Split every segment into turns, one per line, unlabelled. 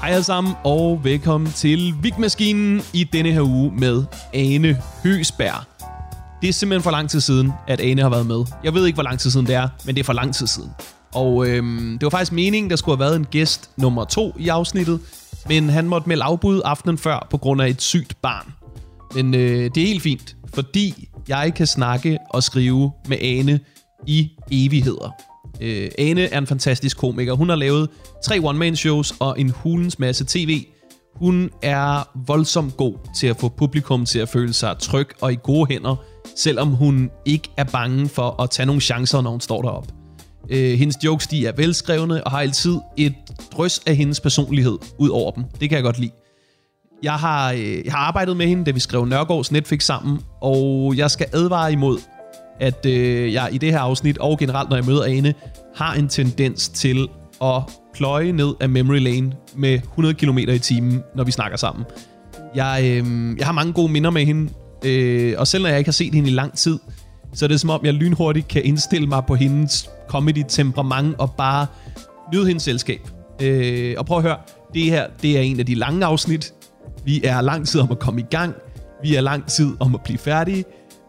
Hej alle sammen, og velkommen til Vigmaskinen i denne her uge med Ane Høsberg. Det er simpelthen for lang tid siden, at Ane har været med. Jeg ved ikke, hvor lang tid siden det er, men det er for lang tid siden. Og øhm, det var faktisk meningen, der skulle have været en gæst nummer to i afsnittet, men han måtte melde afbud aftenen før på grund af et sygt barn. Men øh, det er helt fint, fordi jeg kan snakke og skrive med Ane i evigheder. Øh, Ane er en fantastisk komiker. Hun har lavet tre one-man-shows og en hulens masse tv. Hun er voldsomt god til at få publikum til at føle sig tryg og i gode hænder, selvom hun ikke er bange for at tage nogle chancer, når hun står derop. Øh, hendes jokes de er velskrevne og har altid et drys af hendes personlighed ud over dem. Det kan jeg godt lide. Jeg har, øh, jeg har arbejdet med hende, da vi skrev Nørgaards Netflix sammen, og jeg skal advare imod, at øh, jeg i det her afsnit, og generelt når jeg møder Ane, har en tendens til at pløje ned af memory lane med 100 km i timen, når vi snakker sammen. Jeg, øh, jeg har mange gode minder med hende, øh, og selv når jeg ikke har set hende i lang tid, så er det som om, jeg lynhurtigt kan indstille mig på hendes comedy-temperament og bare nyde hendes selskab. Øh, og prøv at høre, det her det er en af de lange afsnit. Vi er lang tid om at komme i gang. Vi er lang tid om at blive færdige.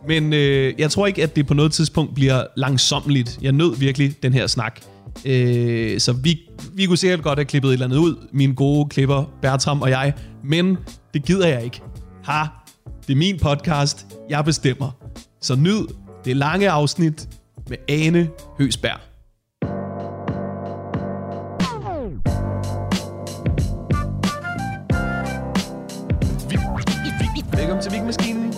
Men øh, jeg tror ikke, at det på noget tidspunkt bliver langsomligt. Jeg nød virkelig den her snak. Øh, så vi, vi kunne sikkert godt have klippet et eller andet ud, mine gode klipper Bertram og jeg. Men det gider jeg ikke. Ha, det er min podcast. Jeg bestemmer. Så nyd det lange afsnit med Ane Høsberg. Velkommen til Vigmaskinen.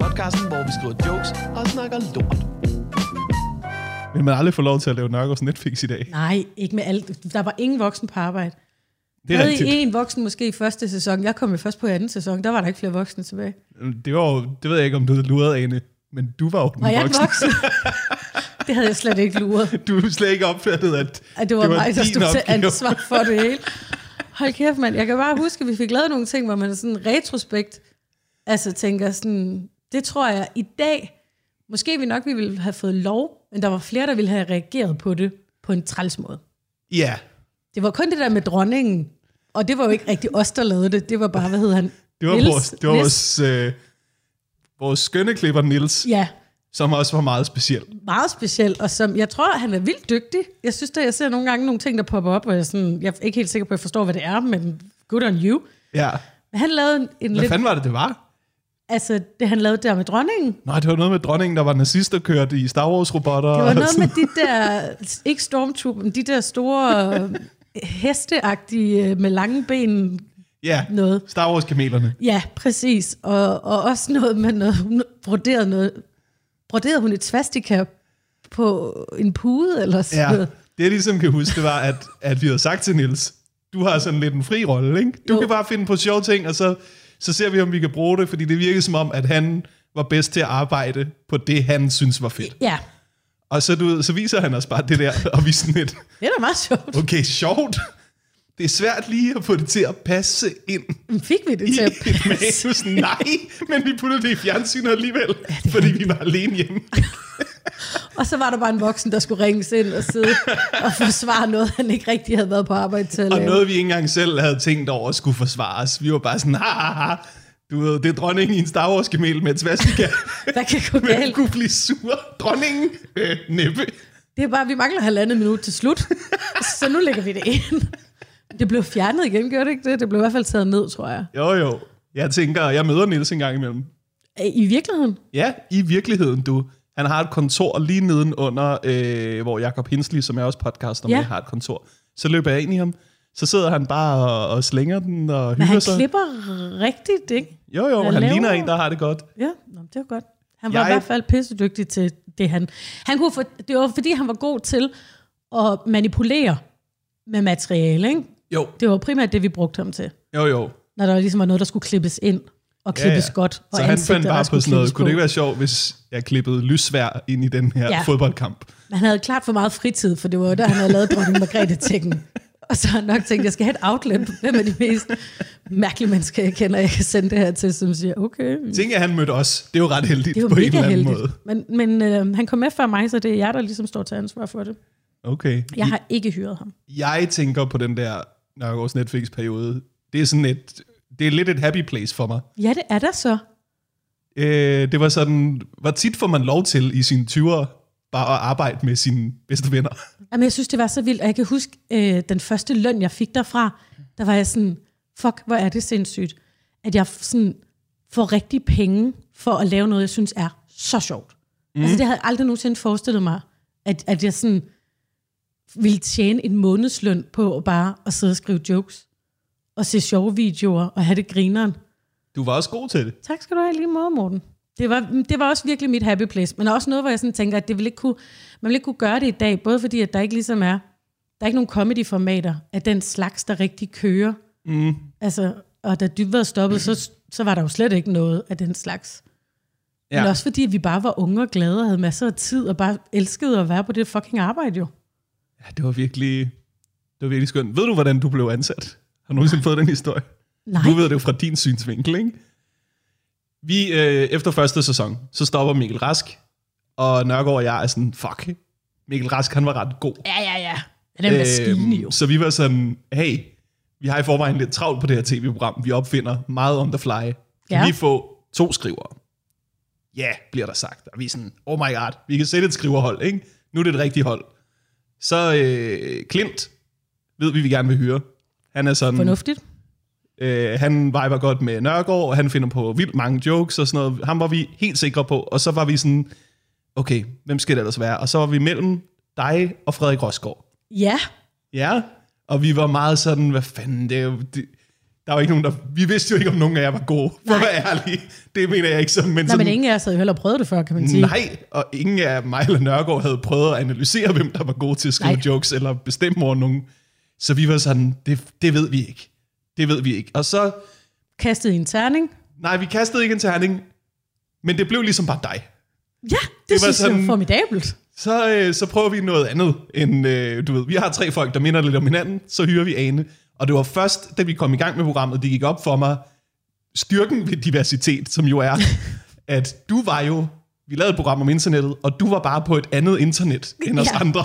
Podcasten, hvor vi skriver jokes og snakker lort.
Vil man aldrig få lov til at lave Nørgaards Netflix i dag?
Nej, ikke med alt. Der var ingen voksen på arbejde.
Det er
havde
rigtigt.
I en voksen måske i første sæson? Jeg kom jo først på i anden sæson. Der var der ikke flere voksne tilbage.
Mm, Det var jo, det ved jeg ikke, om du havde luret, Ane, men du var jo den
Var jeg
voksne.
voksen? det havde jeg slet ikke luret.
Du er slet ikke opfattet, at,
At det var, det var mig, der
din
stod til
opgave.
ansvar for det hele. Hold kæft, mand. Jeg kan bare huske, at vi fik lavet nogle ting, hvor man sådan retrospekt altså tænker sådan, det tror jeg i dag, måske vi nok vi ville have fået lov, men der var flere, der ville have reageret på det på en træls måde.
Ja,
Det var kun det der med dronningen, og det var jo ikke rigtig os, der lavede det. Det var bare, hvad hed han?
det var,
Niels?
vores, det var
Niels?
vores, øh, vores skønne klipper, Nils, ja.
Ja,
som også var meget speciel.
meget speciel, og som, jeg tror, han er vildt dygtig. Jeg synes, at jeg ser nogle gange nogle ting, der popper op, og jeg er, sådan, jeg er ikke helt sikker på, at jeg forstår, hvad det er, men good on you.
Ja.
Men han lavede en, en
Hvad
lidt,
fanden var det, det var?
altså det han lavede der med dronningen.
Nej, det var noget med dronningen, der var nazist og kørte i Star Wars-robotter.
Det var
og
noget
sådan.
med de der, ikke stormtrooper, men de der store øh, hesteagtige øh, med lange ben
ja.
noget.
Star Wars-kamelerne.
Ja, præcis. Og, og også noget med noget, hun broderede noget. Broderede hun et svastika på en pude eller sådan
Ja.
ja. noget?
Det jeg ligesom kan huske, det var, at, at vi havde sagt til Nils, du har sådan lidt en fri rolle, ikke? Du jo.
Jo.
kan bare finde på sjove ting, og så, så ser vi, om vi kan bruge det, fordi det virkede som om, at han var bedst til at arbejde på det, han synes var fedt.
Ja,
Og så, du, ved, så viser han os bare det der, og vi er sådan lidt,
det er da meget sjovt.
okay, sjovt. Det er svært lige at få det til at passe ind
Men Fik vi det
i
til at
et
passe?
manus. Nej, men vi puttede det i fjernsynet alligevel, fordi vi var alene hjemme.
Og så var der bare en voksen, der skulle ringes ind og sidde og forsvare noget, han ikke rigtig havde været på arbejde til at
Og
lave.
noget, vi ikke engang selv havde tænkt over at skulle forsvares. Vi var bare sådan, ha, ha, ha. Du ved, det er dronningen i en Star wars kamel med et svastika.
Hvad kan gå
Hvem
galt?
kunne blive sur? Dronningen? Øh, næppe.
Det er bare, at vi mangler halvandet minut til slut. Så nu lægger vi det ind. Det blev fjernet igen, gjorde det ikke det? Det blev i hvert fald taget ned, tror jeg.
Jo, jo. Jeg tænker, jeg møder Niels en gang imellem.
I virkeligheden?
Ja, i virkeligheden, du. Han har et kontor lige nedenunder, øh, hvor Jakob Hinsley, som jeg også podcaster med,
Ja.
har et kontor. Så løber jeg ind i ham. Så sidder han bare og, og slænger den og
Men
hygger
han
sig.
klipper rigtigt, ikke?
Jo, jo,
Hvad
han
laver
ligner
han?
en, der har det godt.
Ja, nå, det var godt. Han var
Jeg-
jeg... i hvert fald pissedygtig til det, han... han kunne for... Det var, fordi han var god til at manipulere med materiale, ikke?
Jo,
Det var primært det, vi brugte ham til.
jo, jo.
Når der ligesom var noget, der skulle klippes ind og klippes ja, ja. godt. Og
Så han
ansigter,
fandt
der
bare på
skulle
sådan noget.
klippes
Kunne det
på.
ikke være sjovt, hvis jeg klippede lyssvær ind i den her ja.
Ja.
fodboldkamp?
Men Han havde klart for meget fritid, for det var jo der, han havde lavet dronning Margrethe Tekken. Og så har jeg nok tænkt, at jeg skal have et outlet på, hvem er de mest mærkelige mennesker, jeg kender, jeg kan sende det her til, som siger, okay.
Tænk, at han mødte os. Det er jo ret heldigt
Det er jo
på en
mega
eller anden
heldigt.
måde.
Men, men øh, han kom med før mig, så det er jer, der ligesom står til ansvar for det.
Okay.
Jeg har ikke hyret ham.
Jeg tænker på den der Nørgaards Netflix-periode. Det er sådan et... Det er lidt et happy place for mig.
Ja, det er der så.
Øh, det var sådan... Hvor tit får man lov til i sine 20'er bare at arbejde med sine bedste venner?
Jamen, jeg synes, det var så vildt, og jeg kan huske øh, den første løn, jeg fik derfra, der var jeg sådan, fuck, hvor er det sindssygt, at jeg f- sådan får rigtig penge for at lave noget, jeg synes er så sjovt. Mm. Altså, det havde jeg aldrig nogensinde forestillet mig, at, at jeg sådan ville tjene en månedsløn på bare at sidde og skrive jokes, og se sjove videoer, og have det grineren.
Du var også god til det.
Tak skal du have i lige måde, Morten. Det var, det var også virkelig mit happy place, men også noget, hvor jeg sådan tænker, at det ville ikke kunne, man ville ikke kunne gøre det i dag, både fordi, at der ikke ligesom er, der er ikke nogen comedy-formater af den slags, der rigtig kører. Mm. Altså, og da Dybvad stoppede, så, så var der jo slet ikke noget af den slags. Ja. Men også fordi, at vi bare var unge og glade og havde masser af tid, og bare elskede at være på det fucking arbejde jo.
ja, det var virkelig... Det var virkelig skønt. Ved du, hvordan du blev ansat? Har du nogensinde fået den historie?
Nej,
Du ved det jo fra din synsvinkel, ikke? Vi, øh, efter første sæson, så stopper Mikkel Rask, og Nørgaard og jeg er sådan, fuck, Mikkel Rask, han var ret god. Øhm,
ja, ja, ja. Den er en maskine jo.
Så vi var sådan, hey, vi har i forvejen lidt travlt på det her tv-program, vi opfinder meget on the fly. Kan
Ja.
ja. vi få to skrivere? Ja, bliver der sagt. Og vi er sådan, oh my god, vi kan sætte et skriverhold, ikke? Nu er det et rigtigt hold. Så øh, Klint, ved vi, vi gerne vil hyre. Han er sådan,
Fornuftigt.
Øh, han viber godt med Nørgaard, og han finder på vildt mange jokes og sådan noget. Ham var vi helt sikre på, og så var vi sådan, okay, hvem skal det ellers være? Og så var vi mellem dig og Frederik Rosgaard.
Ja,
Ja, og vi var meget sådan, hvad fanden, det er jo... Det, der var ikke nogen, der... Vi vidste jo ikke, om nogen af jer var gode, for at være ærlig. Det mener jeg ikke som... Men
Nej,
sådan,
men ingen af os havde jo heller prøvet det før, kan man sige.
Nej, og ingen af mig eller Nørgaard havde prøvet at analysere, hvem der var god til at skrive
Nej.
Nej. jokes, eller bestemme over nogen. Så vi var sådan, det, det ved vi ikke. Det ved vi ikke. Og så
Kastet i en terning.
Nej, vi kastede ikke en terning, men det blev ligesom bare dig.
Ja, det, det
var
synes sådan... jeg
sådan-
er formidabelt.
Så, øh, så prøver vi noget andet end, øh, du ved, vi har tre folk, der minder lidt om hinanden, så hyrer vi Ane. Og det var først, da vi kom i gang med programmet, det gik op for mig, styrken ved diversitet, som jo er, at du var jo, vi lavede et program om internettet, og du var bare på et andet internet end os
Ja.
ja. andre.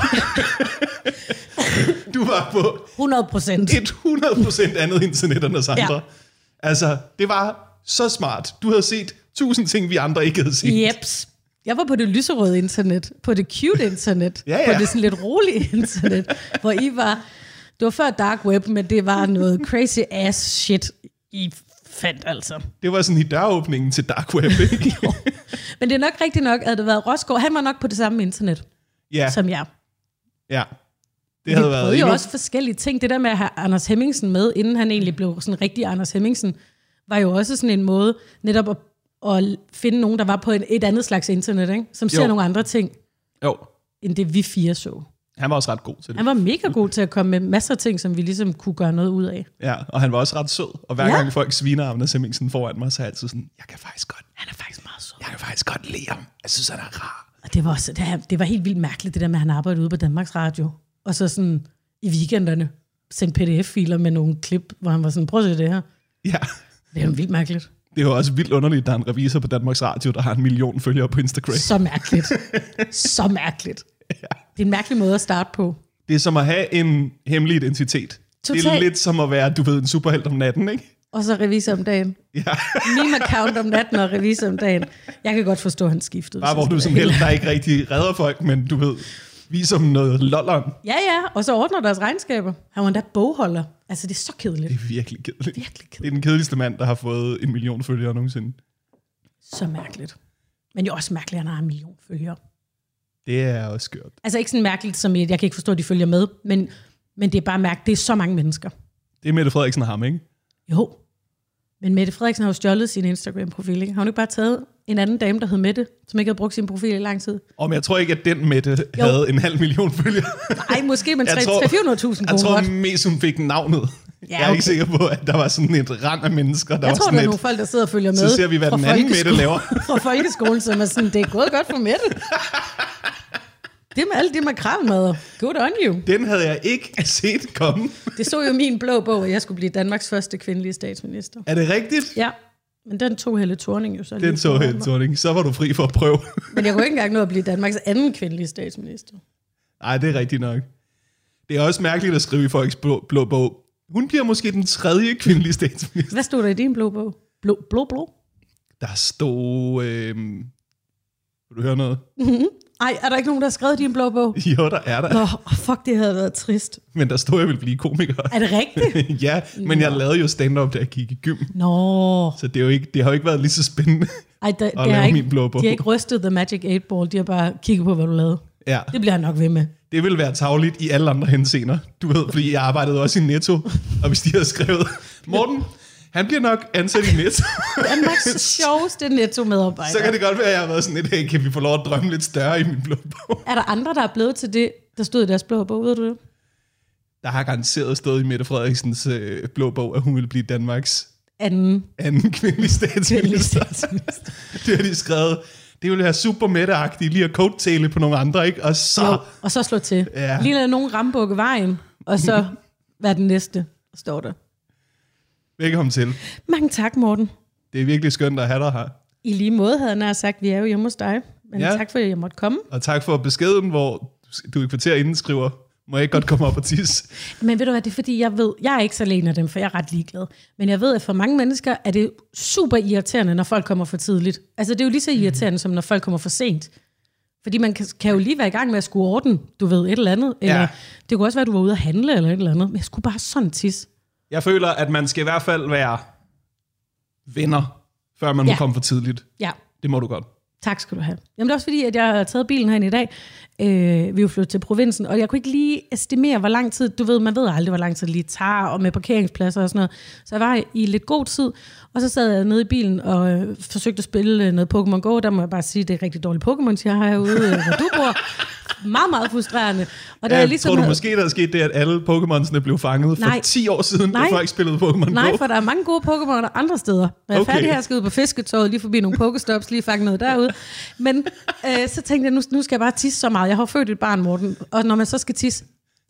du var på
100 procent.
100% andet internet end os andre.
Ja.
Ja. Altså, det var så smart. Du havde set tusind ting, vi andre ikke havde set.
Jeps. Jeg var på det lyserøde internet, på det cute internet,
Ja, ja.
på det sådan lidt rolige internet, hvor I var... Det var før dark web, men det var noget crazy ass shit, I fandt altså.
Det var sådan i døråbningen til Dark Web, ikke?
Men det er nok rigtigt nok, at det været Rosgaard. Han var nok på det samme internet
ja,
ja. som jeg.
ja. Det
Vi
havde været
prøvede jo
endnu-
også forskellige ting. Det der med at have Anders Hemmingsen med, inden han egentlig blev sådan rigtig Anders Hemmingsen, var jo også sådan en måde netop at, at finde nogen, der var på en, et andet slags internet, ikke? som ser
Jo.
nogle andre ting,
Jo,
end det vi fire så.
han var også ret god til det.
Han var mega god til at komme med masser af ting, som vi ligesom kunne gøre noget ud af.
Ja, og han var også ret sød. Og hver
Ja.
ja. gang folk sviner Anders Hemmingsen foran mig, så er jeg altid sådan, jeg kan faktisk godt,
Han er faktisk meget sød.
jeg kan faktisk godt lide ham. Jeg synes, han er rar.
Og det var, også, det, her- det var helt vildt mærkeligt, det der med, at han arbejdede ude på Danmarks Radio. Og så sådan i weekenderne sendte pdf-filer med nogle klip, hvor han var sådan, prøv at se det her.
Ja,
Det er jo vildt mærkeligt.
det er jo også vildt underligt, at der er en revisor på Danmarks Radio, der har en million følgere på Instagram.
Så mærkeligt. så mærkeligt. Det er en mærkelig måde at starte på.
Det er som at have en hemmelig identitet. Det er
Totalt.
lidt som at være, du ved, en superhelt om natten, ikke?
Og så revisor om dagen.
Ja,
Meme account om natten og revisor om dagen. Jeg kan godt forstå, at han skiftede.
bare hvor du som held, der ikke rigtig redder folk, men du ved, vi som noget lolleren.
Ja, ja. Og så ordner deres regnskaber. Han var endda bogholder. Altså, det er så kedeligt.
Det er virkelig kedeligt.
Virkelig kedeligt.
Det er den kedeligste mand, der har fået en million følgere nogensinde.
Så mærkeligt. Men jo også mærkeligt, at han har en million følgere.
Det er også skørt.
Altså ikke sådan mærkeligt, som i, at jeg kan ikke forstå, at de følger med, men, men det er bare mærkeligt, det er så mange mennesker.
Det er Mette Frederiksen og ham, ikke?
Jo. Men Mette Frederiksen har jo stjålet sin Instagram-profil, ikke? Har hun ikke bare taget en anden dame, der hed Mette, som ikke havde brugt sin profil i lang tid?
Og men jeg tror ikke, at den Mette jo. havde en halv million følgere.
Nej, måske men
Jeg
300-400.000
tror- Jeg
kroner.
tror
godt.
mest, hun fik navnet. Ja,
Ja,
okay. Jeg er
okay.
ikke sikker på, at der var sådan et rand af mennesker, der
Jeg
var
tror, der
sådan
er
et...
nogle folk, der sidder og følger med.
Så ser vi, hvad
fra
den anden Mette
folkesko-
laver.
fra folkeskolen, som er sådan, det er gået godt for Mette. Det med alle de makralmadder. Good on you.
Den havde jeg ikke set komme.
Det stod jo i min blå bog, at jeg skulle blive Danmarks første kvindelige statsminister.
Er det rigtigt?
Ja, men den tog Helle Thorning jo så lige
Den så
foran
hen,
mig.
Torning. Så var du fri for at prøve.
Men jeg kunne ikke engang nå at blive Danmarks anden kvindelige statsminister.
Nej, det er rigtigt nok. Det er også mærkeligt at skrive i folks blå, blå bog. Hun bliver måske den tredje kvindelige statsminister.
Hvad stod der i din blå bog? Blå, blå, blå?
Der stod... Øh... Vil du høre noget?
Ej, er der ikke nogen, der har skrevet din blå bog?
Jo, der er der.
Nå, oh, fuck, det havde været trist.
Men der stod, at jeg ville blive komiker.
Er det rigtigt?
ja, men jeg lavede jo stand-up, da jeg gik i gym.
Nå.
Så det, er jo ikke, det har jo ikke været lige så spændende.
Ej,
Og
det, det har
lave
ikke,
min blå bog.
de har ikke rystet The Magic 8-Ball, de har bare kigget på, hvad du lavede.
ja,
Det bliver jeg nok ved med.
det ville være tavligt i alle andre henseender. Du ved, fordi jeg arbejdede også i Netto. Og hvis de havde skrevet, Morten, han bliver nok ansat i Netto.
Danmarks sjoveste netto-medarbejder.
så kan det godt være, at jeg har været sådan lidt, hey, kan vi få lov at drømme lidt større i min blå bog?
Er der andre, der er blevet til det, der stod i deres blå bog, ved du det?
Der har garanteret stået i Mette Frederiksens øh, blå bog, at hun ville blive Danmarks
Anden
anden kvindelige
kvindelige
statsminister.
statsminister.
det har de skrevet. Det ville være super mætteagtigt lige at coattaile på nogle andre, ikke? Og så...
Jo, og så slå til.
Ja.
Lige lad nogen rambukke vejen, og så være den næste, står der.
Velkommen til.
Mange tak, Morten.
Det er virkelig skønt at have dig her.
I lige måde havde jeg nær sagt, vi er jo hjemme hos dig. Men
Ja.
ja. tak for, at jeg måtte komme.
Og tak for beskeden, hvor du i kvarter inden skriver, må jeg ikke godt komme op og tisse?
Men ved du hvad, det er fordi, jeg ved, jeg er ikke så alene af dem, for jeg er ret ligeglad. Men jeg ved, at for mange mennesker er det super irriterende, når folk kommer for tidligt. Altså det er jo lige så irriterende, som når folk kommer for sent. Fordi man kan, kan jo lige være i gang med at skulle ordne, du ved, et eller andet. Eller
Ja.
ja. det kunne også være, at du var ude at handle eller et eller andet. Men jeg skulle bare sådan tisse.
Jeg føler, at man skal i hvert fald være venner, før man ja. må
Ja.
komme for tidligt.
Ja,
Det må du godt.
Tak skal du have. Jamen det er også fordi, at jeg har taget bilen herind i dag. Øh, vi er jo flyttet til provinsen, og jeg kunne ikke lige estimere, hvor lang tid, du ved, man ved aldrig, hvor lang tid det lige tager, og med parkeringspladser og sådan noget. Så jeg var i lidt god tid, og så sad jeg nede i bilen og øh, forsøgte at spille øh, noget Pokémon Go. Der må jeg bare sige, at det er rigtig dårligt Pokémon, jeg har herude, øh, hvor du bor. Meget, meget frustrerende. Og da
Ja,
jeg
jeg
ligesom
tror du
havde-
måske, der er sket det, at alle Pokémonsene blev fanget for
Nej.
10 år siden, Nej.
Nej.
da folk spillede Pokémon
Nej,
Go?
for der er mange gode Pokémoner andre steder. Når jeg
Okay.
er færdig her, skal jeg ud på fisketoget, lige forbi nogle Pokestops, lige fange noget derude. Men øh, så tænkte jeg, nu, nu skal jeg bare tisse så meget. Jeg har født et barn, Morten, og når man så skal tisse,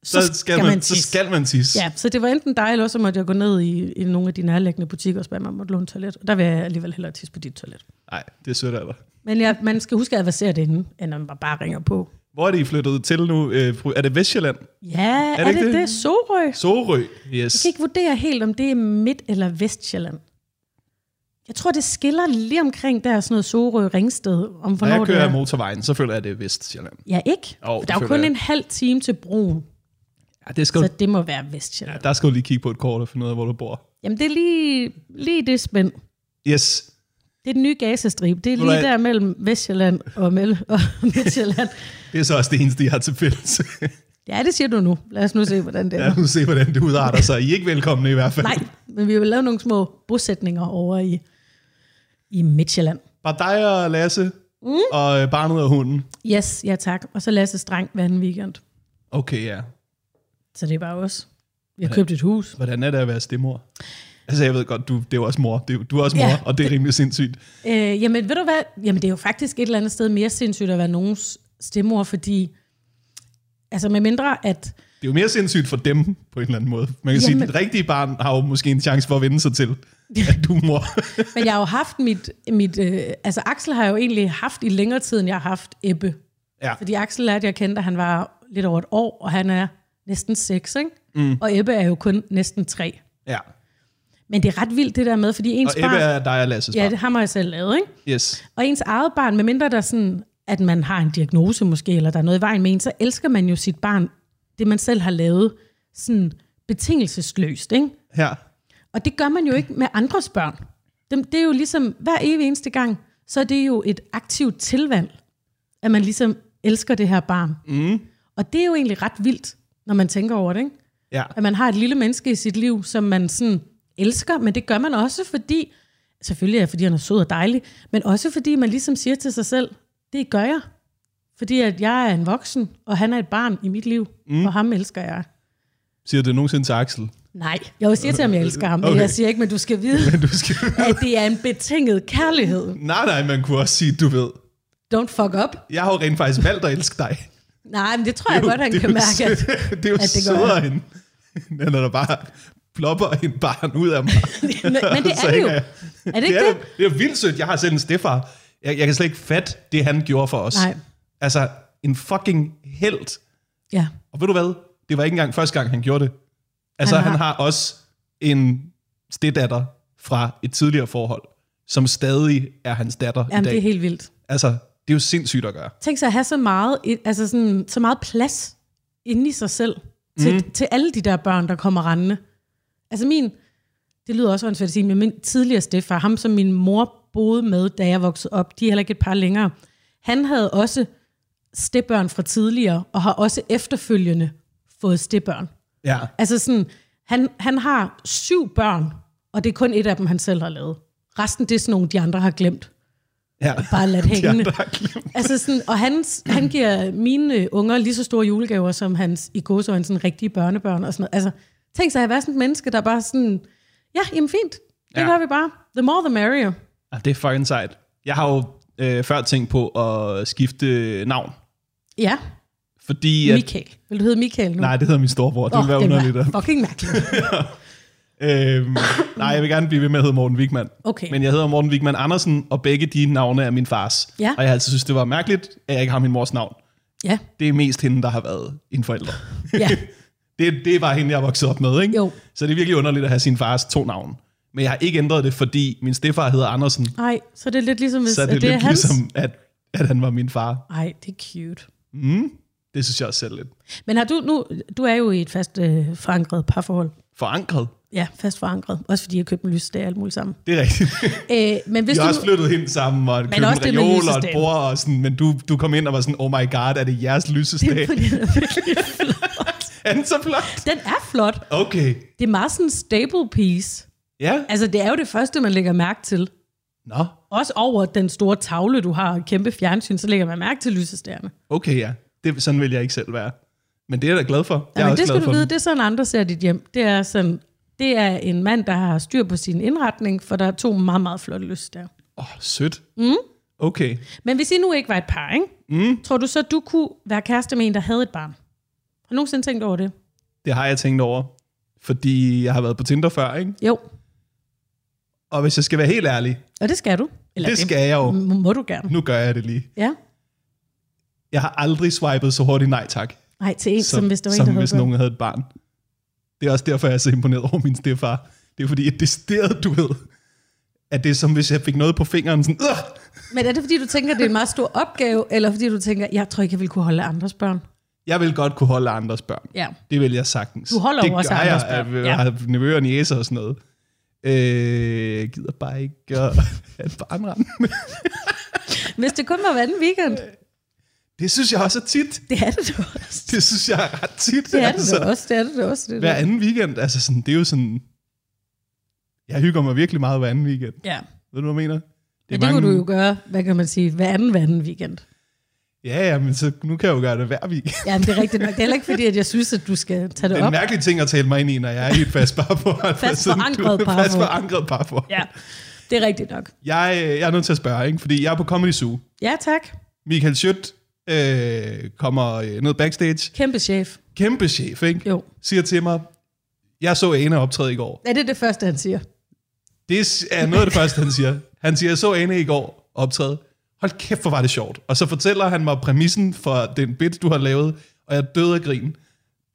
så,
så skal man, så skal man tisse.
Ja, så det var enten dig, eller også måtte jeg gå ned i, i nogle af de nærliggende butikker og spørge, om jeg måtte låne toilet. Og der vil jeg alligevel hellere tisse på dit toilet.
Nej, det er sødt af dig.
Men jeg, man skal huske at adversere det inden, end at man bare ringer på.
Hvor er det, I flyttet til nu? Øh, fru- Er det Vestjylland?
Ja, er
ikke
det, er
det?
det, det? Sorø?
Sorø? Yes.
Jeg kan ikke vurdere helt, om det er Midt- eller Vestjylland. Jeg tror, det skiller lige omkring der, sådan noget Sorø Ringsted, om
Når
hvornår
jeg
det
kører
er.
motorvejen, så føler jeg, at det er Vestjylland.
Ja, ikke?
Jo, det
der er jo
føler
kun
jeg.
en halv time til broen,
Ja, det skal
så
du...
det må være Vestjylland.
Der skal du lige kigge på et kort og finde ud af, hvor du bor.
Jamen, det er lige, lige det spænd.
Yes.
Det er den nye gazestribe. Det er
Ved du
lige
hvad?
der mellem Vestjylland og, mell- og Midtjylland.
Det er så også det eneste, jeg har til fælles.
Ja, det siger du nu. Lad os nu se, hvordan det er.
ja, nu se, hvordan det udarter sig. I er ikke velkomne i hvert fald.
Nej, men vi har jo lavet nogle små bosætninger over i, i Midtjylland.
Bare dig og Lasse mm. og øh, barnet og hunden.
Yes, ja tak. Og så Lasse Strang hver anden weekend.
Okay, ja.
Så det er bare os. Vi har købt et hus.
Hvordan er det at være stemmor? Altså, jeg ved godt, du, det er jo også mor. Det er, jo- du er også mor, ja.
Ja.
og det er rimelig sindssygt.
Øh, jamen, ved du hvad? Jamen, det er jo faktisk et eller andet sted mere sindssygt at være nogens stemmor, fordi... Altså, med mindre at...
Det er jo mere sindssygt for dem, på en eller anden måde. Man kan sige, at
Jamen.
det rigtige barn har jo måske en chance for at vende sig til, at du er mor.
Men jeg har jo haft mit... mit øh, altså, Axel har jeg jo egentlig haft i længere tid, end jeg har haft Ebbe.
Ja.
Fordi Axel lærte jeg kendte, da han var lidt over et år, og han er næsten seks, ikke? Mm. Og Ebbe er jo kun næsten tre.
ja.
Men det er ret vildt, det der med, fordi ens
Og
barn...
Ebbe er dig og Lasses
ja,
barn.
det har jeg selv lavet, ikke?
Yes.
Og ens eget barn, medmindre der er sådan, at man har en diagnose måske, eller der er noget i vejen med en, så elsker man jo sit barn, det man selv har lavet, sådan betingelsesløst. Ikke?
Her.
Og det gør man jo ikke med andres børn. Dem, det er jo ligesom, hver evig eneste gang, så er det jo et aktivt tilvalg, at man ligesom elsker det her barn. Mm. Og det er jo egentlig ret vildt, når man tænker over det. Ikke?
Ja.
At man har et lille menneske i sit liv, som man sådan elsker, men det gør man også, fordi, selvfølgelig er det, fordi han er sød og dejlig, men også fordi man ligesom siger til sig selv, det gør jeg. Fordi at jeg er en voksen, og han er et barn i mit liv, mm. og ham elsker jeg.
Siger du det nogensinde til Axel?
Nej, jeg siger til ham, jeg elsker ham, okay. men
Okay.
jeg siger ikke, men du skal vide,
Men du skal...
at det er en betinget kærlighed.
nej, nej, man kunne også sige, du ved,
Don't fuck up.
jeg har jo rent faktisk valgt at elske dig.
Nej, men det tror jeg godt, han
det er
kan
jo
mærke. At,
sø- det er jo
at det gør
sødere end, end når der bare plopper en barn ud af mig.
men, men det
Så
er det jo.
hænger jeg-
Er det ikke
det?
det?
Er, det er vildt sødt. Jeg har selv en stefar. Jeg, jeg kan slet ikke fatte det, han gjorde for os.
Nej.
Altså, en fucking held.
Ja.
Og ved du hvad? Det var ikke engang første gang, han gjorde det. Altså,
Han
han
har-
har, han har også en stedatter fra et tidligere forhold, som stadig er hans datter i
Jamen,
dag.
det er helt vildt.
Altså, det er jo sindssygt at gøre.
Tænk sig at have så meget, i- altså sådan, så meget plads inde i sig selv til,
Mhm.
mm. til alle de der børn, der kommer rendende. Altså min, det lyder også åndssvagt at sige, men min tidligere stefar, ham som min mor boede med, da jeg voksede op, de er heller ikke et par længere, han havde også stebørn fra tidligere, og har også efterfølgende fået stebørn.
Ja.
Altså sådan, han, han har syv børn, og det er kun et af dem, han selv har lavet. Resten, det er sådan nogle, de andre har glemt.
ja.
Bare ladt
De
hængende.
andre har glemt.
Altså sådan, og hans, han giver mine øh, unger lige så store julegaver, som hans i godsøjne sådan rigtige børnebørn og sådan noget. Altså, tænk sig at være sådan et menneske, der bare sådan, ja, jamen fint, det
Ja.
ja. gør vi bare. The more, the merrier.
Ja, det er fucking sejt. Jeg har jo øh, før tænkt på at skifte navn,
Ja,
fordi...
ja.
At,
Michael. Vil du hedde Michael nu?
nej, det hedder min storebror. Det oh,
Åh,
vil være
den var
underligt. at-
fucking mærkeligt.
Øhm, nej, jeg vil gerne blive ved med at hedde Morten Wigman.
Okay.
Men jeg hedder Morten Wigman Andersen, og begge de navne er min fars.
Ja.
Og jeg har altid synes, det var mærkeligt, at jeg ikke har min mors navn.
Ja,
Det er mest hende, der har været en forælder.
ja.
Det, det er bare hende, jeg er vokset op med, ikke?
Jo.
Så det er virkelig underligt at have sin fars to navne. Men jeg har ikke ændret det, fordi min stefar hedder Andersen,
Ej, så det er lidt ligesom, hvis
så det er
det er
lidt
hans.
ligesom, at, at han var min far.
Ej, det er cute.
Det synes jeg også selv lidt
Men har du nu, du er jo i et fast øh, forankret parforhold.
forankret.
Ja, fast forankret. Også fordi jeg købte en lysestage og alt muligt sammen.
Det er rigtigt.
Øh, men hvis
Vi
du,
har også flyttet hen sammen, og købt en
også det med
reol og et
lysestagen.
bord, og sådan, men du, du kom ind og var sådan, oh my god, er det jeres lysesdag?
Fordi den er virkelig-
er den så flot?
den er flot.
Okay.
Det er meget sådan en staple piece.
Ja.
Altså, det er jo det første, man lægger mærke til.
Nå,
Også over den store tavle, du har, og et kæmpe fjernsyn, så lægger man mærke til lysestærerne.
okay ja. Det, sådan vil jeg ikke selv være. Men det er jeg da glad for. Jeg er
Ja, men
også
det
glad
skal du
for
vide,
dem.
det er sådan, andre ser dit hjem. Det er sådan, det er en mand, der har styr på sin indretning, for der er to meget, meget flotte lysestager.
Åh, oh, sødt. Mm. Okay.
Men hvis I nu ikke var et par, ikke? Mm. tror du så, du kunne være kæreste med en, der havde et barn? Har du nogensinde tænkt over det?
Det har jeg tænkt over. Fordi jeg har været på Tinder før, ikke?
Jo,
Og hvis jeg skal være helt ærlig,
og det skal du. Eller
det skal jeg jo.
m- må du gerne.
Nu gør jeg det lige.
Ja.
Jeg har aldrig swipet så hurtigt nej tak,
Nej, til en, som, som hvis der var
som
en, der havde
hvis
børn.
nogen havde et barn. Det er også derfor, jeg er så imponeret over min stefar. Det er fordi, et decideret, du ved, at det er som hvis jeg fik noget på fingeren, sådan, "Ugh!"
Men er det, fordi du tænker, det er en meget stor opgave, eller fordi du tænker, jeg tror ikke, jeg vil kunne holde andres børn?
jeg vil godt kunne holde andres børn.
Ja.
Det vil jeg sagtens.
Du holder
det
jo også
gør
andres
jeg,
børn.
Jeg,
Ja.
jeg har nevøer og næser og sådan noget. Øh, jeg gider bare ikke at have et barn rendende.
Hvis det kun var hver anden weekend.
Det synes jeg også er tit.
Det er det da også.
Det synes jeg er ret tit.
Det er det da også. Det er det da også. Det er det.
Altså. Hver anden weekend, altså sådan, det er jo sådan... Jeg hygger mig virkelig meget hver anden weekend.
Ja.
Ved du, hvad jeg mener?
Men det kunne du jo gøre, hvad kan man sige, hver anden, hver anden weekend.
Ja, ja, men så, nu kan jeg jo gøre det hver weekend.
Ja, men det er rigtigt nok. Det er heller ikke fordi, at jeg synes, at du skal tage det
Det er en
op.
mærkelig ting at tale mig ind i, når jeg er i et fast parforhold.
Fast
Sådan, du-
forankret parforhold.
Fast forankret parforhold.
Ja, det er rigtigt nok.
Jeg, øh, jeg er nødt til at spørge, ikke? fordi jeg er på Comedy Zoo.
Ja, tak.
Michael Schødt øh, kommer øh, ned backstage.
Kæmpe chef.
Kæmpe chef, ikke?
Jo.
Siger til mig, jeg så Ane optræde i går.
Er det det første, han siger?
Det er noget af det første, han siger. Han siger, jeg så Ane i går optræde. Hold kæft, hvor var det sjovt. Og så fortæller han mig præmissen for den bit, du har lavet, og jeg døde af grin.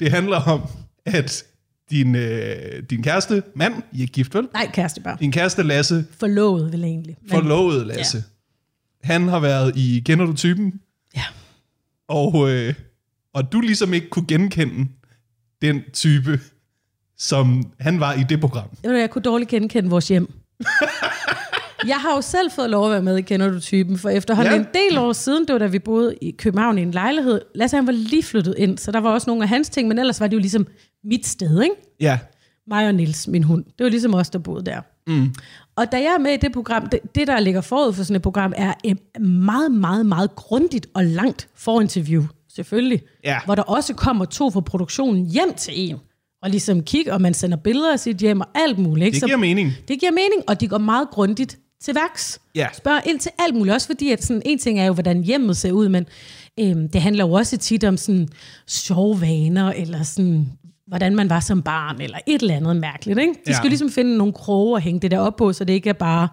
Det handler om, at din, øh, din kæreste, mand, I er ikke gift, vel?
Nej, kæreste bare.
Din kæreste Lasse,
Forlovet vel egentlig. Men,
forlovede Lasse. Han har været i Kender du typen?
Ja.
Og, øh, og du ligesom ikke kunne genkende den type, som han var i det program.
Ved du, Jeg kunne dårligt genkende vores hjem. Jeg har jo selv fået lov at være med i Kender du typen, for efterhånden ja.
Ja.
en del år siden, det var da vi boede i København i en lejlighed. Lasse han var lige flyttet ind, så der var også nogle af hans ting, men ellers var det jo ligesom mit sted, ikke?
Ja.
mig og Nils, min hund. Det var ligesom os, der boede der. Mm. Og da jeg er med i det program, det, det der ligger forud for sådan et program, er et meget, meget, meget grundigt og langt forinterview, selvfølgelig.
Ja.
Hvor der også kommer to fra produktionen hjem til en, og ligesom kigger, og man sender billeder af sit hjem og alt muligt. Ikke?
Det giver mening.
det giver mening, og de går meget grundigt til værks.
Ja.
Spørg ind til alt muligt, også fordi at sådan, en ting er jo, hvordan hjemmet ser ud, men øhm, det handler jo også tit om sådan sjove vaner, eller sådan, hvordan man var som barn, eller et eller andet mærkeligt. Ikke? De
Ja.
ja. skal ligesom finde nogle kroge og hænge det der op på, så det ikke er bare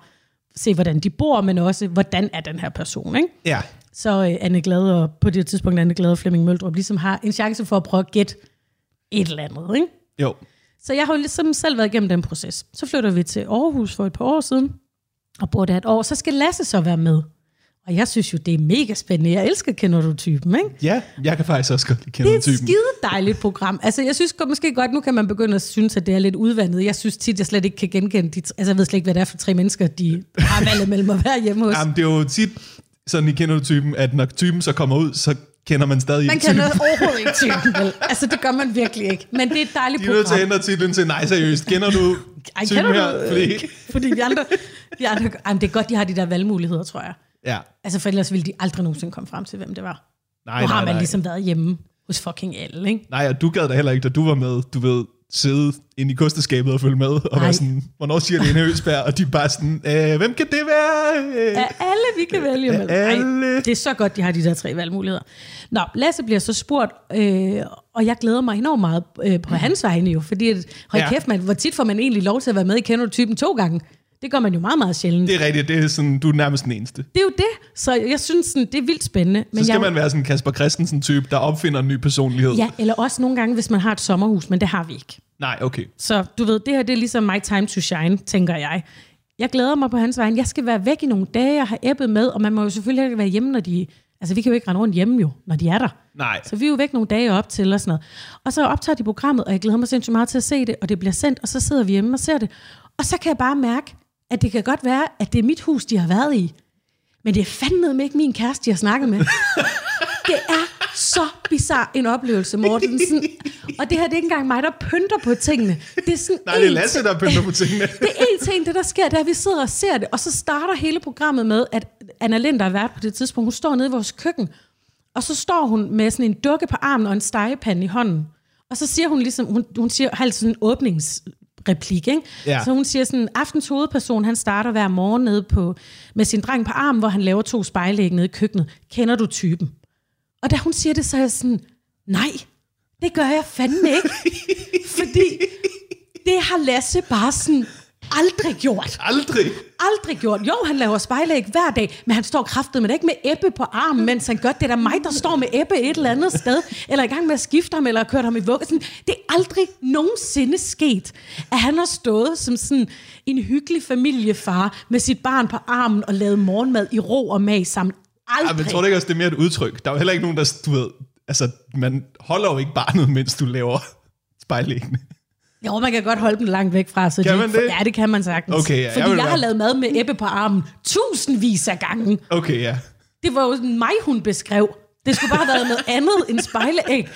se, hvordan de bor, men også, hvordan er den her person. Ikke?
Ja.
så øh, Anne Glade, og på det tidspunkt Anne Glade og Flemming Møldrup, ligesom har en chance for at prøve at gætte et eller andet. Ikke?
Jo.
Så jeg har jo ligesom selv været igennem den proces. Så flytter vi til Aarhus for et par år siden, og bor der et år. Så skal Lasse så være med. Og jeg synes jo, det er mega spændende. Jeg elsker Kender du typen, ikke?
Ja, jeg kan faktisk også godt lide
Det
kende
er et
typen.
skide dejligt program. Altså, jeg synes godt- måske godt, nu kan man begynde at synes, at det er lidt udvandet. Jeg synes tit, jeg slet ikke kan genkende de... Altså, jeg ved slet ikke, hvad det er for tre mennesker, de har valget mellem at være hjemme hos.
Jamen, det er jo tit sådan, I kender typen, at når typen så kommer ud, så kender man stadig
Man
ikke typen.
kender overhovedet ikke typen, vel? Altså, det gør man virkelig ikke. Men det er et dejligt
De er nødt til at
program.
ændre titlen til, nej seriøst, kender du
Ej,
typen
kender
her?
du?
Fordi,
Fordi de andre... De andre ej, men det er godt, de har de der valgmuligheder, tror jeg.
ja.
Altså, for ellers ville de aldrig nogensinde komme frem til, hvem det var.
Nej,
nu har
nej,
man
nej.
ligesom været hjemme hos fucking alle, ikke?
Nej, og du gad da heller ikke, da du var med, du ved, sidde inde i kosteskabet og følge med, og
Nej.
være sådan, hvornår siger det en Høsberg? Og de er bare sådan, øh, hvem kan det være? Øh,
Af alle, vi kan vælge mellem.
alle.
Ej, det er så godt, de har de der tre valgmuligheder. Nå, Lasse bliver så spurgt, øh, og jeg glæder mig enormt meget øh, på hans vegne jo, fordi at, hold
Ja.
ja. kæft, man, hvor tit får man egentlig lov til at være med i Kender du typen to gange? Det gør man jo meget, meget sjældent.
Det er rigtigt, det er sådan, du er nærmest den eneste.
Det er jo det, så jeg synes, sådan, det er vildt spændende. Men
Så skal
jeg,
man være sådan en Kasper Christensen-type, der opfinder en ny personlighed.
Ja, eller også nogle gange, hvis man har et sommerhus, men det har vi ikke.
Nej, okay.
Så du ved, det her det er ligesom my time to shine, tænker jeg. Jeg glæder mig på hans vejen. Jeg skal være væk i nogle dage og have æbbet med, og man må jo selvfølgelig ikke være hjemme, når de... Altså, vi kan jo ikke rende rundt hjemme jo, når de er der.
Nej.
Så vi er jo væk nogle dage op til og sådan noget. Og så optager de programmet, og jeg glæder mig sindssygt meget til at se det, og det bliver sendt, og så sidder vi hjemme og ser det. Og så kan jeg bare mærke, at det kan godt være, at det er mit hus, de har været i. Men det er fandme ikke min kæreste, jeg har snakket med. Det er så bizar en oplevelse, Mortensen. Og det her, det er ikke engang mig, der pynter på tingene. Det er sådan
Nej, det er
en
Lasse, der pynter på tingene.
det er en ting, det der sker, det er, at vi sidder og ser det, og så starter hele programmet med, at Anna Lind, der er vært på det tidspunkt, hun står nede i vores køkken, og så står hun med sådan en dukke på armen og en stegepande i hånden. Og så siger hun ligesom, hun, hun siger, har sådan en åbningsreplik, ikke?
Ja.
Så hun siger sådan, aftens hovedperson, han starter hver morgen nede på, med sin dreng på armen, hvor han laver to spejlæg nede i køkkenet. Kender du typen? Og da hun siger det, så er jeg sådan, nej, det gør jeg fandme ikke. fordi det har Lasse bare sådan aldrig gjort.
Aldrig.
Aldrig gjort. Jo, han laver spejlæg hver dag, men han står kraftet med det ikke med æbbe på armen, mens han gør det. Det er da mig, der står med æbbe et eller andet sted, eller er i gang med at skifte ham, eller har kørt ham i vuggen. Det er aldrig nogensinde sket, at han har stået som sådan en hyggelig familiefar med sit barn på armen og lavet morgenmad i ro og mag sammen.
Ej,
Aldrig.
men tror du ikke også, det er mere et udtryk? Der er jo heller ikke nogen, der, du ved, altså, man holder jo ikke barnet, mens du laver spejlæggene.
Jo, man kan godt holde dem langt væk fra. Så
Kan
de,
man det?
Ja, det kan man sagtens.
Okay, ja, jeg vil
Fordi jeg, jeg har
være-
lavet mad med æbbe på armen tusindvis af gange.
Okay, ja.
Det var jo sådan mig, hun beskrev. Det skulle bare have været noget andet end spejleæg.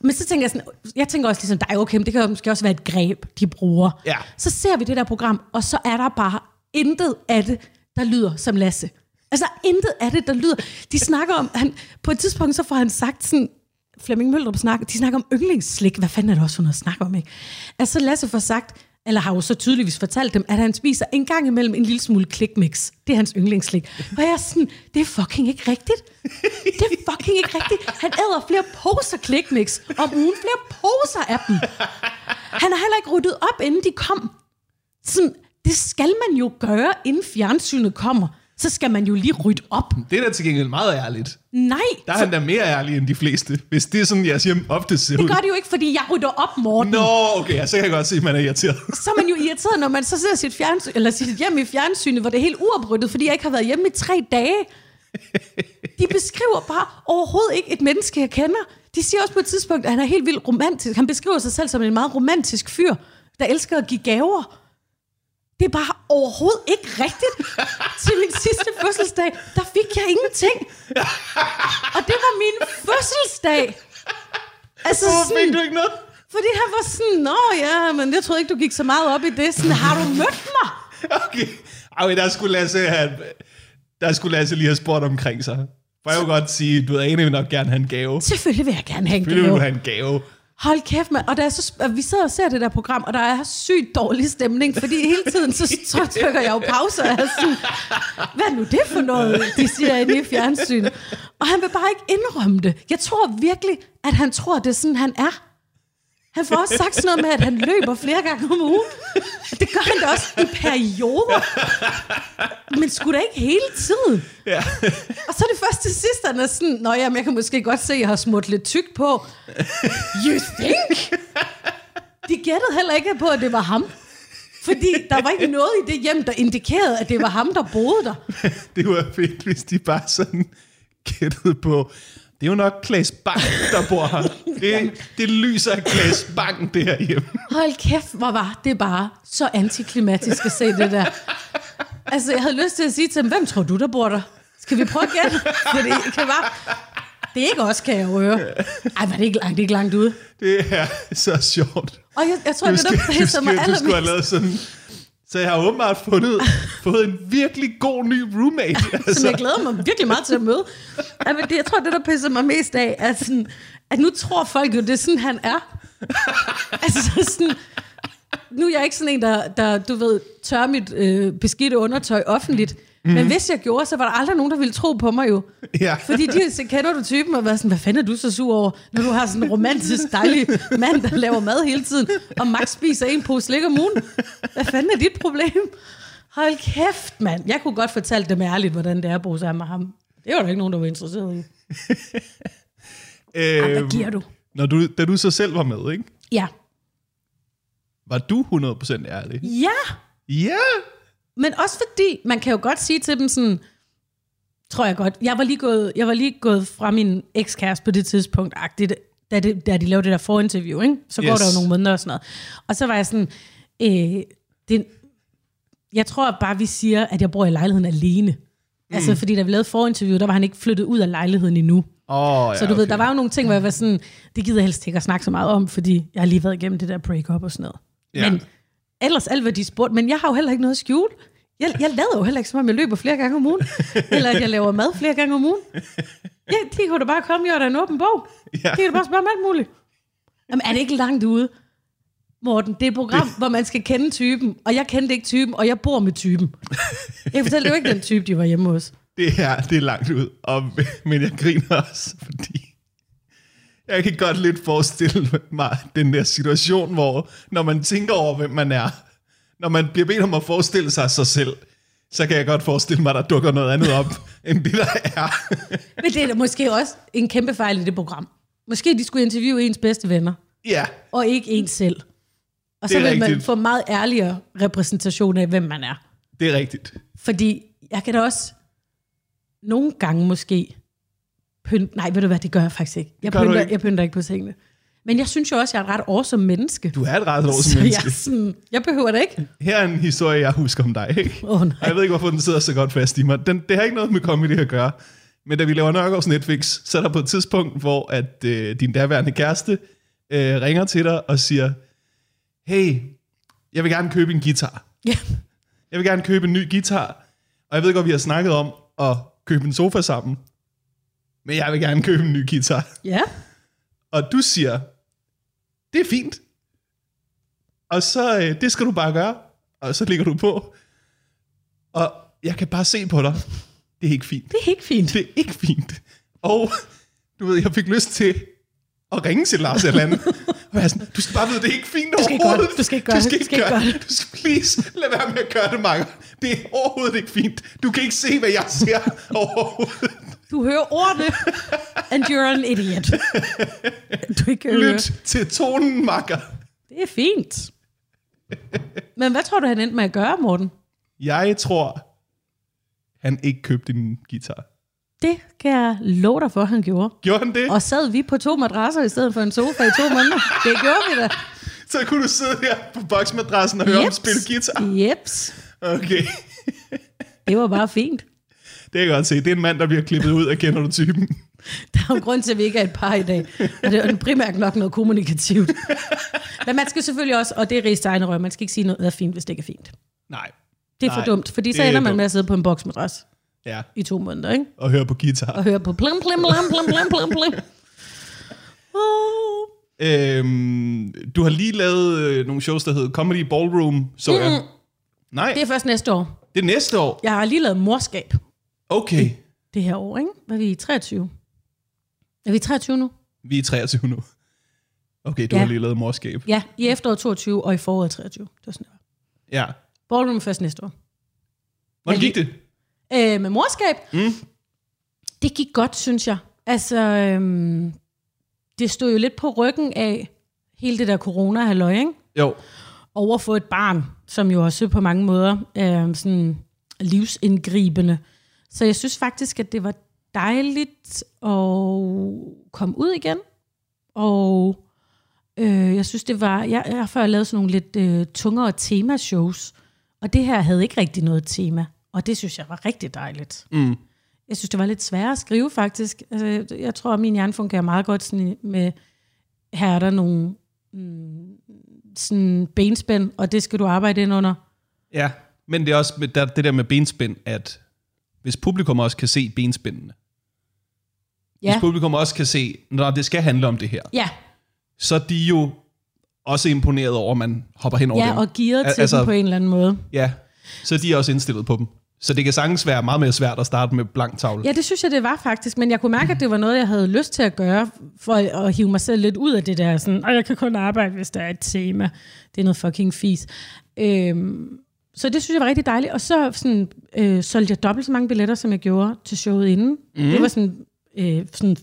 Men så tænker jeg sådan, jeg tænker også ligesom dig, okay, men det kan jo måske også være et greb, de bruger.
Ja.
Så ser vi det der program, og så er der bare intet af det, der lyder som Lasse. Altså der er intet af det, der lyder. De snakker om, han, på et tidspunkt så får han sagt sådan, Flemming Møldrup snakker, de snakker om yndlingsslik. Hvad fanden er det også for noget at snakke om, ikke? Altså Lasse får sagt, eller har jo så tydeligvis fortalt dem, at han spiser en gang imellem en lille smule klikmix. Det er hans yndlingsslik. Og jeg er sådan, det er fucking ikke rigtigt. Det er fucking ikke rigtigt. Han æder flere poser klikmix om ugen. Flere poser af dem. Han har heller ikke ryddet op, inden de kom. Sådan, det skal man jo gøre, inden fjernsynet kommer. Så skal man jo lige rydde op.
Det er da til gengæld meget ærligt.
Nej,
Der er han da mere ærlig end de fleste, hvis det er sådan, jeres hjem ofte ser ud.
det gør det jo ikke, fordi jeg rydder op, Morten.
Nå, okay, ja, så kan jeg godt se, at man er irriteret.
så er man jo irriteret, når man så ser sit, fjernsyn, eller sit hjem i fjernsynet, hvor det er helt uafbrudt, fordi jeg ikke har været hjemme i tre dage. De beskriver bare overhovedet ikke et menneske, jeg kender. De siger også på et tidspunkt, at han er helt vildt romantisk. Han beskriver sig selv som en meget romantisk fyr, der elsker at give gaver. Det er bare overhovedet ikke rigtigt. Til min sidste fødselsdag, der fik jeg ingenting. Og det var min fødselsdag. Altså,
Hvorfor
sådan-
fik du ikke noget?
fordi han var sådan, nå ja, men jeg troede ikke, du gik så meget op i det. Sådan, har du mødt mig?
Okay. Ej, der skulle Lasse, have, der skulle Lasse lige have spurgt omkring sig. For jeg vil godt sige, du ved, Ane vil nok gerne have en gave.
Selvfølgelig vil jeg gerne hænge det
Selvfølgelig vil
jo.
du have en gave.
Hold kæft, mand. Og, der er så, sp- og vi sidder og ser det der program, og der er sygt dårlig stemning, fordi hele tiden så tryk- trykker jeg jo pauser. Og er sådan, Hvad er nu det for noget, de siger inde i fjernsynet? Og han vil bare ikke indrømme det. Jeg tror virkelig, at han tror, det er sådan, han er. Han får også sagt sådan noget med, at han løber flere gange om ugen. Det gør han da også i perioder. Men skulle da ikke hele tiden?
Ja.
Og så er det først til sidst, han er sådan, Nå jamen, jeg kan måske godt se, at jeg har smurt lidt tyk på. You think? De gættede heller ikke på, at det var ham. Fordi der var ikke noget i det hjem, der indikerede, at det var ham, der boede der.
Det var fedt, hvis de bare sådan gættede på, det er jo nok Klaas Bang, der bor her. Det, det lyser af Klaas Bang derhjemme.
Hold kæft, hvor var det bare så antiklimatisk at se det der. Altså, jeg havde lyst til at sige til dem, hvem tror du, der bor der? Skal vi prøve igen? Fordi det kan bare... Det er ikke os, kan jeg jo høre. Ej, var det ikke langt, det er ikke langt ude.
Det er så sjovt.
Og jeg, jeg tror,
Du
det er
skal,
det, der
du
pisser mig
skal, du skulle have
allermest.
lavet sådan... Så jeg har åbenbart fundet, fået en virkelig god ny roommate.
som jeg
Altså.
glæder mig virkelig meget til at møde. Ja, men det, jeg tror, det, der pisser mig mest af, er sådan, at nu tror folk jo, det er sådan, han er. altså sådan, nu er jeg ikke sådan en, der, der du ved, tør mit øh, beskidte undertøj offentligt. Mm. Men hvis jeg gjorde, så var der aldrig nogen, der ville tro på mig jo.
Ja.
Fordi de så kender du typen og været sådan, hvad fanden er du så sur over, når du har sådan en romantisk, dejlig mand, der laver mad hele tiden, og Max spiser en pose slik om ugen. Hvad fanden er dit problem? Hold kæft, mand. Jeg kunne godt fortælle dem ærligt, hvordan det er at bo sammen med ham. Det var der ikke nogen, der var interesseret i. Ej, hvad giver du?
Øhm, når du, da du så selv var med, ikke?
Ja.
var du 100% ærlig?
Ja!
Ja!
Men også fordi, man kan jo godt sige til dem sådan, tror jeg godt, jeg var lige gået, jeg var lige gået fra min ekskæreste på det tidspunkt, agtigt, da, det, da de lavede det der forinterview, ikke? så yes. går
Yes.
der jo nogle måneder og sådan noget. Og så var jeg sådan, øh, det, jeg tror bare, vi siger, at jeg bor i lejligheden alene. Mm. Altså, fordi da vi lavede forinterview, der var han ikke flyttet ud af lejligheden endnu.
Åh, oh, ja,
Så du
okay.
ved, der var jo nogle ting, hvor jeg var sådan, det gider jeg helst ikke at snakke så meget om, fordi jeg har lige været igennem det der break-up og sådan noget.
Ja.
Men ellers alt, hvad de spurgte, men jeg har jo heller ikke noget at skjule. Jeg, jeg lader jo heller ikke, som om jeg løber flere gange om ugen, eller at jeg laver mad flere gange om ugen. Ja, de kunne da bare komme, jeg er da en åben bog.
Ja.
Ja. De kan da bare spørge om alt muligt. Jamen, er det ikke langt ude? Morten, det er et program, hvor man skal kende typen, og jeg kendte ikke typen, og jeg bor med typen. Jeg fortæller jo ikke den type, de var hjemme hos.
Det her, det er langt ud, og, men jeg griner også, fordi jeg kan godt lidt forestille mig den der situation, hvor når man tænker over, hvem man er, når man bliver bedt om at forestille sig sig selv, så kan jeg godt forestille mig, at der dukker noget andet op, end det der er.
Men det er da måske også en kæmpe fejl i det program. Måske de skulle interviewe ens bedste venner,
ja,
og ikke en selv. Og så
Det er
vil man
rigtigt.
få meget ærligere repræsentation af, hvem man er.
det er rigtigt.
Fordi jeg kan da også nogle gange måske pynte... Nej, ved du hvad, det gør jeg faktisk ikke. Jeg,
gør du
pynter,
ikke.
jeg pynter ikke på tingene. Men jeg synes jo også, jeg er et ret awesome menneske.
Du er et ret års
så
menneske.
jeg, er sådan, jeg behøver det ikke.
Her er en historie, jeg husker om dig, ikke?
Åh, nej.
Og jeg ved ikke, hvorfor den sidder så godt fast i mig. Den, det har ikke noget med comedy at gøre. Men da vi laver Nørgaards Netflix, så er der på et tidspunkt, hvor at, øh, din daværende kæreste øh, ringer til dig og siger, hey, jeg vil gerne købe en guitar.
Ja.
Jeg vil gerne købe en ny guitar. Og jeg ved godt, vi har snakket om at købe en sofa sammen. Men jeg vil gerne købe en ny guitar.
ja.
Og du siger, det er fint. Og så, øh, det skal du bare gøre. Og så ligger du på. Og jeg kan bare se på dig, det er ikke fint.
Det er ikke fint.
Det er ikke fint. Og du ved, jeg fik lyst til at ringe til Lars Erland. Og være sådan, du skal bare vide, det er ikke fint
skal ikke gøre det.
overhovedet.
Du skal ikke gøre
du
det.
skal
Du
ikke
skal ikke
gøre
gøre
det. Du skal please lad være med at gøre det, Marker. Det er overhovedet ikke fint. Du kan ikke se, hvad jeg ser overhovedet.
Du hører ordene, and you're an idiot. Du ikke kan høre.
Lyt til tonen, Marker.
Det er fint. Men hvad tror du, han endte med at gøre, Morten?
Jeg tror, han ikke købte en guitar.
Det kan jeg love dig for, han gjorde.
Gjorde han det? Og...
Og sad vi på to madrasser i stedet for en sofa i to måneder. Det gjorde vi da.
Så kunne du sidde her på boksmadrassen og høre ham
Jeps.
spille guitar.
Jeps.
Okay,
Det var bare fint.
det kan jeg godt se. Det er en mand, der bliver klippet ud af Kender du typen?
Der er jo en grund til, at vi ikke er et par i dag. Og det er jo primært nok noget kommunikativt. Men man skal selvfølgelig også, og det er Ries egen røv, man skal ikke sige noget, der er fint, hvis det ikke er fint.
Nej.
Det er
Nej,
for dumt, fordi så
det er
ender man
dumt.
med at sidde på en boksmadras
Ja,
i to måneder, ikke?
og høre på guitar.
Og høre på plim, plim, plim, plim, plim, plim, plim. Oh.
Øhm, du har lige lavet øh, nogle shows, der hedder Comedy Ballroom, så jeg.
Mm.
Nej,
Det
det,
er først næste år.
det er næste år.
Jeg har lige lavet morskab
Okay,
det her år, ikke? Var vi i 23? Er vi i 23 nu?
vi er 23 nu. Okay, du ja. har
Ja.
lige lavet morskab.
Ja, i efteråret 22 og i foråret 23. Det var sådan, det var.
Ja.
Ballroom først næste år.
Hvordan
Ja,
gik det?
øh, med morskab.
Mm.
Det gik godt, synes jeg. Altså, øhm, det stod jo lidt på ryggen af hele det der corona ikke?
Jo.
Over at få et barn, som jo også på mange måder er sådan livsindgribende. Så jeg synes faktisk, at det var dejligt at komme ud igen. Og øh, jeg synes, det var... Jeg, jeg har før lavet sådan nogle lidt øh, tungere temashows, og det her havde ikke rigtig noget tema. Og det synes jeg var rigtig dejligt.
Mm.
Jeg synes, det var lidt sværere at skrive, faktisk. Altså, jeg- jeg tror, at min hjerne fungerer meget godt sådan, i- med, her er der nogle mm, sådan benspænd, og det skal du arbejde ind under.
Ja, men det er også med- der, det der med benspænd, at hvis publikum også kan se benspændene, ja. hvis
Ja,
publikum også kan se, når det skal handle om det her,
ja,
så er de jo også imponeret over, at man hopper hen over
ja
dem.
og gearet
Al- altså-
til altså, dem på en eller anden måde.
Ja, så de er også indstillet på dem. Så det kan sagtens være meget mere svært at starte med blank tavle.
Ja, det synes jeg, det var faktisk, men jeg kunne mærke, at det var noget, jeg havde lyst til at gøre, for at hive mig selv lidt ud af det der, sådan, og jeg kan kun arbejde, hvis der er et tema. Det er noget fucking fis. Øhm, så det synes jeg var rigtig dejligt, og så sådan, øh, solgte jeg dobbelt så mange billetter, som jeg gjorde til showet inden. Mm. Det var sådan, øh, sådan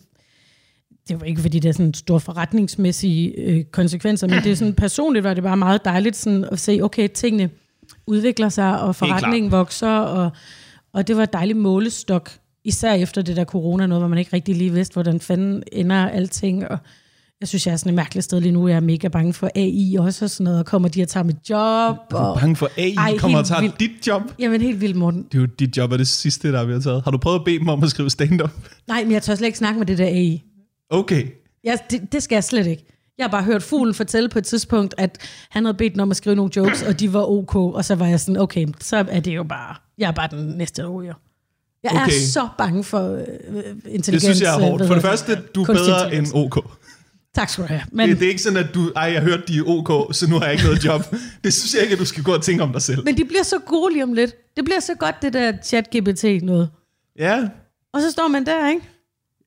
det var ikke, fordi det er sådan store forretningsmæssige øh, konsekvenser, men det er sådan personligt var det bare meget dejligt sådan at se, okay, tingene udvikler sig,
klart.
og forretningen vokser, og, og det var et dejligt målestok, især efter det der corona noget, hvor man ikke rigtig lige vidste, hvordan fanden ender alting, og jeg synes, jeg er sådan et mærkeligt sted lige nu, jeg er mega bange for AI også og sådan noget, og kommer de og tager mit job,
Jeg er
og
bange for, at AI Ej,
Ej,
kommer og
helt
tager
vildt.
dit job.
jamen helt vildt, Morten.
Det er jo dit job er det sidste, der bliver taget. Har du prøvet at bede dem om at skrive stand-up?
Nej, men jeg tør slet ikke snakke med det der AI.
Okay.
Jeg, det, det skal jeg slet ikke. Jeg har bare hørt fuglen fortælle på et tidspunkt, at han havde bedt den om at skrive nogle jokes, og de var ok, og så var jeg sådan, okay, så er det jo bare, jeg er bare den næste, der ryger. Jeg okay.
Okay.
er så bange for øh, intelligens.
Det synes jeg er
øh,
hårdt.
hvad
For det
hedder
første, du er
Kunstig
bedre end
intelligens.
OK.
Tak skal du have. Men,
Det, det er ikke sådan, at du, ej, jeg hørte, de er OK, så nu har jeg ikke noget job. Det synes jeg ikke, at du skal gå og tænke om dig selv.
men de bliver så gode lige om lidt. Det bliver så godt, det der chat-GPT noget.
Ja,
Og så står man der, ikke?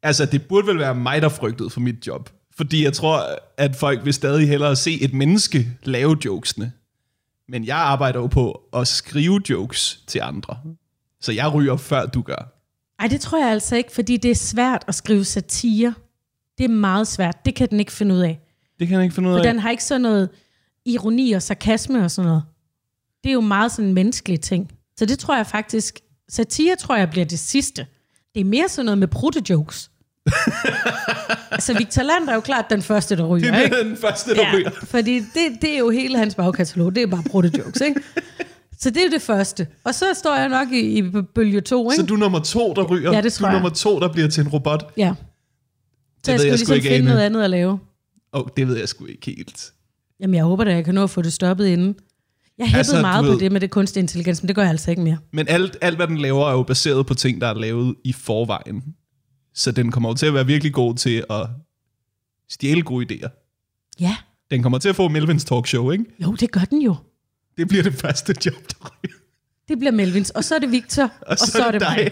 altså det burde vel være mig, der frygtede for mit job. Fordi jeg tror, at folk vil stadig hellere se et menneske lave jokesene. Men jeg arbejder jo på at skrive jokes til andre. Så jeg ryger, før du gør.
Ej, det tror jeg altså ikke, fordi det er svært at skrive satire. Det er meget svært. Det kan den ikke finde ud af.
Det kan jeg ikke finde ud af.
For den har ikke sådan noget ironi og sarkasme og sådan noget. Det er jo meget sådan en menneskelig ting. Så det tror jeg faktisk, satire tror jeg bliver det sidste. Det er mere sådan noget med pruttejokes. altså Victor Land er jo klart den første, der ryger,
Det
ikke?
er den første, der ja. ryger.
fordi det, det er jo hele hans bagkatalog, det er bare pruttejokes, ikke? Så det er det første. Og så står jeg nok i, i bølge to, ikke?
Så du er nummer to, der ryger.
Ja, det
du
tror
er
jeg.
nummer to, der bliver til en robot.
Ja. Så
ved
jeg skulle
jeg sgu
ligesom
ikke,
finde
Ane.
noget andet at lave.
Åh, oh, det ved jeg sgu ikke helt.
Jamen, jeg håber da, jeg kan nå at få det stoppet inden. Jeg hæppede
Altså,
altså,
du
meget på
ved-
det med det kunstig intelligens, men det gør jeg altså ikke mere.
Men alt, alt, hvad den laver, er jo baseret på ting, der er lavet i forvejen. Så den kommer jo til at være virkelig god til at stjæle gode idéer.
Ja,
Den kommer til at få Melvins talkshow, ikke?
jo, det gør den jo.
Det bliver det første job, der ryger.
Det bliver Melvins, og så er det Victor, og, og så, så er det mig.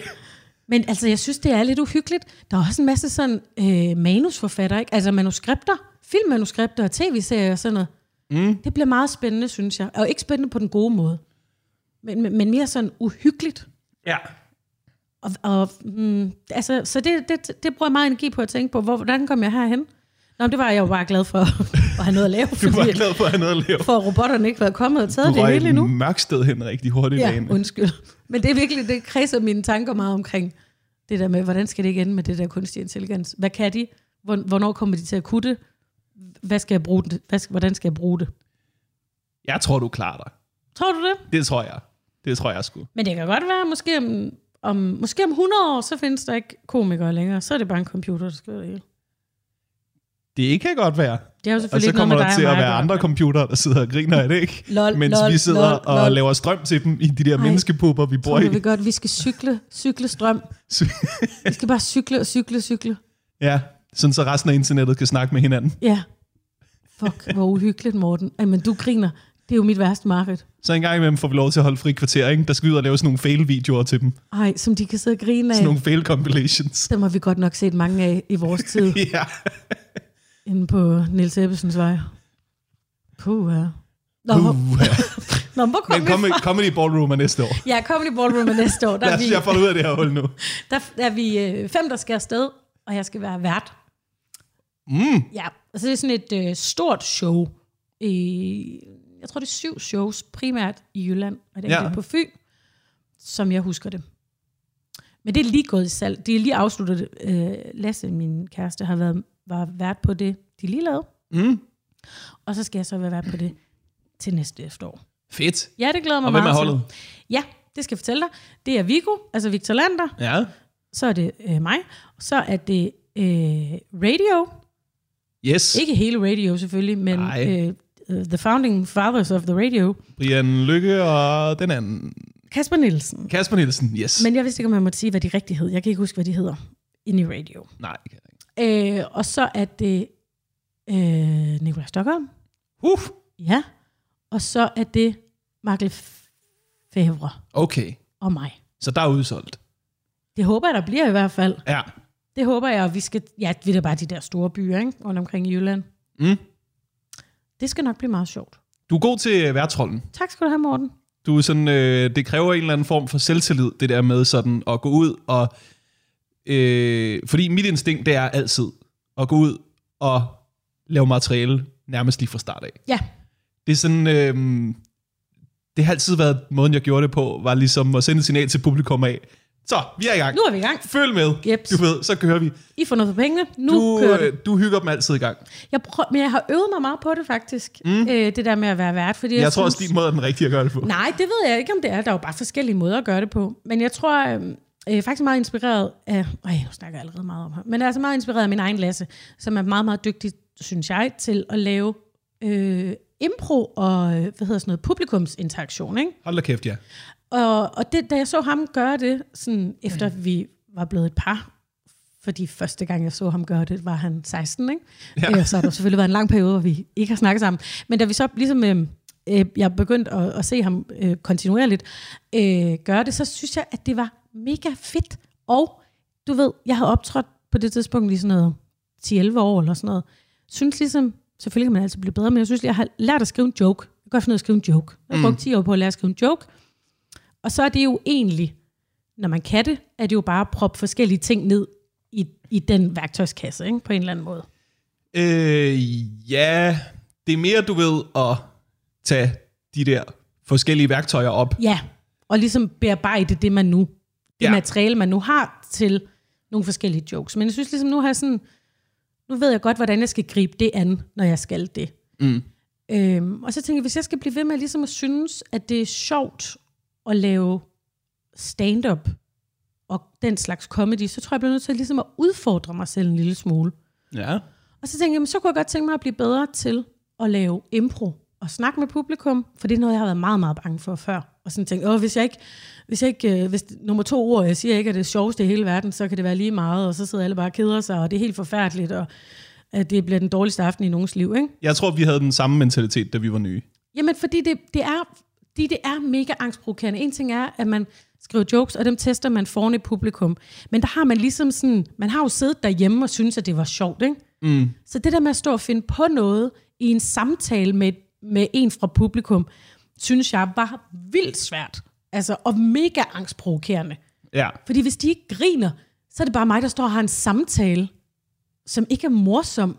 Men altså, jeg synes, det er lidt uhyggeligt. Der er også en masse sådan øh, manusforfatter, ikke? Altså manuskripter, filmmanuskripter og tv-serier og sådan noget. Mm. Det bliver meget spændende, synes jeg. Og ikke spændende på den gode måde. Men, men, men mere sådan uhyggeligt.
Ja.
Og, og mm, altså, så det, det, det bruger jeg meget energi på at tænke på, hvor, hvordan kom jeg herhen? Nå, men det var jeg jo bare glad for at have noget at lave,
Du var
fordi
glad for at have noget at lave.
for at robotterne ikke var kommet og taget
Du
det
røg
hele
et
endnu.
mørkt sted hen rigtig hurtigt
Ja,
dagen.
undskyld. Men det er virkelig, det kredser mine tanker meget omkring det der med, hvordan skal det ikke ende med det der kunstig intelligens? Hvad kan de? Hvor- Hvornår kommer de til at kunne det? Hvad skal jeg bruge det? Hvad skal, hvordan skal jeg bruge det?
Jeg tror, du klarer dig.
Tror du det?
Det tror jeg. Det tror jeg sgu.
Men det kan godt være, måske om, om, måske om 100 år, så findes der ikke komikere længere. Så er det bare en computer, der skriver det hele.
Det kan godt være.
Det er jo
Og
selvfølgelig
så
ikke noget
kommer
med
der
dig
til
og
at
mig
være
gøre.
andre computere, der sidder og griner af det, ikke?
Lol,
Mens
lol,
vi sidder
lol,
og
lol.
laver strøm til dem i de der
Ej.
menneskepupper, vi bor
Tror
i.
du, vi godt, vi skal cykle, cykle strøm. Vi skal bare cykle og cykle og cykle.
ja, sådan så resten af internettet kan snakke med hinanden.
Ja. Fuck, hvor uhyggeligt, Morten. Ej, men du griner. Det er jo mit værste marked.
Så en gang imellem får vi lov til at holde fri kvarter, ikke? Der skal vi ud og lave sådan nogle fail-videoer til dem. Sådan
Ej, som de kan sidde og grine af.
nogle fail-compilations.
Dem har vi godt nok set mange af i vores tid,
ja.
inde på Nils Ebbesens vej. Puh, ja. Nå,
Uh,
hvor, nå, hvor kom
Men
vi
kom,
fra?
Comedy Ballroom er næste år.
Ja, Comedy Ballroom er næste år. Der
Lad
er
os
vi,
se, jeg får ud af det her hul nu.
der er vi øh, fem, der skal afsted, og jeg skal være vært. Mm. Ja, altså det er sådan et øh, stort show. I, jeg tror, det er syv shows, primært i Jylland, og det er
Ja.
ja. på Fyn, som jeg husker det. Men det er lige gået i salg. Det er lige afsluttet. Øh, Lasse, min kæreste, har været, var vært på det, de lige lavede. Mm. Og så skal jeg så være vært på det til næste efterår.
Fedt.
Ja, det glæder mig
Og hvem er
meget til.
holdet?
Ja, det skal jeg fortælle dig. Det er Vigo, altså Victor Lander.
Ja.
Så er det øh, mig. Så er det øh, Radio.
Yes.
Ikke hele Radio selvfølgelig, men
Nej.
øh, øh, The Founding Fathers of the Radio.
Brian Lykke og den anden.
Kasper Nielsen.
Kasper Nielsen, yes.
Men jeg vidste ikke, om jeg måtte sige, hvad de rigtig hed. Jeg kan ikke huske, hvad de hedder inde i Radio.
Nej, det kan jeg ikke.
Øh, og så er det øh, Nikolaj Stockholm.
Uh,
Ja. Og så er det Markel Favre
okay.
og mig.
Så der er udsolgt.
Det håber jeg, der bliver i hvert fald.
Ja.
Det håber jeg, og vi skal... Ja, vi er da bare de der store byer, ikke? Rundt omkring i Jylland.
Mm.
Det skal nok blive meget sjovt.
Du er god til værtrollen.
Tak skal du have, Morten.
Du er sådan, øh, det kræver en eller anden form for selvtillid, det der med sådan at gå ud og... Øh, fordi mit instinkt, det er altid at gå ud og lave materiale nærmest lige fra start af.
Ja,
Det er sådan... Øh, det har altid været måden, jeg gjorde det på, var ligesom at sende et signal til publikum af. Så, vi er i gang.
nu er vi i gang.
Følg med.
Jeps.
Du ved, så kører vi.
I får noget for pengene. Nu
Du,
kører det.
øh, du hygger dem altid i gang.
Jeg prøv, men jeg har øvet mig meget på det, faktisk. Mm. Øh, det der med at være vært. Fordi jeg,
Jeg tror
synes,
også, din måde er den rigtige at gøre det på.
Nej, det ved jeg ikke, om det er. Der er jo bare forskellige måder at gøre det på. Men jeg tror, øh, øh, faktisk meget inspireret af... Øj, nu snakker jeg allerede meget om ham. Men jeg er altså meget inspireret af min egen Lasse, som er meget, meget dygtig, synes jeg, til at lave øh, impro og, øh, hvad hedder sådan noget, publikumsinteraktion, ikke?
Hold da kæft, ja.
Og, og det, da jeg så ham gøre det, sådan, efter vi var blevet et par, fordi første gang jeg så ham gøre det, var han 16, ikke? Ja. Øh, så har der selvfølgelig været en lang periode, hvor vi ikke har snakket sammen. Men da vi så ligesom, øh, øh, jeg begyndte at, at se ham øh, kontinuerligt øh, gøre det, så synes jeg, at det var mega fedt. Og du ved, jeg havde optrådt på det tidspunkt i sådan noget 10-11 år eller sådan noget. Synes ligesom, selvfølgelig kan man altid blive bedre, men jeg synes, jeg har lært at skrive en joke. Jeg kan godt finde ud af at skrive en joke. Jeg har brugt 10 år på at lære at skrive en joke. Og så er det jo egentlig, når man kan det, er det jo bare at proppe forskellige ting ned i, i den værktøjskasse, ikke? på en eller anden måde.
Øh, ja, det er mere, du ved, at tage de der forskellige værktøjer op.
Ja, og ligesom bearbejde det, man nu, det
Ja.
ja. materiale, man nu har til nogle forskellige jokes. Men jeg synes ligesom, nu har jeg sådan, nu ved jeg godt, hvordan jeg skal gribe det an, når jeg skal det. Mm. Øhm, og så tænker jeg, hvis jeg skal blive ved med ligesom at synes, at det er sjovt at lave stand-up og den slags comedy, så tror jeg, jeg bliver nødt til ligesom at udfordre mig selv en lille smule.
Ja.
Og så tænkte jeg, jamen, så kunne jeg godt tænke mig at blive bedre til at lave impro og snakke med publikum, for det er noget, jeg har været meget, meget bange for før. Og sådan tænkte, åh, hvis jeg ikke, hvis jeg ikke, øh, hvis nummer to ord, jeg siger ikke, er det sjoveste i hele verden, så kan det være lige meget, og så sidder alle bare og keder sig, og det er helt forfærdeligt, og at det bliver den dårligste aften i nogens liv, ikke?
Jeg tror, vi havde den samme mentalitet, da vi var nye.
Jamen, fordi det, det, er, fordi det er mega angstprovokerende. En ting er, at man skriver jokes, og dem tester man foran et publikum. Men der har man ligesom sådan, man har jo siddet derhjemme og synes at det var sjovt, ikke? Mm. Så det der med at stå og finde på noget i en samtale med, med en fra publikum, synes jeg var vildt svært. Altså, og mega angstprovokerende.
Ja.
Fordi hvis de ikke griner, så er det bare mig, der står og har en samtale, som ikke er morsom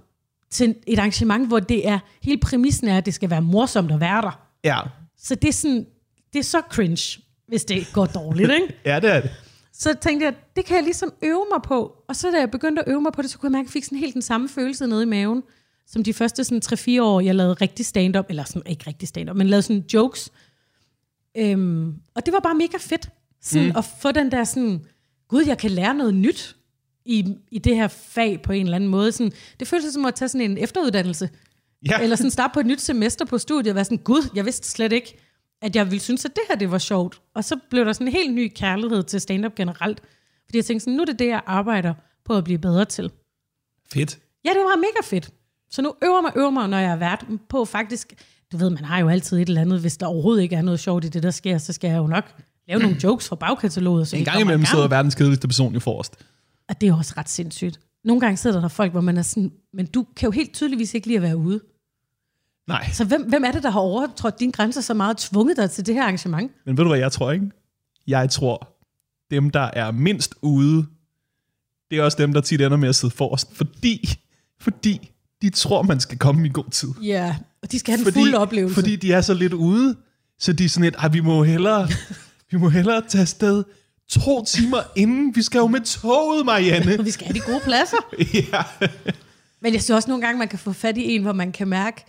til et arrangement, hvor det er, hele præmissen er, at det skal være morsomt at være der.
Ja.
Så det er sådan, det er så cringe, hvis det går dårligt, ikke?
Ja, det er det.
Så tænkte jeg, det kan jeg ligesom øve mig på. Og så da jeg begyndte at øve mig på det, så kunne jeg mærke, at jeg fik sådan helt den samme følelse nede i maven, som de første sådan 3-4 år, jeg lavede rigtig stand-up, eller sådan, ikke rigtig stand-up, men lavede sådan jokes. Øhm, og det var bare mega fedt, sådan mm. at få den der sådan, gud, jeg kan lære noget nyt i, i det her fag på en eller anden måde. Sådan, det føltes som at tage sådan en efteruddannelse,
Ja.
eller sådan starte på et nyt semester på studiet og være sådan, gud, jeg vidste slet ikke, at jeg ville synes, at det her det var sjovt. Og så blev der sådan en helt ny kærlighed til stand-up generelt. Fordi jeg tænkte sådan, nu er det det, jeg arbejder på at blive bedre til.
Fedt.
Ja, det var mega fedt. Så nu øver mig, øver mig, når jeg er vært på faktisk... Du ved, man har jo altid et eller andet. Hvis der overhovedet ikke er noget sjovt i det, der sker, så skal jeg jo nok lave nogle jokes fra bagkataloget. Så vi
En gang
kommer
imellem
i gang.
sidder verdens kedeligste person jo forrest.
Og det er også ret sindssygt. Nogle gange sidder der folk, hvor man er sådan, men du kan jo helt tydeligvis ikke lide at være ude.
Nej,
Så hvem, hvem er det, der har overtrådt dine grænser så meget og tvunget dig til det her arrangement?
men ved du, hvad jeg tror, ikke? Jeg tror, dem, der er mindst ude, det er også dem, der tit ender med at sidde forrest, fordi, fordi de tror, man skal komme i god tid.
Ja, og de skal have en fuld oplevelse.
Fordi de er så lidt ude, så de er sådan lidt, "Ej, vi må hellere, vi må hellere tage afsted to timer inden. Vi skal jo med toget, Marianne.
Og vi skal have de gode pladser.
ja.
Men jeg synes også nogle gange, man kan få fat i en, hvor man kan mærke,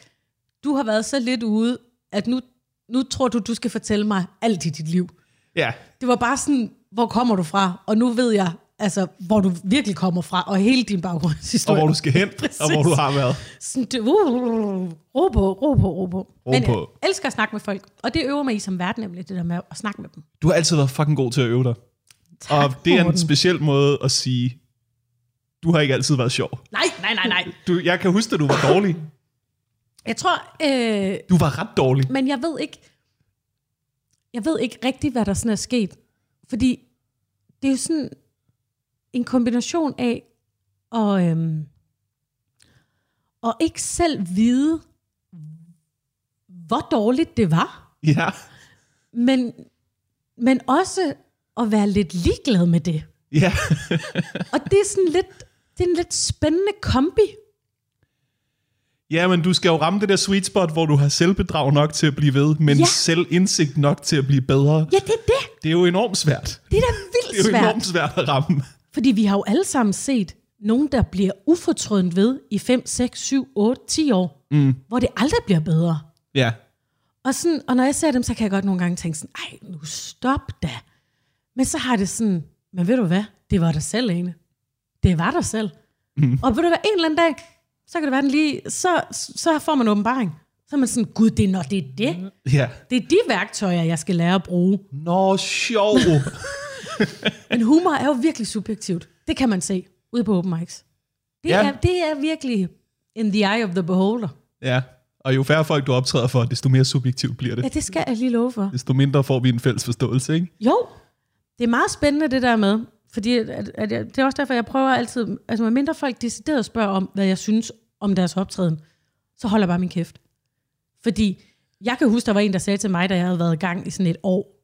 du har været så lidt ude, at nu, nu tror du, du skal fortælle mig alt i dit liv.
ja.
Det var bare sådan, hvor kommer du fra? Og nu ved jeg, altså, hvor du virkelig kommer fra, og hele din
Og
baggrundshistorie.
hvor du skal hen, og hvor du har været.
Sådan, du, uh, ro på, ro på, ro på.
Ro
Men
på.
jeg elsker at snakke med folk, og det øver mig i som vært nemlig, det der med at snakke med dem.
Du har altid været fucking god til at øve dig.
Tak,
Og det er en
Morten.
speciel måde at sige, du har ikke altid været sjov.
Nej, nej, nej, nej.
Du, jeg kan huske, at du var dårlig.
Jeg tror, øh,
Du var ret dårlig.
men jeg ved ikke, jeg ved ikke rigtigt, hvad der sådan er sket. Fordi det er jo sådan en kombination af at, øhm, at ikke selv vide, hvor dårligt det var,
Ja.
men, men også at være lidt ligeglad med det.
Ja.
Og det er sådan lidt, det er en lidt spændende kombi.
ja, men du skal jo ramme det der sweet spot, hvor du har selvbedrag nok til at blive ved, men
Ja.
ja. selvindsigt nok til at blive bedre.
Ja, det er det.
Det er jo enormt svært.
Det er da
Det
vildt
er jo
svært.
enormt svært at ramme.
Fordi vi har jo alle sammen set nogen, der bliver ufortrødent ved i 5, 6, 7, 8, 10 år, mm. hvor det aldrig bliver bedre.
Ja.
Og, sådan, og når jeg ser dem, så kan jeg godt nogle gange tænke sådan, ej, nu stop da. Men så har det sådan, men ved du hvad, det var dig selv, Ane. Det var dig selv. Mm. Og ved du hvad, en eller anden dag, så kan det være den lige, så, så får man en åbenbaring. Så er man sådan, gud, det er, når det er det.
Ja.
Det er de værktøjer, jeg skal lære at bruge.
Nå, sjov.
Men humor er jo virkelig subjektivt. Det kan man se ude på open mics. Det,
Ja.
ja. er, det er virkelig in the eye of the beholder.
ja. Og jo færre folk, du optræder for, desto mere subjektivt bliver
Ja,
det.
det skal jeg lige love for.
Desto mindre får vi en fælles forståelse, ikke?
Jo, det er meget spændende det der med, fordi at, at jeg, det er også derfor, jeg prøver altid, altså med mindre folk decideret spørger om, hvad jeg synes om deres optræden, så holder jeg bare min kæft. Fordi jeg kan huske, der var en, der sagde til mig, da jeg havde været i gang i sådan et år,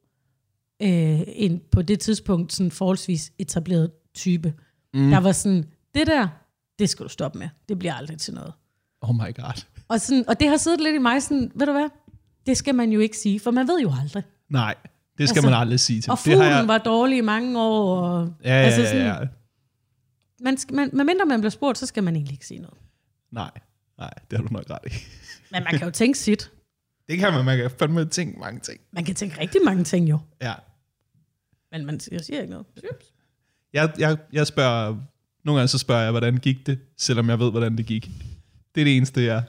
øh, en på det tidspunkt sådan forholdsvis etableret type, mm. der var sådan, det der, det skal du stoppe med. Det bliver aldrig til noget.
Oh my god.
Og, sådan, og det har siddet lidt i mig sådan, ved du hvad, det skal man jo ikke sige, for man ved jo aldrig.
Nej, det skal
Altså,
altså, man aldrig sige til.
Og
det
fuglen jeg... var dårlig i mange år. Og,
Ja, ja, altså sådan... ja, ja.
Man skal, man, med mindre man bliver spurgt, så skal man egentlig ikke sige noget.
Nej, nej, det har du nok ret i.
Men man kan jo tænke sit.
Det kan man, man kan fandme tænke mange ting.
Man kan tænke rigtig mange ting jo.
Ja.
Men man siger, jeg siger ikke noget. Shups.
Jeg, jeg, jeg spørger, nogle gange så spørger jeg, hvordan gik det, selvom jeg ved, hvordan det gik. Det er det eneste, jeg...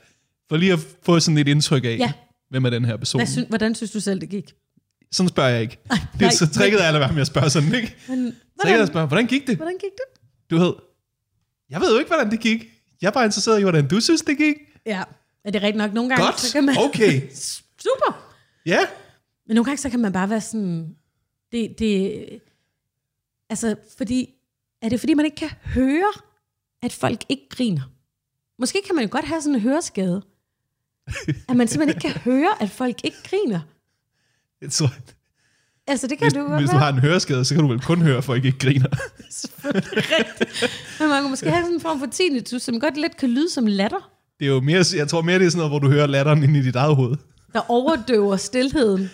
For lige at få sådan et indtryk af,
Ja.
ja. hvem er den her person.
Hvad sy- hvordan synes du selv, det gik?
Sådan spørger jeg ikke. det
nej,
er så tricket af alle, hvad jeg spørger sådan, ikke?
Men,
Tricket er
hvordan,
at spørge, hvordan gik det?
hvordan gik det?
Du ved, jeg ved jo ikke, hvordan det gik. Jeg er bare interesseret i, hvordan du synes, det gik.
Ja, er det rigtigt nok? Nogle gange,
Godt,
så kan man...
okay.
Super!
Ja,
Men nogle gange, så kan man bare være sådan... Det, det, altså, fordi... Er det fordi, man ikke kan høre, at folk ikke griner? Måske kan man jo godt have sådan en høreskade. At man simpelthen ikke kan høre, at folk ikke griner.
jeg tror,
Altså, det kan
hvis,
du
du
godt
hvis du
være.
har en høreskade, så kan du vel kun høre, at folk ikke griner.
Selvfølgelig rigtigt. Men man kan måske have sådan en form for tinnitus, som godt lidt kan lyde som latter,
Det er jo mere, jeg tror mere, det er sådan noget, hvor du hører latteren ind i dit eget hoved.
der overdøver stillheden.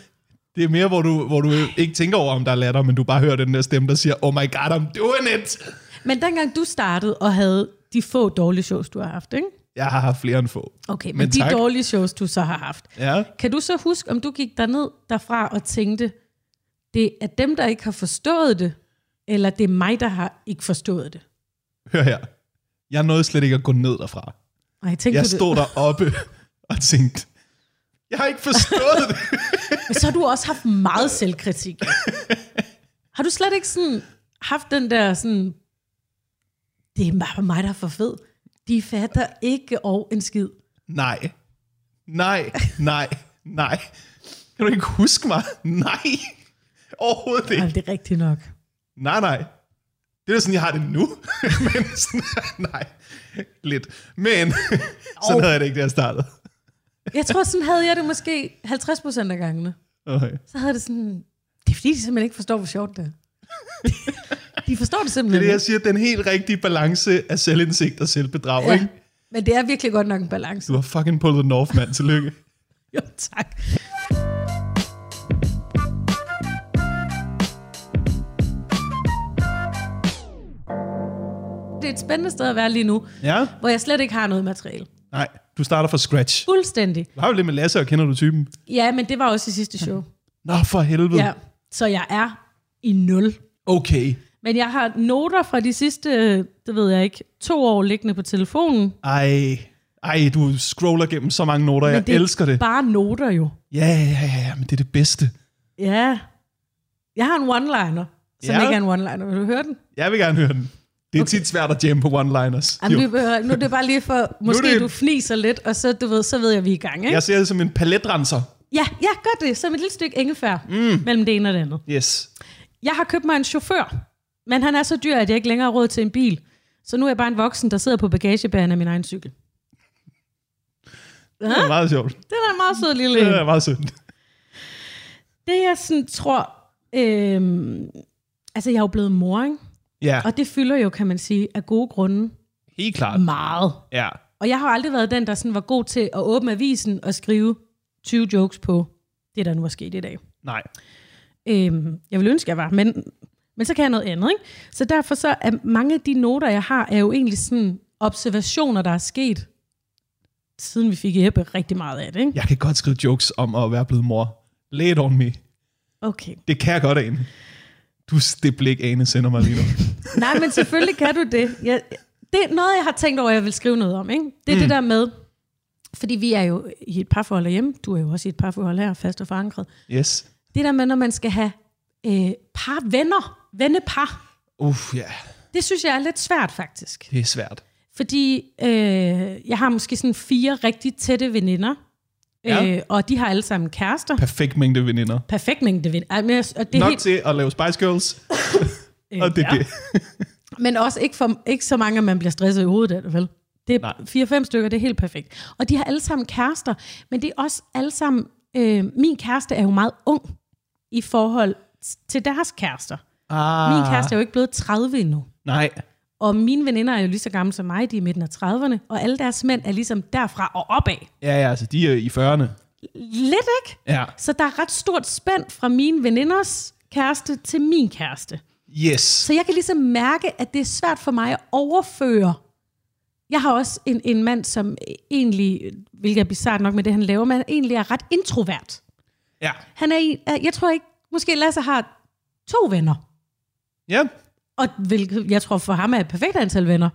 Det er mere, hvor du, hvor du ikke tænker over, om der er latter, men du bare hører den der stemme, der siger, oh my god, I'm doing it.
Men dengang du startede og havde de få dårlige shows, du har haft, ikke?
Jeg har haft flere end få.
Okay, men, men
Men
de
tak.
dårlige shows, du så har haft.
Ja.
Kan du så huske, om du gik derned derfra og tænkte, det er dem, der ikke har forstået det, eller det er mig, der har ikke forstået det?
Hør her. Jeg nåede slet ikke at gå ned derfra.
Og jeg tænkte,
Jeg
du det?
stod deroppe og tænkte, jeg har ikke forstået det.
Men så har du også haft meget selvkritik. Har du slet ikke sådan haft den der sådan, det er bare mig, der er for fed. De fatter ikke og en skid.
Nej. Nej. Nej. Nej. Kan du ikke huske mig? Nej. Overhovedet ikke.
Jamen, det er rigtigt nok.
Nej, nej. Det er da sådan, jeg har det nu. Men sådan, nej, lidt. Men sådan havde jeg det ikke, da jeg startede.
Jeg tror, sådan havde jeg det måske 50 procent af gangene.
Okay.
Så havde det sådan, det er fordi, de simpelthen ikke forstår, hvor sjovt det er. De forstår det
Det er
simpelthen
det, jeg
ikke.
siger, den helt rigtige balance af selvindsigt og selvbedrag, ja.
Ja.
ikke?
Men det er virkelig godt nok en balance.
Du har fucking pullet den off, mand. Tillykke.
Jo, tak. Det er et spændende sted at være lige nu,
Ja?
hvor jeg slet ikke har noget materiale.
Nej, du starter fra scratch.
Fuldstændig.
Du har jo lidt med Lasse, og kender du typen?
Ja, men det var også i sidste show.
Nå, for helvede.
Ja, så jeg er i nul.
Okay.
Men jeg har noter fra de sidste, øh, det ved jeg ikke, to år liggende på telefonen.
Ej. Ej, du scroller gennem så mange noter.
Men
Jeg det... elsker det.
bare noter jo.
Ja, ja, ja, ja, men det er det bedste.
Ja. Jeg har en one-liner, som
Ja.
ikke er en one-liner. Vil du høre den?
Jeg vil gerne høre den. Det er okay. tit svært at jamme på one-liners.
Jamen,
Jo.
vi behøver, nu er det bare lige for, måske
det-
det... du fniser lidt, og så, du ved, så ved jeg, at vi er i gang, ikke?
Jeg ser det som en paletrenser.
Ja, ja, gør det, som et lille stykke ingefær mm. mellem det ene og det andet.
Yes.
Jeg har købt mig en chauffør, men han er så dyr, at jeg ikke længere har råd til en bil. Så nu er jeg bare en voksen, der sidder på bagagebæren af min egen cykel.
Det er meget sjovt.
Det er da en meget sød lille
Det
en.
er meget sødt.
Det jeg sådan tror, øhm, altså jeg er jo blevet mor, ikke?
Ja,
og det fylder jo, kan man sige, af gode grunde
helt klart.
meget.
Ja.
Og jeg har aldrig været den, der sådan var god til at åbne avisen og skrive 20 jokes på det, der nu er sket i dag.
Nej.
Øhm, jeg vil ønske, jeg var, men, men så kan jeg noget andet. Ikke? Så derfor så er mange af de noter, jeg har, er jo egentlig sådan observationer, der er sket, siden vi fik Ebbe rigtig meget af det. Ikke?
Jeg kan godt skrive jokes om at være blevet mor. Lay it on me.
Okay.
Det kan jeg godt, Ane. Du, det blik, Ane sender mig lige nu.
Nej, men selvfølgelig kan du det. Jeg, det er noget, jeg har tænkt over, jeg vil skrive noget om. Ikke? Det er mm. det der med, fordi vi er jo i et parforhold herhjemme. Du er jo også i et parforhold her, fast og forankret.
Yes.
Det der med, når man skal have øh, par venner, vennepar,
Uff, ja.
det synes jeg er lidt svært faktisk.
Det er svært.
Fordi øh, jeg har måske sådan fire rigtig tætte veninder,
Ja.
øh, og de har alle sammen kærester.
Perfekt mængde veninder.
Perfekt mængde veninder. Ej, men jeg- Og det er
Nok
helt,
til at lave Spice Girls,
øh,
og det er
ja.
det.
Men også ikke, for, ikke så mange, at man bliver stresset i hovedet af det, vel? Det
Nej.
er 4-5 stykker, det er helt perfekt. Og de har alle sammen kærester, men det er også alle sammen... Øh, min kæreste er jo meget ung i forhold t- til deres kærester.
Ah,
Min kæreste er jo ikke blevet 30 endnu.
Nej.
Og mine veninder er jo lige så gamle som mig, de er i midten af 30'erne, og alle deres mænd er ligesom derfra og opad.
Ja, ja, altså de er i 40'erne.
Lidt, ikke?
Ja.
Så der er ret stort spænd fra mine veninders kæreste til min kæreste.
Yes.
Så jeg kan ligesom mærke, at det er svært for mig at overføre. Jeg har også en, en mand, som egentlig, hvilket er bizarrt nok med det, han laver, men egentlig er ret introvert.
Ja.
Han er, en- er- jeg tror ikke, måske Lasse har to venner,
Ja.
og hvilket jeg tror for ham er et perfekt antal venner.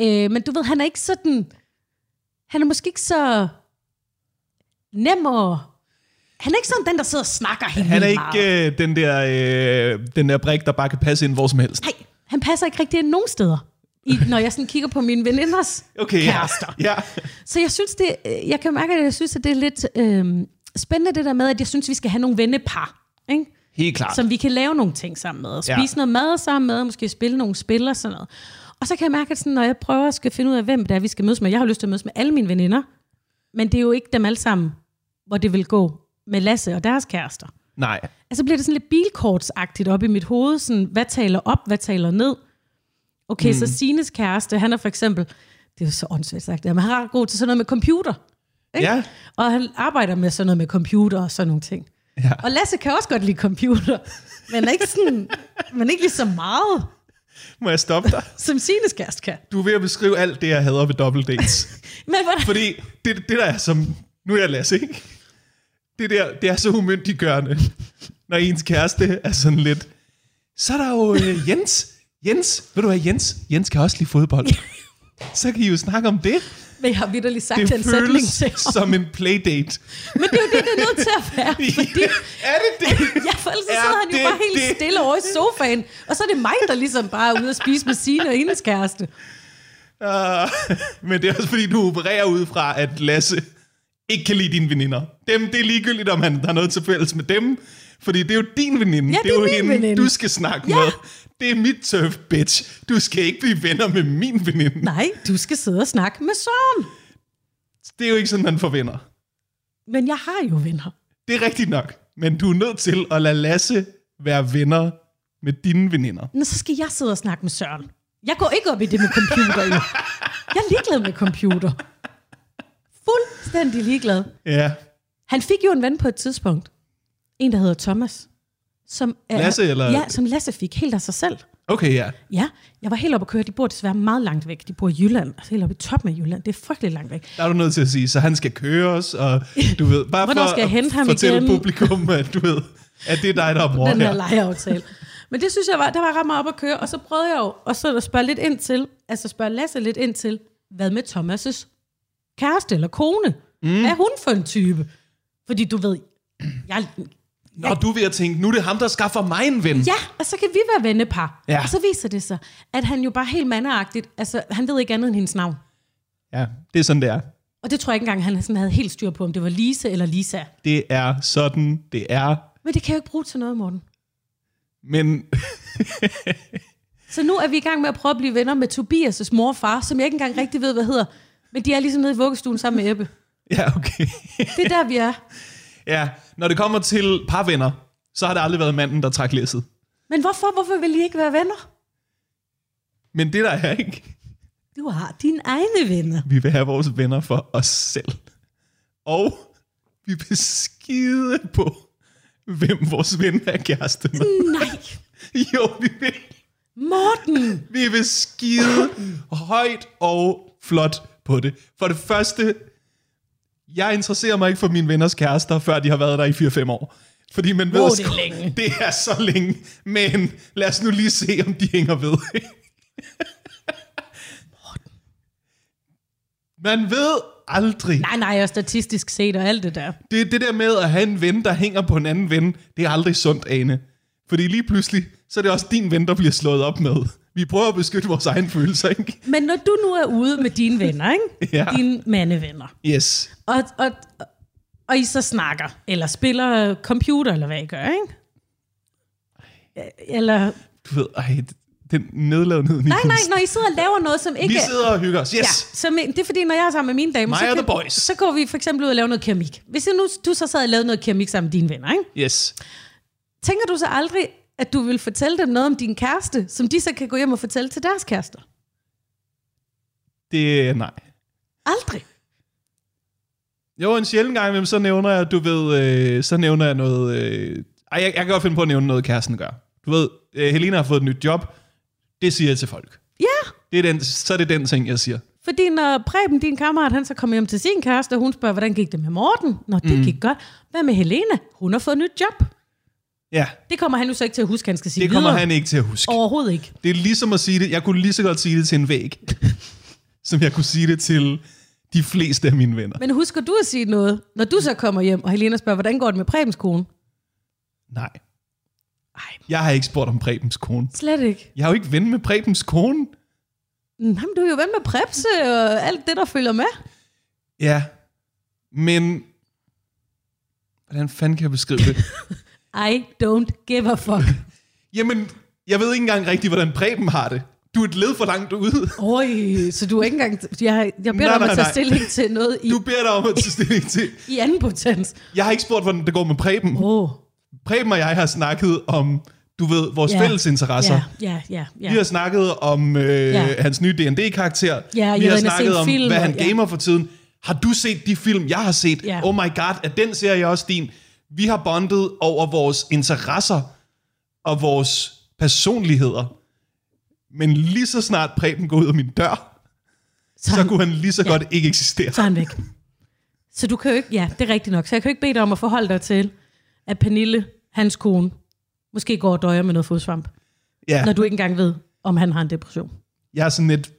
Øh, men du ved, han er ikke sådan, han er måske ikke så nem og, han er ikke sådan den, der sidder og snakker helt
Han er
vildt
ikke
meget.
øh, den, der, øh, den der brik, der bare kan passe ind hvor som helst.
Nej, han passer ikke rigtig ind nogen steder, i, når jeg sådan kigger på mine veninders
Okay, ja.
kærester.
ja.
Så jeg synes, det, øh, jeg kan mærke, at jeg synes, at det er lidt øh, spændende det der med, at jeg synes, vi skal have nogle vennepar, ikke?
Helt klart.
som vi kan lave nogle ting sammen med, og
Ja.
spise noget mad sammen med, og måske spille nogle spil og sådan noget. Og så kan jeg mærke, at sådan, når jeg prøver at skal finde ud af, hvem det er, vi skal mødes med. Jeg har jo lyst til at mødes med alle mine veninder, men det er jo ikke dem alle sammen, hvor det vil gå med Lasse og deres kærester.
Nej.
Altså bliver det sådan lidt bilkortsagtigt op i mit hoved, sådan, hvad taler op, hvad taler ned? Okay, mm. så Sines kæreste, han er for eksempel, det er jo så åndssvagt sagt, men han er ret god til sådan noget med computer. Ikke?
Ja.
Og han arbejder med sådan noget med computer og sådan nogle ting.
Ja.
Og Lasse kan også godt lide computer, men ikke, sådan, men ikke lige så meget,
Må jeg stoppe dig?
som Sines kæreste kan.
Du er ved at beskrive alt det, jeg hader ved dobbelt dates.
Men hvordan,
Fordi det, det der er som... Nu er jeg Lasse, ikke? Det der, det er så umyndiggørende, når ens kæreste er sådan lidt... Så er der jo øh, Jens. Jens, ved du hvad, Jens? Jens kan også lide fodbold. Så kan I jo snakke om det.
men jeg har vidderligt sagt
Det
den sætning til
føles
ham.
som en playdate.
Men det er jo det, det er nødt til at være, fordi
er det det?
Ja, for ellers så
Er
sidder han jo
det
bare helt
det?
stille over i sofaen. Og så er det mig, der ligesom bare er ude at spise med sine og hendes kæreste.
Uh, men det er også fordi, du opererer ud fra, at Lasse ikke kan lide dine veninder. Dem, det er ligegyldigt, om han har noget til fælles med dem. Fordi det er jo din veninde.
Ja, det er
jo
min veninde.
du skal snakke
Ja.
med. Det er mit turf, bitch. Du skal ikke blive venner med min veninde.
Nej, du skal sidde og snakke med Søren.
Det er jo ikke sådan, man får venner.
Men jeg har jo venner.
Det er rigtigt nok. Men du er nødt til at lade Lasse være venner med dine veninder.
Nå, så skal jeg sidde og snakke med Søren. Jeg går ikke op i det med computer, jo. Jeg er ligeglad med computer. Fuldstændig ligeglad.
Ja.
Han fik jo en ven på et tidspunkt. En, der hedder Thomas. Som er,
Lasse, eller-
Ja, som Lasse fik helt af sig selv.
Okay, ja.
Ja, jeg var helt oppe at køre. De bor desværre meget langt væk. De bor i Jylland, altså helt oppe i toppen af Jylland. Det er frygtelig langt væk.
Der er du nødt til at sige, så han skal køre os, og du ved, bare
Hvornår
for
skal jeg hente ham
at fortælle
igen?
publikum, at du ved, at det er dig, der er mor
den her
her.
lejeaftale. Men det synes jeg var, der var ret meget op at køre, og så prøvede jeg jo og så at spørge lidt ind til, altså spørge Lasse lidt ind til, hvad med Thomas' kæreste eller kone? Mm. Hvad er hun for en type? Fordi du ved, jeg,
Nå, du er ved at tænke, nu er det ham, der skaffer mig en ven.
ja, og så kan vi være vennepar.
Ja.
Og så viser det sig, at han jo bare helt mandeagtigt, altså han ved ikke andet end hendes navn.
ja det er sådan, det er.
Og det tror jeg ikke engang, han sådan havde helt styr på, om det var Lise eller Lisa.
Det er sådan, det er.
Men det kan jeg jo ikke bruge til noget, Morten.
Men
Så nu er vi i gang med at prøve at blive venner med Tobias' mor og far, som jeg ikke engang rigtig ved, hvad hedder. Men de er ligesom nede i vuggestuen sammen med Ebbe.
ja, okay.
Det er der, vi er.
ja, når det kommer til parvenner, så har det aldrig været manden, der trak læsset.
Men hvorfor, hvorfor vil I ikke være venner?
Men det der er ikke.
Du har dine egne venner.
Vi vil have vores venner for os selv. Og vi vil skide på, hvem vores ven er kæreste med.
Nej,
Jo, vi vil.
Morten!
Vi vil skide højt og flot på det. For det første, jeg interesserer mig ikke for mine venners kærester, før de har været der i 4-5 år. Fordi man ved...
Wow, det er
sgu-
længe.
Det er så længe. Men lad os nu lige se, om de hænger ved. Man ved aldrig.
Nej, nej, og statistisk set og alt det der.
Det, det der med at have en ven, der hænger på en anden ven, det er aldrig sundt, Ane. Fordi lige pludselig, så er det også din ven, der bliver slået op med. Vi prøver at beskytte vores egen følelser, ikke?
Men når du nu er ude med dine venner, ikke?
Ja.
Dine mandevenner.
Yes.
Og, og, og I så snakker, eller spiller computer, eller hvad I gør, ikke? Eller...
Du ved, ej, den nedladenhed,
Nej, nej, når I sidder og laver noget, som ikke...
Vi sidder og hygger os. Yes.
Ja, så men, det er fordi, når jeg er sammen med mine damer,
Mig
så,
og the boys.
så går vi for eksempel ud og laver noget keramik. Hvis jeg nu, du så sad og lavede noget keramik sammen med dine venner, ikke?
Yes.
tænker du så aldrig, at du vil fortælle dem noget om din kæreste, som de så kan gå hjem og fortælle til deres kærester?
Det er nej.
Aldrig.
Jo, en sjældent gang, men så nævner jeg, du ved, øh, så nævner jeg noget... Øh, ej, jeg, jeg kan godt finde på at nævne noget, kæresten gør. Du ved, øh, Helena har fået et nyt job. Det siger jeg til folk.
Ja,
Det er den, så er det den ting, jeg siger.
fordi når Preben, din kammerat, han så kommer hjem til sin kæreste, og hun spørger, hvordan gik det med Morten? Nå, det mm. gik godt. Hvad med Helena? Hun har fået nyt job.
Ja,
Det kommer han jo så ikke til at huske, han skal sige
det kommer
videre.
han ikke til at huske.
Overhovedet ikke.
Det er ligesom at sige det. Jeg kunne lige så godt sige det til en væg, som jeg kunne sige det til de fleste af mine venner.
Men husker du at sige noget, når du så kommer hjem, og Helena spørger, hvordan går det med Prebens kone?
Nej.
Ej,
Jeg har ikke spurgt om Prebens kone.
slet ikke.
Jeg er jo ikke ven med Prebens kone.
Jamen, Mm, du er jo ven med Prebse og alt det, der følger med.
Ja, men... Hvordan fanden kan jeg beskrive det?
I don't give a fuck.
Jamen, jeg ved ikke engang rigtigt, hvordan Preben har det. Du er et led for langt ude.
Oj, så du er ikke engang... Jeg, jeg beder
Nej,
dig om
nej,
at tage
nej.
stilling til noget i,
Du beder dig om at tage stilling til.
i anden potens.
Jeg har ikke spurgt, hvordan det går med Preben.
Åh, oh,
Preben og jeg har snakket om, du ved, vores
Ja.
fælles interesser.
ja, ja, ja, ja.
Vi har snakket om øh,
Ja.
hans nye D&D-karakter.
jeg har
Vi
været
har
inde og
snakket
set
om,
film,
hvad han
og- ja.
gamer for tiden. Har du set de film, jeg har set?
Ja.
Oh my god, er den serie også din? Vi har bondet over vores interesser og vores personligheder. Men lige så snart Preben går ud af min dør,
Så,
så
han,
kunne han lige så
Ja.
ja. godt ikke eksistere.
så er han væk. Så du kan jo ikke... Ja, det er rigtigt nok. Så jeg kan jo ikke bede dig om at forholde dig til, at Pernille, hans kone, måske går og døjer med noget fodsvamp,
Ja,
når du ikke engang ved, om han har en depression.
jeg er sådan lidt...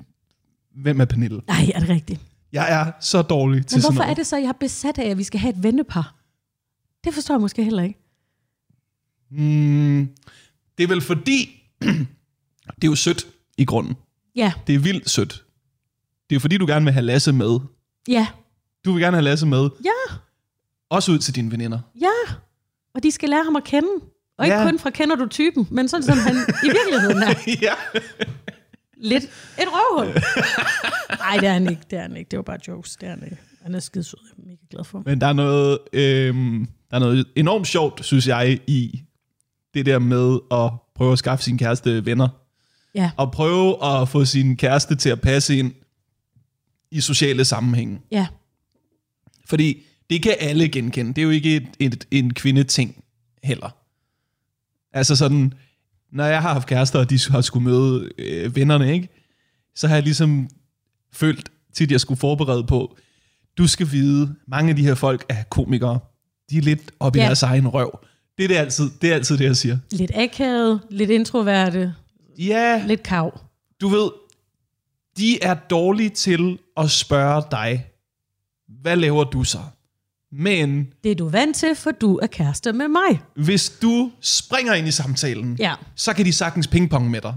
Hvem er Pernille?
Nej, er det rigtigt?
Jeg er så dårlig til
Men
sådan
hvorfor
noget.
er det så, at jeg er besat af, at vi skal have et vennepar? Det forstår jeg måske heller ikke.
Mm, det er vel fordi... det er jo sødt i grunden.
Ja,
Det er vildt sødt. Det er fordi, du gerne vil have Lasse med.
Ja,
Du vil gerne have Lasse med,
ja,
også ud til dine veninder.
ja. Og de skal lære ham at kende. Og ikke
Ja.
ja. kun fra kender du typen, men sådan som han i virkeligheden er.
ja.
Lidt et røvhul. Nej, det er han ikke. Det er han ikke. Det var bare jokes. Det er han ikke. Han er skidesød. Jeg er mega glad for ham.
Men der er, noget, øhm, der er noget enormt sjovt, synes jeg, i det der med at prøve at skaffe sin kæreste venner.
Ja,
Og prøve at få sin kæreste til at passe ind i sociale sammenhænge.
ja,
Fordi det kan alle genkende. Det er jo ikke et, et, en kvindeting heller. Altså sådan, når jeg har haft kærester, og de har skulle møde øh, vennerne, ikke? så har jeg ligesom følt tit, jeg skulle forberede på, du skal vide, mange af de her folk er komikere. De er lidt oppe i
Ja.
deres egen røv. Det er det altid, det, er altid det jeg siger.
lidt akavet, lidt introverte,
Ja,
lidt kav.
du ved, de er dårlige til at spørge dig, hvad laver du så? Men
Det er du vant til, for du er kærester med mig.
hvis du springer ind i samtalen,
Ja.
så kan de sagtens pingpong med dig.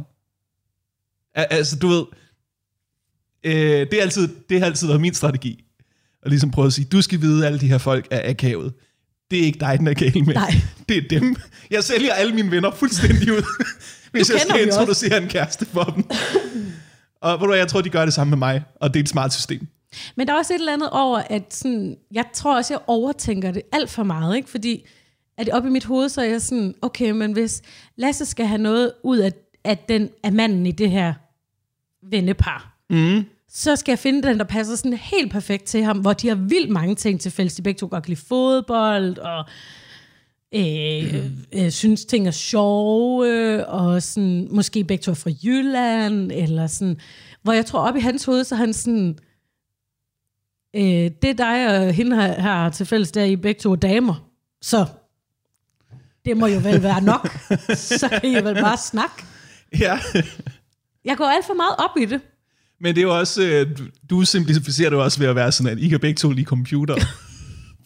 Al- altså, du ved, øh, det, er altid, det har altid været min strategi. At ligesom prøve at sige, du skal vide, at alle de her folk er akavet. Det er ikke dig, den er gal med.
Nej.
Det er dem. Jeg sælger alle mine venner fuldstændig ud, hvis jeg
kender
skal
dem jo også.
introducere en kæreste for dem. og ved du hvad, jeg tror, de gør det samme med mig, og det er et smart system.
Men der er også et eller andet over, at sådan, jeg tror også, jeg overtænker det alt for meget, ikke? fordi at op i mit hoved, så er jeg sådan, okay, men hvis Lasse skal have noget ud af, at den er manden i det her vennepar, mm. så skal jeg finde den, der passer sådan helt perfekt til ham, hvor de har vildt mange ting til fælles. De begge to godt kan lide fodbold, og øh, øh, synes ting er sjove, og sådan, måske begge to er fra Jylland, eller sådan, hvor jeg tror op i hans hoved, så er han sådan, øh, det dig og hende har, har til fælles, der I begge to er damer. Så det må jo vel være nok. så kan I vel bare snakke.
Ja.
Jeg går alt for meget op i det.
Men det er jo også, øh, du simplificerer det jo også ved at være sådan, at I kan begge to lide computer.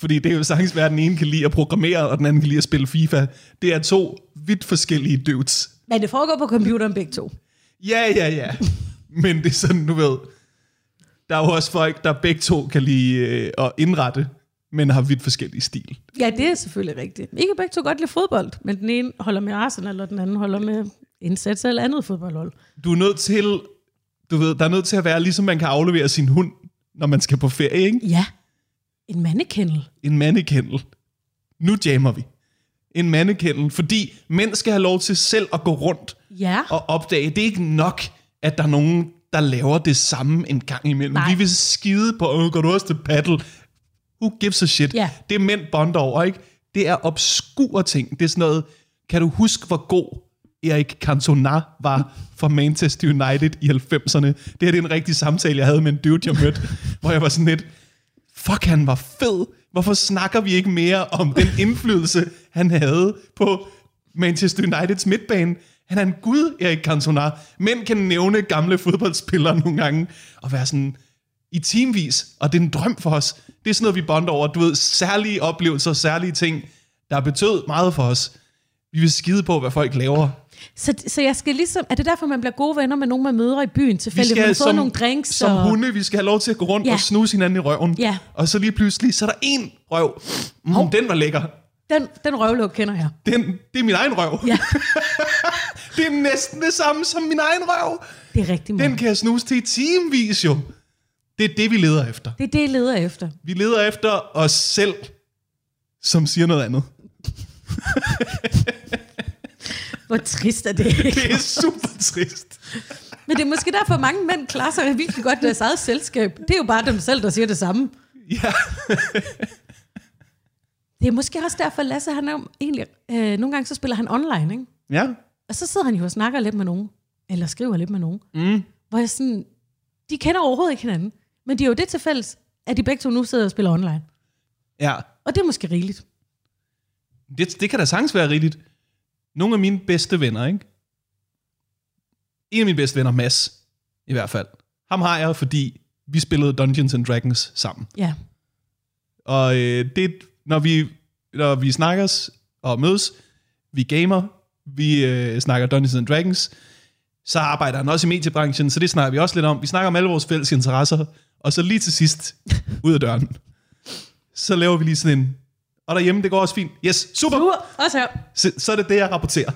Fordi det er jo sagtens være, at den ene kan lide at programmere, og den anden kan lide at spille FIFA. Det er to vidt forskellige dudes.
Men det foregår på computeren begge to.
Ja, ja, ja. Men det er sådan, du ved, der er jo også folk, der begge to kan lide øh, at indrette, men har vidt forskellige stil.
Ja, det er selvfølgelig rigtigt. I kan begge to godt lide fodbold, men den ene holder med Arsenal, og den anden holder med indsats eller andet fodboldhold.
Du er nødt til, du ved, der er nødt til at være, ligesom man kan aflevere sin hund, når man skal på ferie, ikke?
Ja, en mandekendel.
en mandekendel. Nu jammer vi. En mandekendel, fordi mænd skal have lov til selv at gå rundt
Ja,
og opdage. Det er ikke nok, at der er nogen, der laver det samme en gang imellem.
Nej.
Vi vil skide på, øh, går du også til paddle? Who gives a shit?
Ja.
Det er mænd bonder over, ikke? Det er obskure ting. Det er sådan noget, kan du huske, hvor god Erik Cantona var for Manchester United i 90'erne? Det her det er en rigtig samtale, jeg havde med en dude, jeg mødte, hvor jeg var sådan lidt, fuck, han var fed. Hvorfor snakker vi ikke mere om den indflydelse, han havde på Manchester Uniteds midtbane? Han er en gud, Erik Cantona. Mænd kan nævne gamle fodboldspillere nogle gange, og være sådan i timevis, og det er en drøm for os. Det er sådan noget, vi bonder over. Du ved, særlige oplevelser, særlige ting, der betød meget for os. Vi vil skide på, hvad folk laver.
så, så jeg skal ligesom... Er det derfor, man bliver gode venner med nogen, man møder i byen
Vi
tilfældigt? Man har fået
som,
nogle drinks
som
og...
hunde, vi skal have lov til at gå rundt ja.
Ja.
og snuse hinanden i røven.
Ja.
Og så lige pludselig, så er der en røv. Mm, den var lækker.
Den, den røvlug kender jeg.
Den, det er min egen røv.
Ja.
det er næsten det samme som min egen røv.
Det er rigtig meget.
Den kan jeg snuse til i timevis jo. Det er det, vi leder efter.
Det er det, jeg leder efter.
Vi leder efter os selv, som siger noget andet.
Hvor trist er det ikke?
Det er super trist.
Men det er måske derfor, mange mænd klarer sig virkelig godt i deres eget selskab. Det er jo bare dem selv, der siger det samme.
Ja.
Det er måske også derfor, Lasse, han er jo egentlig... Øh, nogle gange så spiller han online, ikke?
Ja.
Og så sidder han jo og snakker lidt med nogen. Eller skriver lidt med nogen. Mm. Hvor jeg sådan... De kender overhovedet ikke hinanden. Men de er jo det til fælles, at de begge to nu sidder og spiller online.
Ja.
Og det er måske rigeligt.
Det, det kan da sagtens være rigtigt. Nogle af mine bedste venner, ikke? En af mine bedste venner, Mads, i hvert fald. Ham har jeg, fordi vi spillede Dungeons and Dragons sammen.
Ja.
Og øh, det, når vi, når vi snakkes og mødes, vi gamer, vi øh, snakker Dungeons and Dragons, Så arbejder han også i mediebranchen, så det snakker vi også lidt om. Vi snakker om alle vores fælles interesser, og så lige til sidst, ud af døren, så laver vi lige sådan en, og derhjemme, det går også fint. Yes, super!
Du, også her.
Så, så er det det, jeg rapporterer.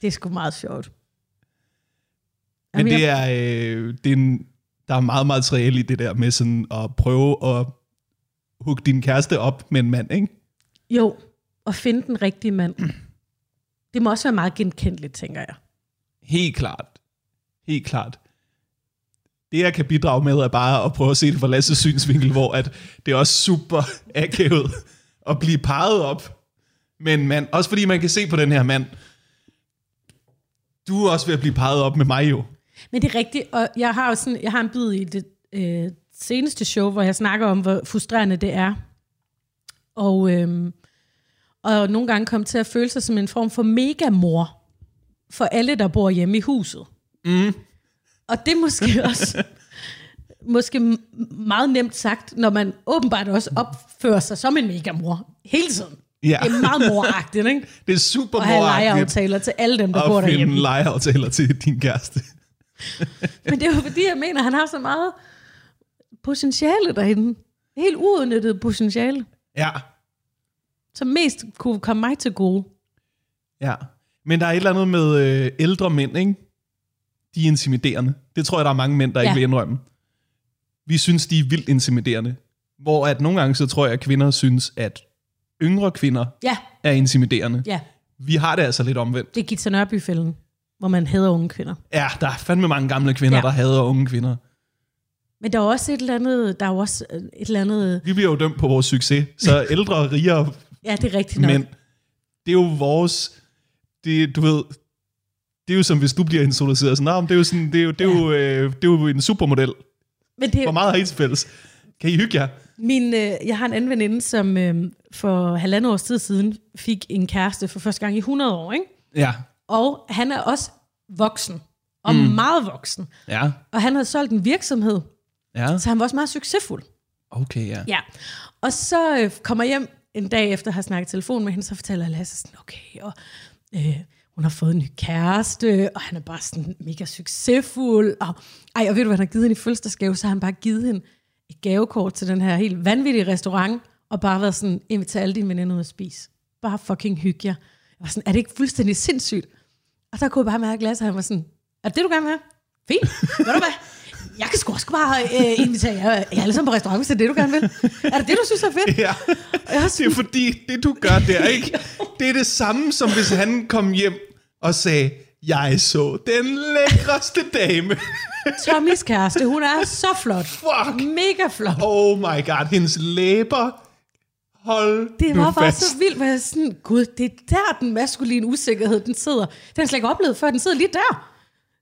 Det er sgu meget sjovt.
Men
Jamen,
det
jeg-
er, øh, det er en, der er meget materiale i det der med sådan at prøve at hugge din kæreste op med en mand, ikke?
Jo, og finde den rigtige mand. Det må også være meget genkendeligt, tænker jeg.
Helt klart. Helt klart. Det, jeg kan bidrage med, er bare at prøve at se det fra Lasses synsvinkel, hvor at det er også super akavet at blive peget op med en mand. Også fordi man kan se på den her mand, du er også ved at blive peget op med mig jo.
Men det er rigtigt, og jeg har jo sådan, jeg har en bid i det øh, seneste show, hvor jeg snakker om, hvor frustrerende det er. Og, øh, og nogle gange kom til at føle sig som en form for megamor for alle, der bor hjemme i huset. Mm. Og det er måske også måske m- meget nemt sagt, når man åbenbart også opfører sig som en megamor hele tiden.
Ja.
Det er meget moragtigt, ikke?
Det er super
Og have
moragtigt
lejeaftaler til alle dem, der bor
at
derhjemme.
finde lejeaftaler til din kæreste.
Men det er jo fordi, jeg mener, han har så meget potentiale derinde. Helt uudnyttet potentiale,
Ja,
som mest kunne komme mig til gode.
Ja. Men der er et eller andet med øh, ældre mænd, ikke? De er intimiderende. Det tror jeg, der er mange mænd, der ja.
Ja.
ikke vil indrømme. Vi synes, de er vildt intimiderende. Hvor at nogle gange, så tror jeg, at kvinder synes, at yngre kvinder
Ja,
er intimiderende.
ja.
Vi har det altså lidt omvendt.
Det er Gita Nørby-fælden, hvor man hader unge kvinder.
Ja, der er fandme mange gamle kvinder, ja.
Ja.
der hader unge kvinder.
Men der er også et eller andet, der er jo også øh, et eller andet,
Vi bliver jo dømt på vores succes. Så ældre, rigere
ja, det er rigtigt nok.
mænd, det er jo vores... Det, du ved, det er jo som hvis du bliver introduceret. Sådan, nah, det er jo, sådan, det er jo, det er jo, øh, det er jo en supermodel.
Men det,
Hvor meget har I til fælles? Kan I hygge jer?
Min, øh, jeg har en anden veninde, som øh, for halvandet års tid siden fik en kæreste for første gang i 100 år, ikke?
Ja.
Og han er også voksen, og mm. meget voksen.
Ja.
Og han havde solgt en virksomhed,
Ja.
så han var også meget succesfuld.
Okay, ja.
Ja, og så øh, kommer jeg hjem en dag efter at have snakket i telefon med hende, så fortæller Lasse sådan, okay, og øh, hun har fået en ny kæreste, og han er bare sådan mega succesfuld, og, ej, og ved du, hvad han har givet hende i fødselsdagsgave? Så har han bare givet hende et gavekort til den her helt vanvittige restaurant, og bare været sådan, inviter alle dine veninder ud at spise. Bare fucking hygge jer. Jeg var sådan, er det ikke fuldstændig sindssygt? Og der kunne jeg bare mærke, at Lasse han var sådan, er det det, du gerne vil have? Fint, ved du hvad? Jeg kan sgu også bare øh, invitere jer, jer alle sammen på restaurant, hvis det er det, du gerne vil. Er det det, du synes er fedt?
Ja,
Og jeg var
det er
sådan,
fordi, det du gør der, ikke? Det er det samme, som hvis han kom hjem og sagde, jeg så den lækreste dame.
Tommys kæreste, hun er så flot.
Fuck.
Mega flot.
Oh my god, hendes læber. Hold
Det
nu
var bare
fast.
så vildt, hvor jeg sådan, gud, det er der, den maskuline usikkerhed, den sidder. Den har jeg slet ikke oplevet før, den sidder lige der.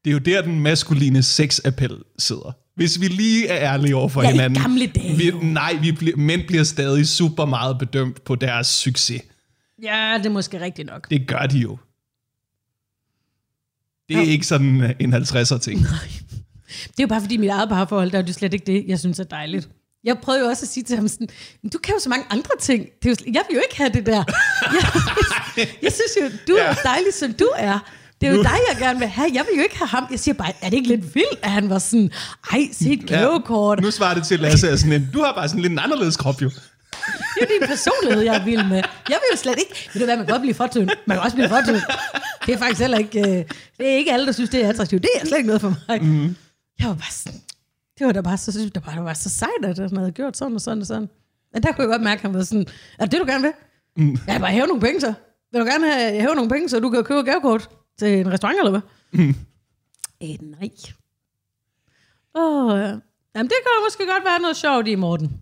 Det er jo der, den maskuline sexappel sidder. Hvis vi lige er ærlige over for
Ja, i
hinanden.
gamle dage,
Vi,
jo.
nej, vi bliver, mænd bliver stadig super meget bedømt på deres succes.
Ja, det er måske rigtigt nok.
Det gør de jo. Det er ja. ikke sådan en 50'er ting.
Det er jo bare fordi, mit eget parforhold, der er det slet ikke det, jeg synes er dejligt. Jeg prøvede jo også at sige til ham sådan, "Men du kan jo så mange andre ting. Det er jo, sl- jeg vil jo ikke have det der. Jeg, jeg synes jo, du er dejlig, som du er. Det er jo
Nu-
dig, jeg gerne vil have. Jeg vil jo ikke have ham. Jeg siger bare, er det ikke lidt vildt, at han var sådan, ej, se et gavekort.
Nu svarer det til, at Lasse er sådan en, du har bare sådan lidt en anderledes krop jo.
Det er jo din personlighed, jeg er vild med. Jeg vil jo slet ikke... Ved du hvad, man kan godt blive for tynd. Man kan også blive for tynd. Det er faktisk heller ikke... Øh, det er ikke alle, der synes, det er attraktivt. Det er slet ikke noget for mig. Mm. Jeg var bare sådan... Det var da bare så, synes, det var, det var så sejt, at han havde gjort sådan og sådan og sådan. Men der kunne jeg godt mærke, at han var sådan... Er det det, du gerne vil? Mm. Jeg vil bare hæve nogle penge, så. Vil du gerne have, hæve nogle penge, så du kan købe et gavekort til en restaurant, eller hvad? Mm. Øh, nej. Åh, oh, ja. Jamen, det kan jo måske godt være noget sjovt i, Morten.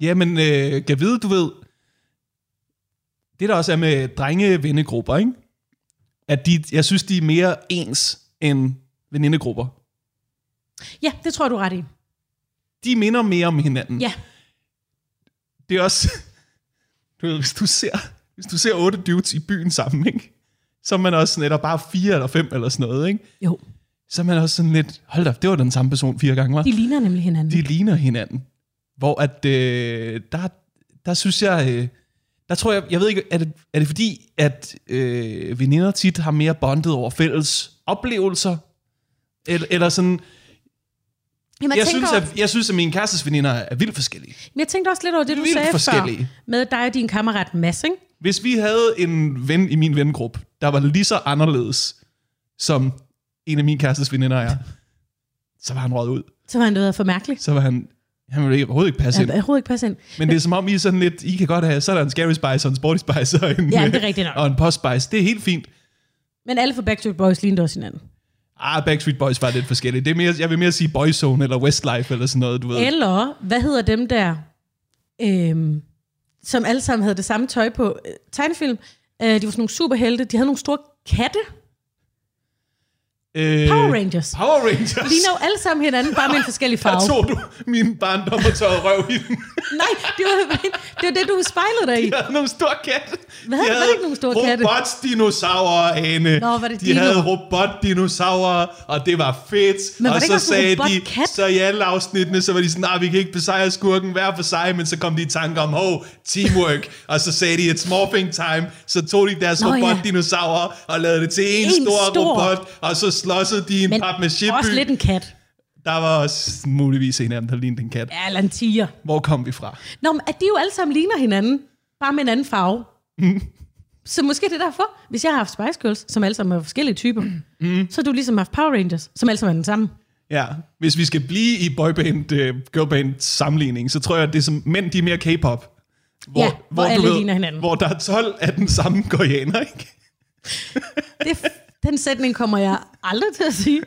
Jamen, øh, kan vide, du ved, det der også er med drenge-vennegrupper, ikke? At de, jeg synes, de er mere ens end venindegrupper.
Ja, det tror jeg, du er ret i.
De minder mere om hinanden.
Ja.
Det er også, du ved, hvis du ser, hvis du ser otte dudes i byen sammen, ikke? Så er man også sådan, eller bare fire eller fem eller sådan noget, ikke?
Jo,
Så er man også sådan lidt, hold da, op, det var den samme person fire gange, var?
de ligner nemlig hinanden.
de
De...
ligner hinanden. Hvor at, øh, der, der synes jeg, øh, der tror jeg, jeg ved ikke, er det, er det fordi, at øh, veninder tit har mere bondet over fælles oplevelser. Eller, eller sådan,
Jamen,
jeg,
tænker
synes,
over-
at, jeg synes, at mine kærestes veninder er vildt forskellige.
Men jeg tænkte også lidt over det, du
Vildt
sagde før,
forskellige.
med dig og din kammerat Mads, ikke?
Hvis vi havde en ven i min vengruppe, der var lige så anderledes, som en af mine kærestes veninder er, så var han røget ud.
Så var han noget for mærkelig.
Så var han, han ville ikke, overhovedet ikke passe
Han
ind.
jeg overhovedet ikke passe ind.
Men det er som om, I er sådan lidt, I kan godt have, så er der en scary spice og en sporty spice og en,
Ja, det er rigtigt nok.
og en post spice. Det er helt fint.
Men alle fra Backstreet Boys lignede også hinanden.
Ah, Backstreet Boys var lidt forskellige. Det er mere, jeg vil mere sige Boyzone eller Westlife eller sådan noget, du ved.
Eller, hvad hedder dem der, øhm, som alle sammen havde det samme tøj på? Øh, Tegnefilm. Øh, de var sådan nogle superhelte. De havde nogle store katte.
Øh,
Power Rangers.
Power Rangers.
Ligner jo alle sammen hinanden, bare med en forskellig
Der
farve.
tog du min barndom og tørrede røv i den.
Nej, det var det, var det du spejlede dig i.
De havde nogle store katte.
Hvad havde- var det ikke nogle store katte?
Robotdinosaurer, Ane.
Nå, var det
de
dino?
havde robotdinosaurer, og det var fedt.
Men var
og
det
så
ikke også en
sagde de,
robotkat?
så i alle afsnittene, så var de sådan, nej, vi kan ikke besejre skurken hver for sig, men så kom de i tanke om, hov, teamwork. og så sagde de, it's morphing time. Så tog de deres
Nå, ja.
robotdinosaurer og lavede det til en,
En
stor,
stor.
robot, og så slåsede de i en
Men
pap med
også lidt en kat.
Der var også muligvis en af dem, der lignede en kat.
Ja, eller en tiger.
Hvor kom vi fra?
Nå, men at de jo alle sammen ligner hinanden, bare med en anden farve. Mm. Så måske det er derfor, hvis jeg har haft Spice Girls, som alle sammen er forskellige typer, mm. så har du ligesom haft Power Rangers, som alle sammen er den samme.
Ja, hvis vi skal blive i boyband, øh, girlband sammenligning, så tror jeg, at det er som mænd, de er mere K-pop.
Ja, hvor alle ligner hinanden.
Hvor der er 12 af den samme koreaner, ikke?
Det, er f- den sætning kommer jeg aldrig til at sige,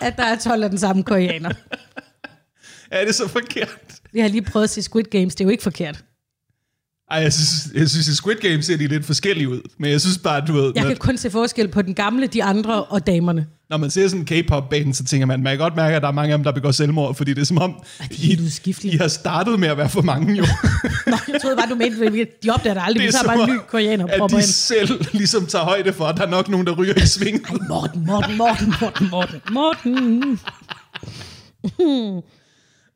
at der er 12 af den samme koreaner.
Er det så forkert?
Jeg har lige prøvet at se Squid Games, det er jo ikke forkert.
Ej, jeg synes, jeg synes i Squid Game ser de lidt forskellige ud. Men jeg synes bare, du ved,
Jeg
når,
kan kun se forskel på den gamle, de andre og damerne.
når man ser sådan en K-pop-band, så tænker man, man kan godt mærke, at der er mange af dem, der begår selvmord, fordi det er som om,
de er helt udskiftelige.
I har startet med at være for mange jo.
Nå, jeg troede bare, du mente, at de opdager det aldrig,
Det
men
er
så er
som
bare en
om,
ny koreaner
at
propper
de
ind.
selv ligesom tager højde for, at der er nok nogen, der ryger i svinget.
Ej, Morten, Morten, Morten, Morten, Morten, Morten,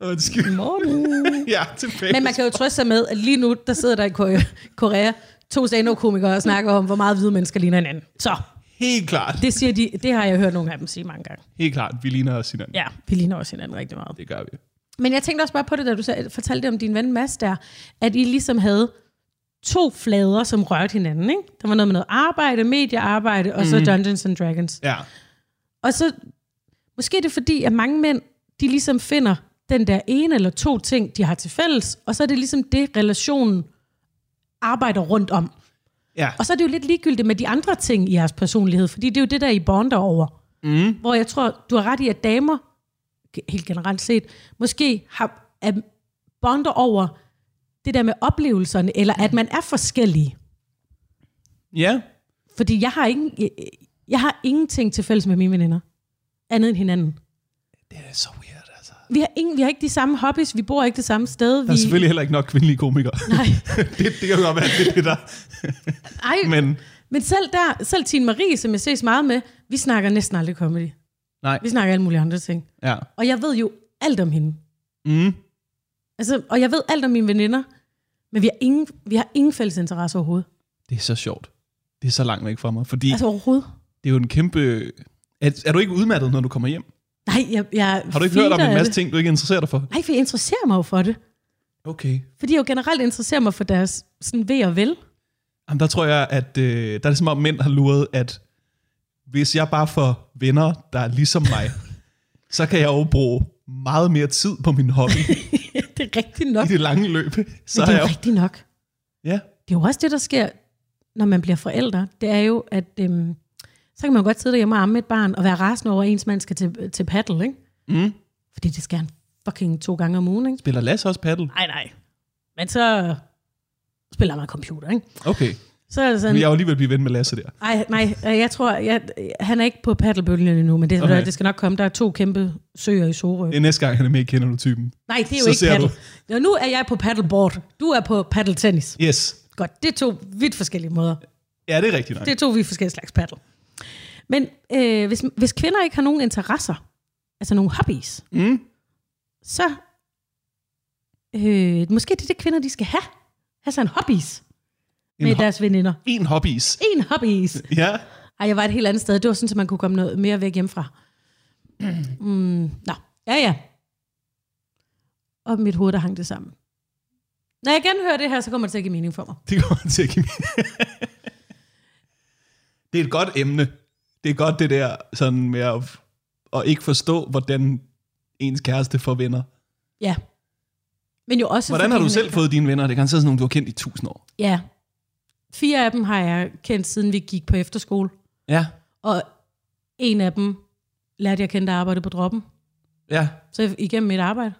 Undskyld.
Morten.
Ja, tilbage.
Men man kan jo trøste sig med, at lige nu, der sidder der i Korea, Korea to stand-up-komikere og snakker om, hvor meget hvide mennesker ligner hinanden. Så,
Helt klart.
det, siger de, det har jeg hørt nogle af dem sige mange gange.
Helt klart, vi ligner os hinanden.
Ja, vi ligner også hinanden rigtig meget.
Det gør vi.
Men jeg tænkte også bare på det, da du sagde- fortalte om din ven Mads der, at I ligesom havde to flader, som rørte hinanden, ikke? Der var noget med noget arbejde, mediearbejde, og så Dungeons and Dragons.
Ja.
Og så, måske er det fordi, at mange mænd, de ligesom finder den der ene eller to ting, de har til fælles, og så er det ligesom det, relationen arbejder rundt om.
Ja.
Og så er det jo lidt ligegyldigt med de andre ting i jeres personlighed, fordi det er jo det, der I bonder over. Mm. Hvor jeg tror, du har ret i, at damer, ge- helt generelt set, måske har, er bonder over det der med oplevelserne, eller at man er forskellige.
Ja.
Fordi jeg har, ingen, jeg, jeg har ingenting til fælles med mine veninder, andet end hinanden.
Det er så weird, altså.
Vi har, ingen, vi har ikke de samme hobbies, vi bor ikke det samme sted.
Der er
Vi,
selvfølgelig heller ikke nok kvindelige komikere.
nej,
det, det kan jo godt være, det er det der.
ej, men,
Men
men selv der, selv Tine Marie, som jeg ses meget med, vi snakker næsten aldrig comedy.
nej.
Vi snakker alle mulige andre ting.
Ja.
Og jeg ved jo alt om hende.
Mm.
Altså, og jeg ved alt om mine veninder, men vi har ingen, vi har ingen fælles interesse overhovedet.
Det er så sjovt. Det er så langt væk fra mig, fordi
Altså overhovedet.
det er jo en kæmpe... Er, er du ikke udmattet, når du kommer hjem?
Nej, jeg, jeg
Har du ikke hørt om en masse ting, du ikke interesserer dig for?
Nej, for jeg interesserer mig jo for det.
Okay.
Fordi jeg jo generelt interesserer mig for deres sådan ved og vel.
Jamen, der tror jeg, at øh, der er det som om, mænd har luret, at hvis jeg bare får venner, der er ligesom mig, så kan jeg jo bruge meget mere tid på min hobby
det er rigtigt nok.
i det lange løb. Så
Men
er
det
jeg
er jo
jo...
rigtigt nok.
Ja.
Det er jo også det, der sker, når man bliver forældre. Det er jo, at øhm, så kan man godt sidde derhjemme og amme et barn og være rasende over, at ens mand skal til, til paddle, ikke?
Mm.
Fordi det skal han fucking to gange om ugen, ikke?
Spiller Lasse også paddle?
Nej, nej. Men så spiller man computer, ikke?
Okay.
Så er det sådan,
Men jeg er jo alligevel blive ven med Lasse der.
Ej, nej, øh, jeg tror, jeg, han er ikke på paddlebølgen endnu, men det,
Okay.
okay. det skal nok komme. Der er to kæmpe søer i Sorø.
Det er næste gang, han er med i Kender du typen.
Nej, det er jo
så
ikke
ser
paddle. Jo, nu er jeg på paddleboard. Du er på paddletennis.
Yes.
Godt, det er to vidt forskellige måder.
Ja, det er rigtigt nok.
Det er to vidt forskellige slags paddle. Men øh, hvis, hvis kvinder ikke har nogen interesser, altså nogle hobbies,
Mm.
så øh, måske det er det, kvinder de skal have. Altså en hobbies
En
med
ho-
deres veninder.
En hobbies.
En hobbies.
Ja.
Ej, jeg var et helt andet sted. Det var sådan, at man kunne komme noget mere væk hjemmefra. Mm, nå, ja ja. Og mit hoved, der hang det sammen. Når jeg genhører det her, så kommer det til at give mening for mig.
Det kommer til at give Det er et godt emne. Det er godt det der sådan med at, at ikke forstå, hvordan ens kæreste får venner.
Ja. Men jo også...
Hvordan
fordi
har du
han
selv
ikke-
fået dine venner? Det kan sådan nogle, du har kendt i tusind år.
Ja. Fire af dem har jeg kendt, siden vi gik på efterskole.
Ja,
Og en af dem lærte jeg at kende, der arbejdede på droppen.
ja.
Så jeg- igennem mit arbejde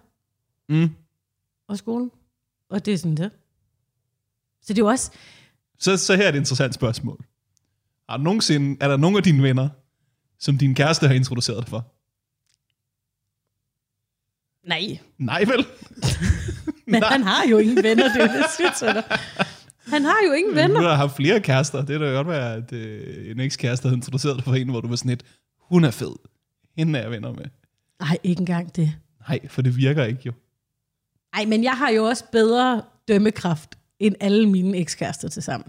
Mm.
og skolen. Og det er sådan det. Så det er jo også...
Så, så her er et interessant spørgsmål. Har du nogensinde, er der nogen af dine venner, som din kæreste har introduceret dig for?
Nej,
Nej vel?
men
Nej.
han har jo ingen venner, det er jo det, synes jeg da. Han har jo ingen
Du
venner.
har haft flere kærester. Det kan da godt være, at øh, en ekskæreste har introduceret dig for en, hvor du var sådan et, hun er fed. Hende er jeg venner med.
Nej, ikke engang det.
Nej, for det virker ikke jo.
Nej, men jeg har jo også bedre dømmekraft end alle mine ekskærester til sammen.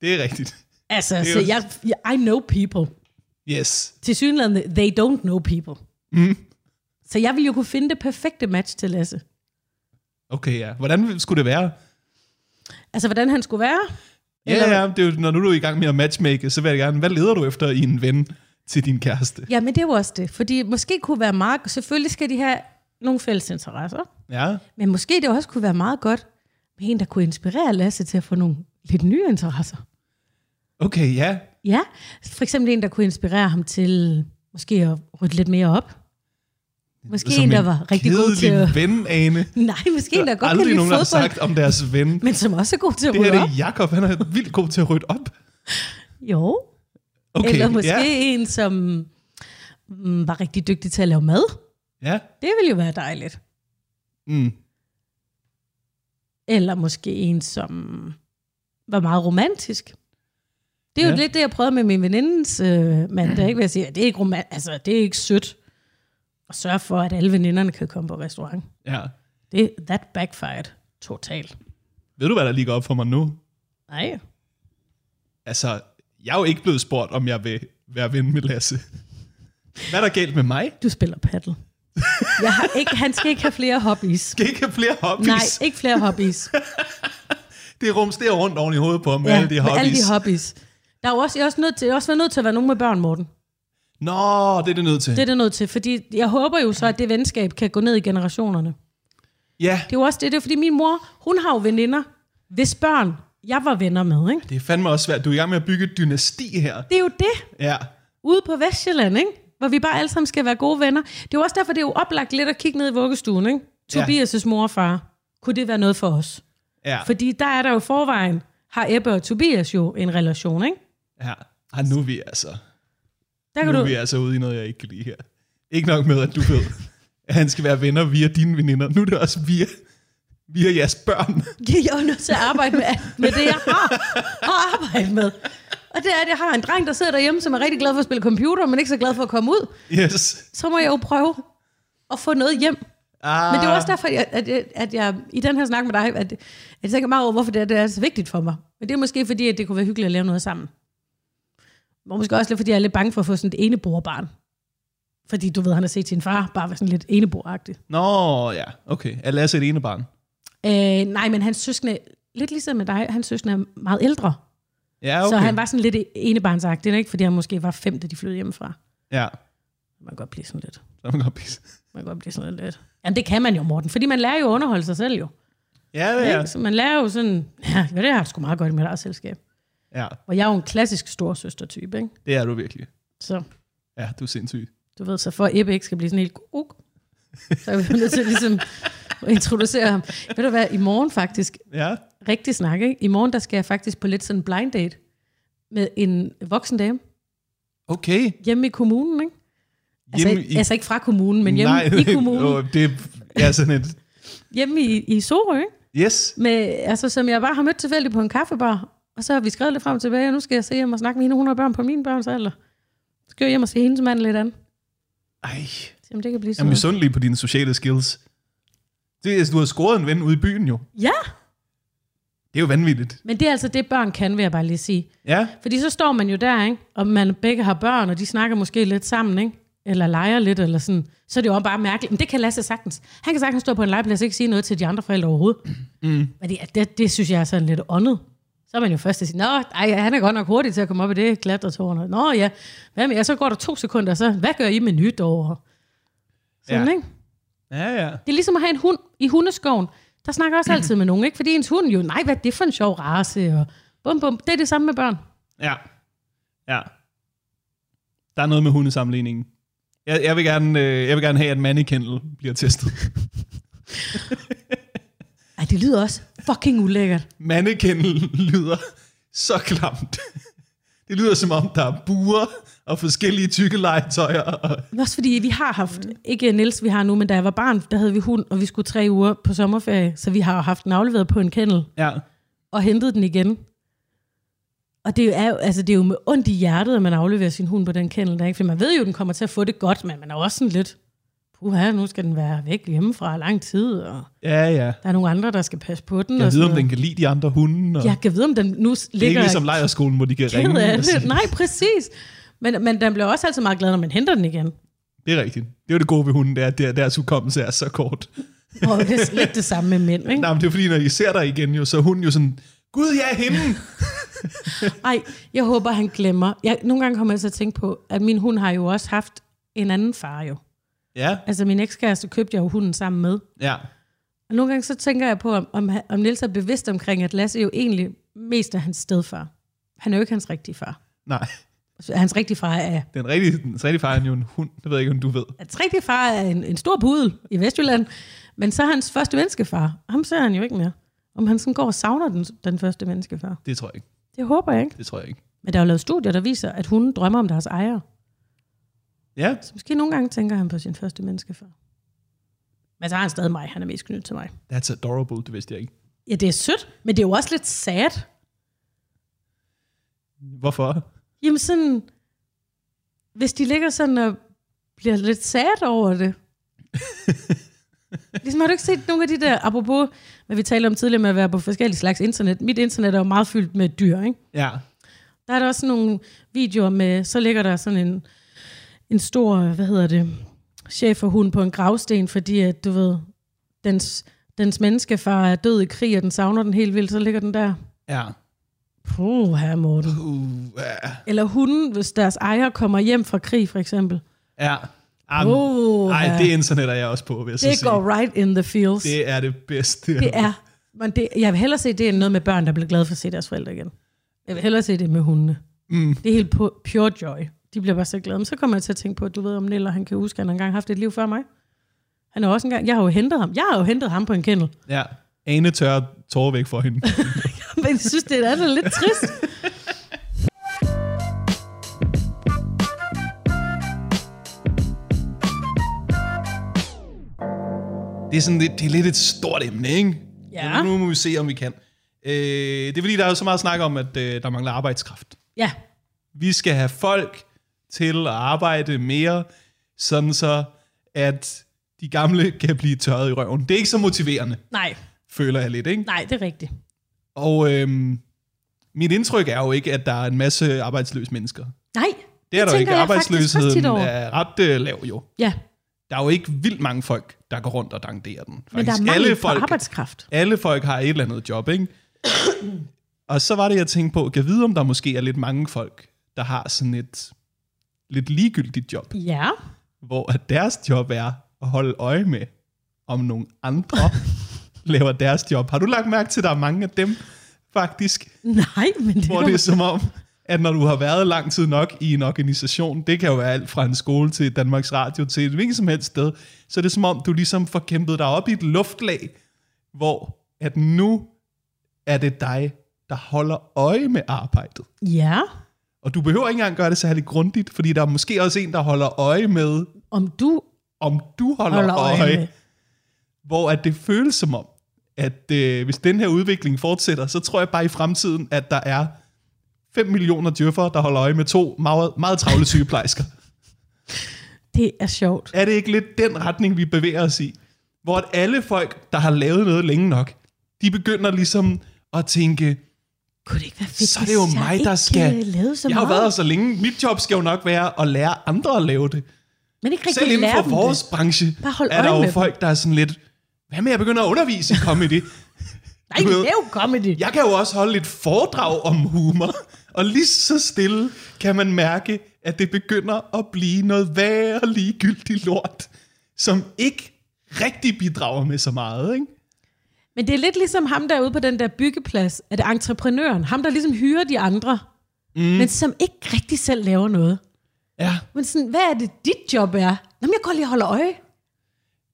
Det er rigtigt.
Altså,
er
så
jo-
jeg, jeg, I know people.
Yes.
Til synligheden, they don't know people.
Mm.
Så jeg ville jo kunne finde det perfekte match til Lasse.
Okay, ja. Hvordan skulle det være?
Altså, hvordan han skulle være? Eller-
Ja, ja, det er jo, når nu du er i gang med at matchmake, så vil jeg gerne, hvad leder du efter i en ven til din kæreste?
Ja, men det er jo også det. Fordi måske kunne være meget... Selvfølgelig skal de have nogle fælles interesser.
Ja,
Men måske det også kunne være meget godt med en, der kunne inspirere Lasse til at få nogle lidt nye interesser.
okay, ja.
Ja, for eksempel en, der kunne inspirere ham til måske at rydde lidt mere op. Måske en, der var rigtig god til at...
at... ven, Ane.
Nej, måske en, der godt kan
aldrig
lide
nogen, der har
fodbold,
sagt om deres ven.
men som også er god til at
Det her
rydde
det
op.
er Jakob, han er vildt god til at rydde op.
Jo,
Okay,
eller måske
ja,
en, som mm, var rigtig dygtig til at lave mad.
ja.
Det ville jo være dejligt.
Mm.
Eller måske en, som var meget romantisk. Det er jo
Ja.
ja. lidt det, jeg prøvede med min venindens øh, mand, der ikke vil sige, at det er ikke, roman- altså, det er ikke sødt at sørge for, at alle veninderne kan komme på restaurant.
ja.
Det, that backfired totalt.
Ved du, hvad der ligger op for mig nu?
Nej.
Altså, jeg er jo ikke blevet spurgt, om jeg vil være ven med Lasse. Hvad er der galt med mig?
Du spiller paddle. Jeg har ikke, han skal ikke have flere hobbies.
Skal ikke have flere hobbies?
Nej, ikke flere hobbies.
Det rumsterer rundt oven i hovedet på ham med alle de
med
hobbies.
alle de hobbies. Der er jo også, jeg er også nødt til, jeg er også nødt til at være nogen med børn, Morten.
Nå, det er det nødt til.
Det er det nødt til, fordi jeg håber jo så, at det venskab kan gå ned i generationerne.
Ja,
Det er jo også det, det er, fordi min mor, hun har jo veninder, hvis børn jeg var venner med, ikke?
det er fandme også svært. Du er i gang med at bygge et dynasti her.
Det er jo det,
Ja,
ude på Vestjylland, ikke? Hvor vi bare alle sammen skal være gode venner. Det er jo også derfor, det er jo oplagt lidt at kigge ned i vuggestuen, ikke?
Ja.
Tobias' mor og far. Kunne det være noget for os?
ja,
Fordi der er der jo i forvejen, har Ebbe og Tobias jo en relation, ikke?
ja. Ah, nu er vi altså,
Der kan
nu er
du...
vi altså ude i noget, jeg ikke kan lide her. Ikke nok med, at du ved, at han skal være venner via dine veninder. Nu er det også via, via jeres børn.
Jeg er jo nødt til at arbejde med, alt- med det, jeg har at arbejde med. Og det er, at jeg har en dreng, der sidder derhjemme, som er rigtig glad for at spille computer, men ikke så glad for at komme ud.
Yes.
Så må jeg jo prøve at få noget hjem.
Ah,
Men det er jo også derfor, at jeg, at jeg, at jeg i den her snak med dig, at, at jeg tænker meget over, hvorfor det er, det er så vigtigt for mig. Men det er måske fordi, at det kunne være hyggeligt at lave noget sammen. Og måske også lidt, fordi jeg er lidt bange for at få sådan et eneborbarn. Fordi du ved, han har set sin far bare være sådan lidt eneboragtig.
Nå, ja, okay. Er Lasse et ene barn?
Øh, nej, men hans søskende, lidt ligesom med dig, hans søskende er meget ældre.
Ja, okay.
Okay. Så han var sådan lidt e- enebarnsagtig, ikke? fordi han måske var fem, da de flyttede hjemmefra.
Ja,
Man kan godt blive sådan lidt.
så er man godt pisse.
Man kan godt blive sådan lidt. Jamen det kan man jo, Morten, fordi man lærer jo at underholde sig selv jo.
Ja, det
Ja.
er.
Ikke? Så man lærer jo sådan, ja, jo, det har jeg sgu meget godt i mit eget selskab.
Ja,
Og jeg er jo en klassisk storsøster-type, ikke?
det er du virkelig.
Så
Ja, du er sindssyg.
du ved, så for at Ebbe ikke skal blive sådan helt ok, så er vi jo nødt til ligesom at introducere ham. Ved du hvad, i morgen faktisk,
Ja,
rigtig snak, ikke? I morgen der skal jeg faktisk på lidt sådan en blind date med en voksen dame
okay.
hjemme i kommunen, ikke? Altså,
Hjemme
i, altså ikke fra kommunen, men hjemme
Nej,
i kommunen.
åh, det er sådan et...
hjemme i, i Sorø, ikke?
Yes.
Med, altså, som jeg bare har mødt tilfældigt på en kaffebar. Og så har vi skrevet lidt frem og tilbage, og nu skal jeg se hjem og snakke med hende, hun har børn på mine børns alder. Så skal jeg hjem og se hendes mand lidt an.
Ej,
Se, om det kan blive
jeg er
sådan noget.
misundelig på dine sociale skills. Det er, du har scoret en ven ude i byen jo.
Ja,
Det er jo vanvittigt.
Men det er altså det, børn kan, vil jeg bare lige sige.
Ja,
Fordi så står man jo der, ikke? og man begge har børn, og de snakker måske lidt sammen, ikke? eller leger lidt, eller sådan. Så er det jo også bare mærkeligt. Men det kan Lasse sagtens. Han kan sagtens stå på en legeplads og ikke sige noget til de andre forældre overhovedet. Mm. Men det, det, det, synes jeg er sådan lidt åndet. Så er man jo først til at sige, Nå, ej, han er godt nok hurtig til at komme op i det klatretårn. Og, Nå ja, hvad med, ja, så går der to sekunder, og så hvad gør I med nytår? Sådan,
Ja.
ja. ikke?
ja, ja.
Det er ligesom at have en hund i hundeskoven. Der snakker også altid med nogen, ikke? Fordi ens hund jo, nej, hvad er det for en sjov race? Og bum, bum. Det er det samme med børn.
Ja. Ja. Der er noget med hundesammenligningen. Jeg, jeg, vil, gerne, øh, jeg vil gerne have, at mandekendel bliver testet.
Ej, det lyder også fucking ulækkert.
Mandekendel lyder så klamt. Det lyder som om, der er buer og forskellige tykke legetøjer. Og,
Men også fordi vi har haft, ikke Niels, vi har nu, men da jeg var barn, der havde vi hund, og vi skulle tre uger på sommerferie, så vi har jo haft den afleveret på en kennel
ja.
og hentet den igen. Og det er jo, altså, det er jo med ondt i hjertet, at man afleverer sin hund på den kennel, der, ikke? for man ved jo, at den kommer til at få det godt, men man er jo også sådan lidt, puha, nu skal den være væk hjemmefra lang tid, og
Ja, ja.
der er nogle andre, der skal passe på den.
Jeg
og
ved,
sådan
om
noget.
den kan lide de andre hunde. Og
Jeg kan vide, om den nu
det er ikke
ligger
ligesom lejerskolen, hvor de kan
ked
ringe.
af
og sige-
det. Nej, præcis. Men, men den bliver også altid meget glad, når man henter den igen.
Det er rigtigt. Det er jo det gode ved hunden, det er, at der- deres hukommelse er så kort.
Og det er lidt det samme med mænd, ikke?
Nej, men det er fordi, når I ser dig igen, jo, så er hunden jo sådan, Gud, ja, hende!
Nej, jeg håber, han glemmer. Jeg, nogle gange kommer jeg så at tænke på, at min hund har jo også haft en anden far jo.
ja,
Altså min ekskæreste købte jeg jo hunden sammen med.
ja.
Og nogle gange så tænker jeg på, om, om, han- om Niels er bevidst omkring, at Lasse jo egentlig mest er hans stedfar. Han er jo ikke hans rigtige far.
Nej,
Altså, Hans rigtige far er,
den rigtige, den rigtige far er jo en hund. Det ved jeg ikke, om du ved.
hans rigtige far er en, en stor pudel i Vestjylland, men så er hans første menneskefar. Ham ser han jo ikke mere. Om han sådan går og savner den, den første menneskefar.
Det tror jeg ikke.
Det håber jeg ikke.
Det tror jeg ikke.
Men der er jo lavet studier, der viser, at hunde drømmer om deres ejere.
Ja,
Så måske nogle gange tænker han på sin første menneskefar. Men så har han stadig mig. Han er mest knyttet til mig.
that's adorable, det vidste jeg ikke.
Ja, det er sødt, men det er jo også lidt sad.
Hvorfor?
Jamen sådan, hvis de ligger sådan og bliver lidt sad over det. ligesom har du ikke set nogle af de der, apropos, hvad vi talte om tidligere med at være på forskellige slags internet. Mit internet er jo meget fyldt med dyr, ikke?
Ja.
Der er der også nogle videoer med, så ligger der sådan en, en stor, hvad hedder det, cheferhund på en gravsten, fordi at, du ved, dens, dens menneskefar er død i krig, og den savner den helt vildt, så ligger den der.
Ja.
Puh, herre Morten.
Uh,
Eller hunden, hvis deres ejer kommer hjem fra krig, for eksempel.
ja. Um,
Åh,
ej,
ja.
det internet er jeg også på, vil jeg så
Det
sige.
går right in the feels. Det,
Det er det bedste.
det er. Men det, jeg vil hellere se det end noget med børn, der bliver glade for at se deres forældre igen. Jeg vil hellere se det med hundene. Mm. Det er helt pu- pure joy. De bliver bare så glade. Men så kommer jeg til at tænke på, at du ved om Niller, han kan huske, at han engang har haft et liv før mig. Han er også engang, jeg har jo hentet ham. Jeg har jo hentet ham på en kendel.
Ja. Ane tørrer tårer væk for hende.
Men jeg synes, det er da altså lidt trist.
Det er, sådan lidt, det er lidt et stort emne, ikke?
Ja.
Men Nu må vi se, om vi kan. Øh, det er fordi, der er jo så meget snak om, at øh, der mangler arbejdskraft.
Ja,
Vi skal have folk til at arbejde mere, sådan så, at de gamle kan blive tørret i røven. Det er ikke så motiverende,
nej,
føler jeg lidt, ikke?
nej, det er rigtigt.
Og øhm, mit indtryk er jo ikke, at der er en masse arbejdsløse mennesker. Det
Nej, det,
er der jo
tænker
ikke.
jeg faktisk også tit
Arbejdsløsheden
over.
er ret øh, lav jo.
Ja,
Der er jo ikke vildt mange folk, der går rundt og danderer den. Faktisk.
men der er mangel
alle
på
folk,
arbejdskraft.
alle folk har et eller andet job, ikke? og så var det, jeg tænkte på, kan vide, om der måske er lidt mange folk, der har sådan et lidt ligegyldigt job,
Ja,
hvor at deres job er at holde øje med, om nogle andre laver deres job. Har du lagt mærke til, at der er mange af dem faktisk,
nej, men det,
hvor det er som om, at når du har været lang tid nok i en organisation, det kan jo være alt fra en skole til Danmarks Radio til et hvilket som helst sted, så er det som om, du ligesom får kæmpet dig op i et luftlag, hvor at nu er det dig, der holder øje med arbejdet.
ja,
Og du behøver ikke engang gøre det særlig grundigt, fordi der er måske også en, der holder øje med,
om du
om du holder,
holder øje med.
hvor at det føles som om, at øh, hvis den her udvikling fortsætter, så tror jeg bare i fremtiden, at der er 5 millioner djøffere, der holder øje med to meget, meget travle sygeplejersker.
Det er sjovt.
er det ikke lidt den retning, vi bevæger os i? Hvor at alle folk, der har lavet noget længe nok, de begynder ligesom og tænke,
Kunne det ikke være fedt,
Så er det jo
hvis jeg
mig, der
ikke,
skal-
øh, lavede så
jeg har jo
meget?
været her så længe, mit job skal jo nok være at lære andre at lave det.
Men ikke rigtig
Selv inden
lære
for
dem
vores
det.
branche
Bare hold
er der
øje
jo
med dem.
folk, der er sådan lidt, hvad med at begynde at undervise i comedy?
Nej,
du ved-
det er jo comedy.
Jeg kan jo også holde et foredrag om humor, og lige så stille kan man mærke, at det begynder at blive noget værre ligegyldigt lort, som ikke rigtig bidrager med så meget, ikke?
Men det er lidt ligesom ham derude på den der byggeplads, at det er entreprenøren, ham der ligesom hyrer de andre, mm. men som ikke rigtig selv laver noget.
Ja.
Men sådan, hvad er det, dit job er? Jamen, jeg går lige og holder øje.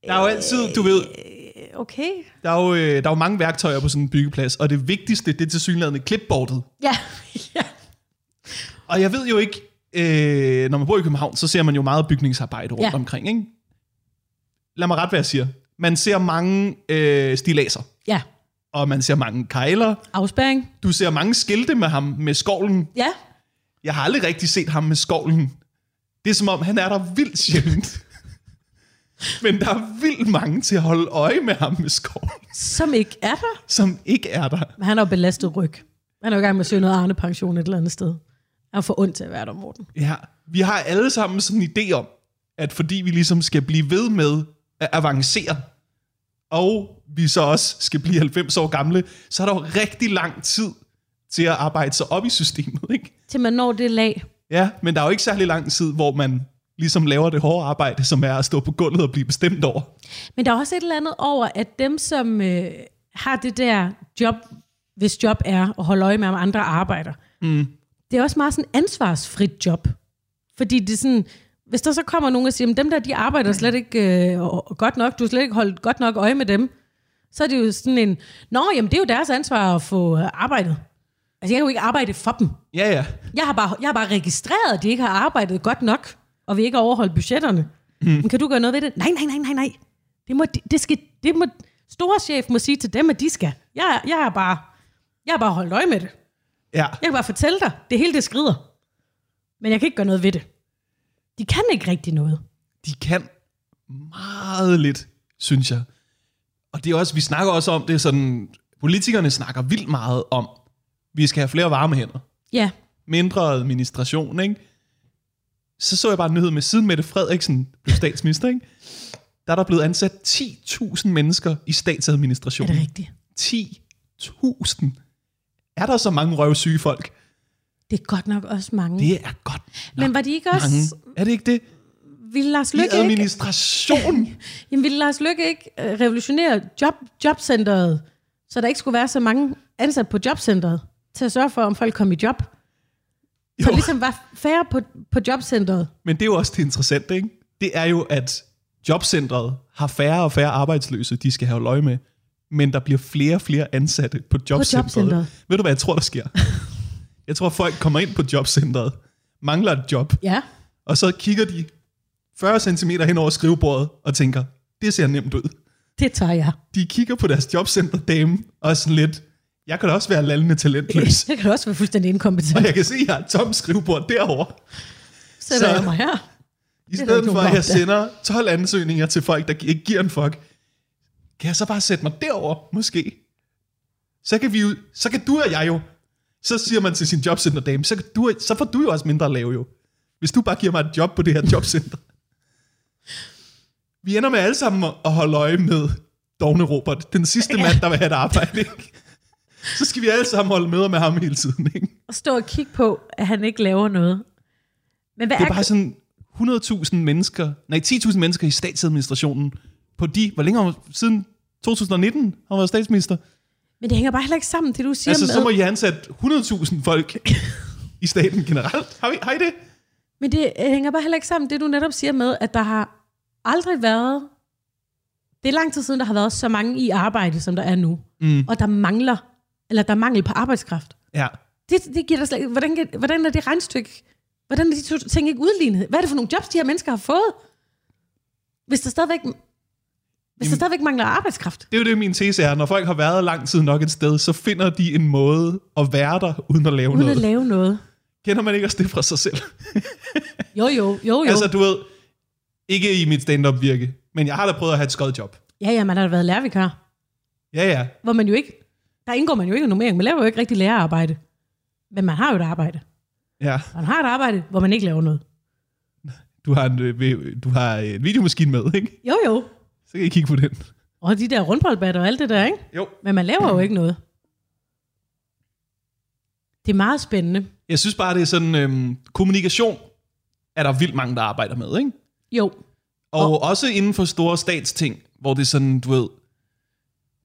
Der er jo altid, du ved,
Øh, Okay.
der er jo, øh, der er jo mange værktøjer på sådan en byggeplads, og det vigtigste, det er tilsyneladende klipbordet.
Ja. ja.
Og jeg ved jo ikke, øh, når man bor i København, så ser man jo meget bygningsarbejde rundt ja.
Ja.
omkring, ikke? Lad mig ret, hvad jeg siger. Man ser mange øh, stilaser,
Ja.
og man ser mange kejler,
Afspæring.
Du ser mange skilte med ham med skovlen.
Ja.
Jeg har aldrig rigtig set ham med skovlen. Det er som om, han er der vildt sjældent. Men der er vildt mange til at holde øje med ham med skovlen,
Som ikke er der.
som ikke er der.
Men han har jo belastet ryg. Han er jo i gang med at søge noget Arne-pension et eller andet sted. Han er for ondt til at være der, Morten.
Ja, vi har alle sammen sådan en idé om, at fordi vi ligesom skal blive ved med at avancere, og vi så også skal blive 90 år gamle, så er der jo rigtig lang tid til at arbejde sig op i systemet, ikke?
Til man når det lag.
Ja, men der er jo ikke særlig lang tid, hvor man ligesom laver det hårde arbejde, som er at stå på gulvet og blive bestemt over.
Men der er også et eller andet over, at dem, som øh, har det der job, hvis job er at holde øje med, om andre arbejder, mm. det er også meget sådan ansvarsfrit job. Fordi det er sådan, hvis der så kommer nogen og siger, at dem der, de arbejder slet ikke øh, og- og godt nok, du har slet ikke holdt godt nok øje med dem, så er det jo sådan en, nå, jamen det er jo deres ansvar at få øh, arbejdet. Altså jeg kan jo ikke arbejde for dem.
Ja, ja.
Jeg har bare, jeg har bare registreret, at de ikke har arbejdet godt nok, og vi ikke har overholdt budgetterne. Mm. Men kan du gøre noget ved det? Nej, nej, nej, nej, nej. Det må, de- det skal, det må, store chef må sige til dem, at de skal. Jeg, jeg har bare, jeg har bare holdt øje med det.
Ja,
Jeg kan bare fortælle dig, det hele det skrider. Men jeg kan ikke gøre noget ved det. De kan ikke rigtig noget.
de kan meget lidt, synes jeg. Og det er også, vi snakker også om, det er sådan, politikerne snakker vildt meget om, vi skal have flere varme hænder,
Ja,
mindre administration, ikke? Så så jeg bare en nyhed med, siden Mette Frederiksen blev statsminister, ikke? Der er der blevet ansat 10.000 mennesker i
er
statsadministrationen.
det rigtigt?
10.000. Er der så mange røvsyge folk?
Det er godt nok også mange.
Det er godt
Men var de ikke også...
mange. Er det ikke det?
Ville Lars
I
Løkke ikke
administration.
Jamen ville Lars Løkke ikke øh, revolutionere job, jobcenteret, så der ikke skulle være så mange ansat på jobcenteret, til at sørge for, om folk kom i job? Så
Jo,
ligesom var færre på, på jobcenteret.
men det er jo også det interessante, ikke? Det er jo, at jobcentret har færre og færre arbejdsløse, de skal have løg med. Men der bliver flere og flere ansatte på jobcentret.
jobcentret.
Ved du, hvad jeg tror, der sker? jeg tror, folk kommer ind på jobcentret, mangler et job,
Ja.
og så kigger de 40 cm hen over skrivebordet og tænker, det ser nemt ud.
Det tager jeg.
De kigger på deres jobcenterdame og er sådan lidt, jeg kan da også være lallende talentløs.
Jeg kan også være fuldstændig
Og
inkompetent.
jeg kan se, at jeg har et tomt skrivebord derovre.
Så er
så-
jeg mig her.
I
der
stedet
ikke
for,
nogen
at jeg
grund til.
sender 12 ansøgninger til folk, der gi- ikke giver en fuck, kan jeg så bare sætte mig derover måske? Så kan, vi jo, så kan du og jeg jo, så siger man til sin jobcenterdame, så, kan du, så får du jo også mindre at lave jo. Hvis du bare giver mig et job på det her jobcenter. Vi ender med alle sammen at- at holde øje med Dogne Robert, den sidste mand, der vil have et arbejde, ikke? Så skal vi alle sammen holde møder med ham hele tiden, ikke?
Og stå og kigge på, at han ikke laver noget. Men hvad
Det
er,
er bare sådan 100.000 mennesker, nej 10.000 mennesker i statsadministrationen på de, hvor længe har hun- siden 2019 har hun været statsminister.
Men det hænger bare heller ikke sammen, det du siger
Altså,
med.
så må I ansætte 100.000 folk i staten generelt. Har, vi, har I det?
Men det øh, hænger bare heller ikke sammen, det du netop siger med, at der har aldrig været... Det er lang tid siden, der har været så mange i arbejde, som der er nu. Mm. Og der mangler, eller der er mangel på arbejdskraft.
Ja.
Det, det giver dig slet, ikke- hvordan, kan- hvordan er det regnstykke? Hvordan er de to ting ikke udlignet? Hvad er det for nogle jobs, de her mennesker har fået? Hvis der stadigvæk, hvis der stadigvæk mangler arbejdskraft.
Det er jo det, min tese er. Når folk har været lang tid nok et sted, så finder de en måde at være der, uden at lave uden
Uden
noget.
at
At lave.
lave noget.
Kender man ikke også det fra sig selv?
Jo, jo, jo, jo.
Altså, du ved, ikke i mit stand-up virke, men jeg har da prøvet at have et skødt job.
Ja, ja, man har da været lærervikar,
Ja, ja.
hvor man jo ikke... der indgår man jo ikke i normering. Man laver jo ikke rigtig lærerarbejde. Men man har jo et arbejde.
Ja,
Og man har et arbejde, hvor man ikke laver noget.
du har, en, øh, vi- du har en videomaskine med, ikke?
Jo, jo.
Så kan I kigge på den.
Og de der rundboldbatter og alt det der, ikke?
Jo.
Men man laver jo ikke noget. Det er meget spændende.
Jeg synes bare, det er sådan, øhm, kommunikation er der vildt mange, der arbejder med, ikke?
Jo.
Og oh. også inden for store statsting, hvor det er sådan, du ved,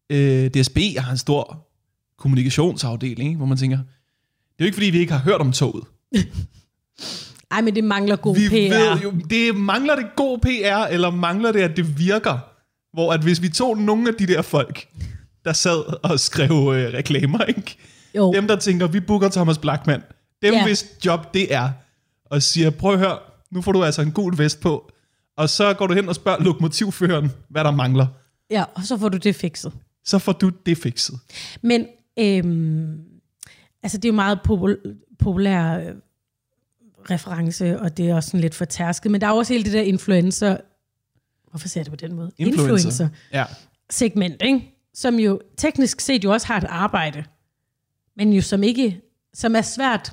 øh, DSB har en stor kommunikationsafdeling, ikke? hvor man tænker, det er jo ikke, fordi vi ikke har hørt om toget.
Ej, men det mangler god
Vi
PR.
ved jo, det mangler det god PR, eller mangler det, at det virker? Hvor at hvis vi tog nogle af de der folk, der sad og skrev øh, reklamer, ikke?
jo.
Dem, der tænker, vi booker Thomas Blackman. Dem,
Ja.
ja. hvis job det er. Og siger, prøv at høre, nu får du altså en gul vest på. Og så går du hen og spørger lokomotivføreren, hvad der mangler.
Ja, og så får du det fikset.
Så får du det fikset.
Men øhm, altså, det er jo meget popul- populær øh, reference, og det er også sådan lidt for tærsket. Men der er jo også hele det der influencer... Hvorfor siger jeg det på den måde?
Ja.
Influencer-segment, ikke? Som jo teknisk set jo også har et arbejde, men jo som ikke... Som er svært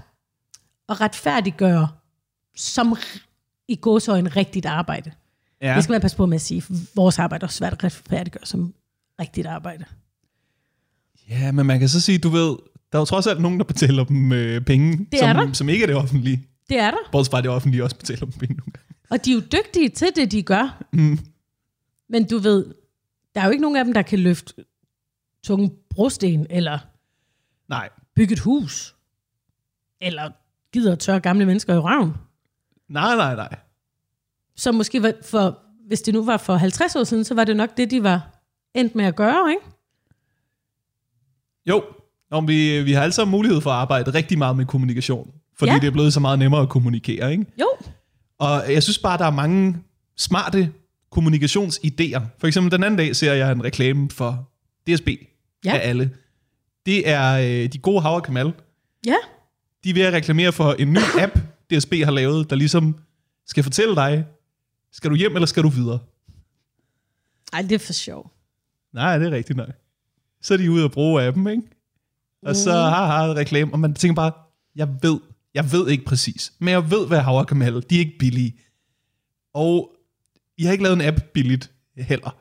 at retfærdiggøre som r- i gåsøjne rigtigt arbejde. Ja.
ja.
Det skal man passe på med at sige. for Vores arbejde er også svært at retfærdiggøre som rigtigt arbejde.
ja, men man kan så sige, du ved, der er jo trods alt nogen, der betaler dem øh, penge,
Det er der.
som, som ikke er det offentlige.
Det er der.
Bortset fra, at det offentlige også betaler dem penge nogle gange.
Og de er jo dygtige til det, de gør. Mm. Men du ved, der er jo ikke nogen af dem, der kan løfte tunge brosten, eller
Nej,
bygge et hus, eller gider at tørre gamle mennesker i røven.
nej, nej, nej.
Så måske var- for, hvis det nu var for 50 år siden, så var det nok det, de var endt med at gøre, ikke?
Jo, Nå, men vi, vi har altså mulighed for at arbejde rigtig meget med kommunikation. Fordi
Ja.
ja. det er blevet så meget nemmere at kommunikere, ikke?
Jo,
Og jeg synes bare, der er mange smarte kommunikationsidéer. For eksempel den anden dag ser jeg en reklame for DSB
Ja.
ja. af alle. Det er øh, de gode hav og kamal.
ja,
De er ved at reklamere for en ny app, DSB har lavet, der ligesom skal fortælle dig, skal du hjem eller skal du videre?
Ej, det er for sjov.
Nej, det er rigtigt nok. Så er de ude og bruge appen, ikke? Og så har har reklame, og man tænker bare, jeg ved, jeg ved ikke præcis, men jeg ved, hvad havre kan De er ikke billige. Og jeg har ikke lavet en app billigt heller.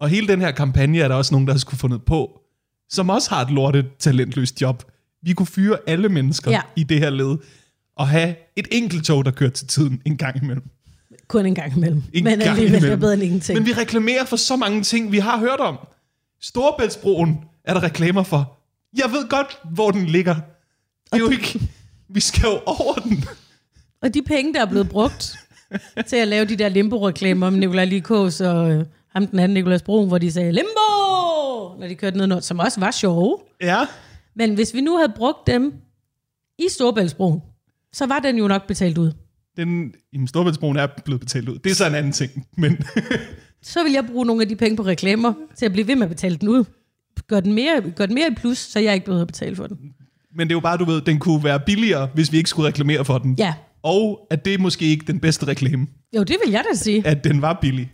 Og hele den her kampagne er der også nogen, der har skulle fundet på, som også har et lortet talentløst job. Vi kunne fyre alle mennesker
Ja.
ja. i det her led, og have et enkelt tog, der kører til tiden en gang imellem.
Kun en gang imellem.
En
men
gang
alligevel er
imellem.
bedre end ingenting.
Men vi reklamerer for så mange ting, vi har hørt om. Storebæltsbroen er der reklamer for. Jeg ved godt, hvor den ligger. Det er jo ikke... Vi skal jo over den.
Og de penge, der er blevet brugt til at lave de der limbo-reklamer om Nikolaj Likos og øh, ham den anden Nikolas Broen, hvor de sagde limbo, når de kørte ned noget, som også var sjove.
Ja.
Men hvis vi nu havde brugt dem i Storbæltsbroen, så var den jo nok betalt ud.
Den, jamen, Storebæltsbroen er blevet betalt ud. Det er så en anden ting. Men
Så vil jeg bruge nogle af de penge på reklamer til at blive ved med at betale den ud. Gør den mere, gør den mere i plus, så jeg ikke behøver at betale for den.
Men det er jo bare, du ved, den kunne være billigere, hvis vi ikke skulle reklamere for den.
Ja,
Og at det er måske ikke den bedste reklame,
jo det vil jeg da sige.
at den var billig.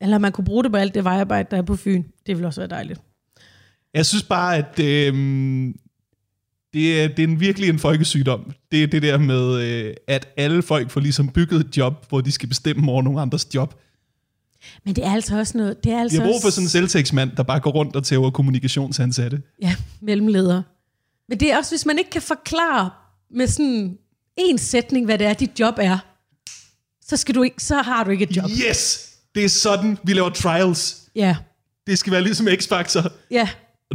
Eller man kunne bruge det på alt det vejarbejde, der er på Fyn. Det ville også være dejligt.
Jeg synes bare, at øh, det, er, det er en virkelig en folkesygdom. Det er det der med, øh, at alle folk får ligesom bygget et job, hvor de skal bestemme over nogle andres job.
Men det er altså også noget... Det er
De
altså
har brug for
også-
sådan en selvtægtsmand, der bare går rundt og tæver kommunikationsansatte.
Ja, mellemleder. Men det er også, hvis man ikke kan forklare med sådan en sætning, hvad det er, dit job er, så, skal du ikke, så har du ikke et job.
Yes! Det er sådan, vi laver trials.
Ja,
Det skal være ligesom X-Factor.
ja.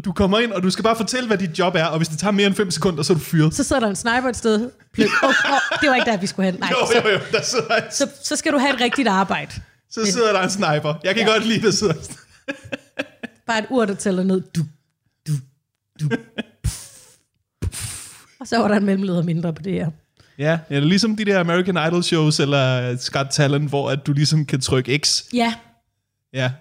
Du kommer ind, og du skal bare fortælle, hvad dit job er, og hvis det tager mere end 5 sekunder, så er du fyret.
Så sidder der en sniper et sted. Pløk. Oh, oh, det var ikke der, vi skulle hen. Nej,
Jo,
så,
jo, jo, der sidder en, så,
så, så skal du have et rigtigt arbejde.
så sidder der en sniper. Jeg kan ja. godt lide, der sidder en sniper.
Bare et ur, der tæller ned. Du, du, du. Og så var der en mellemleder mindre på det her.
Ja, ja, det er ligesom de der American Idol shows, eller Scott Talent, hvor at du ligesom kan trykke X.
Ja,
Ja,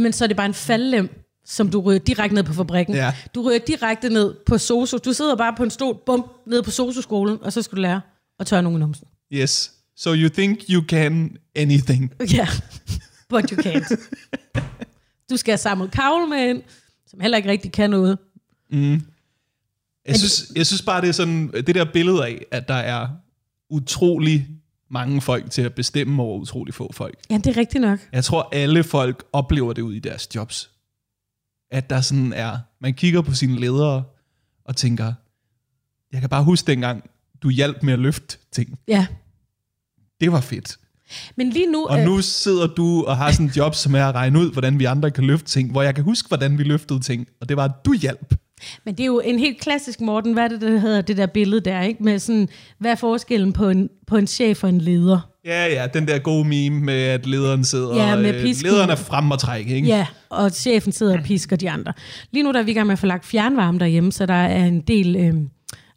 men så er det bare en faldlem, som du ryger direkte ned på fabrikken.
Ja.
Du ryger direkte ned på SOSU. Du sidder bare på en stol, bum, ned på SOSU-skolen, og så skal du lære at tørre nogen i numsen.
yes. So you think you can anything.
Ja, yeah. but you can't. Du skal have samlet kavle med ind, som heller ikke rigtig kan noget.
Jeg synes, jeg synes bare, det er sådan, det der billede af, at der er utrolig mange folk til at bestemme over utrolig få folk.
Ja, det er rigtigt nok.
Jeg tror, alle folk oplever det ud i deres jobs. At der sådan er, man kigger på sine ledere og tænker, jeg kan bare huske dengang, du hjalp med at løfte ting.
Ja.
Det var fedt.
Men lige nu...
Og nu sidder du og har sådan et job, som er at regne ud, hvordan vi andre kan løfte ting, hvor jeg kan huske, hvordan vi løftede ting, og det var, at du hjalp.
Men det er jo en helt klassisk, Morten, hvad er det, der hedder det der billede der, ikke? Med sådan, hvad er forskellen på en, på en chef og en leder?
Ja, ja, den der gode meme med, at lederen sidder,
Ja, med
øh,
pisken.
lederen er frem og træk, ikke?
Ja, og chefen sidder og pisker de andre. Lige nu der er vi i gang med at få lagt fjernvarme derhjemme, så der er en del øh,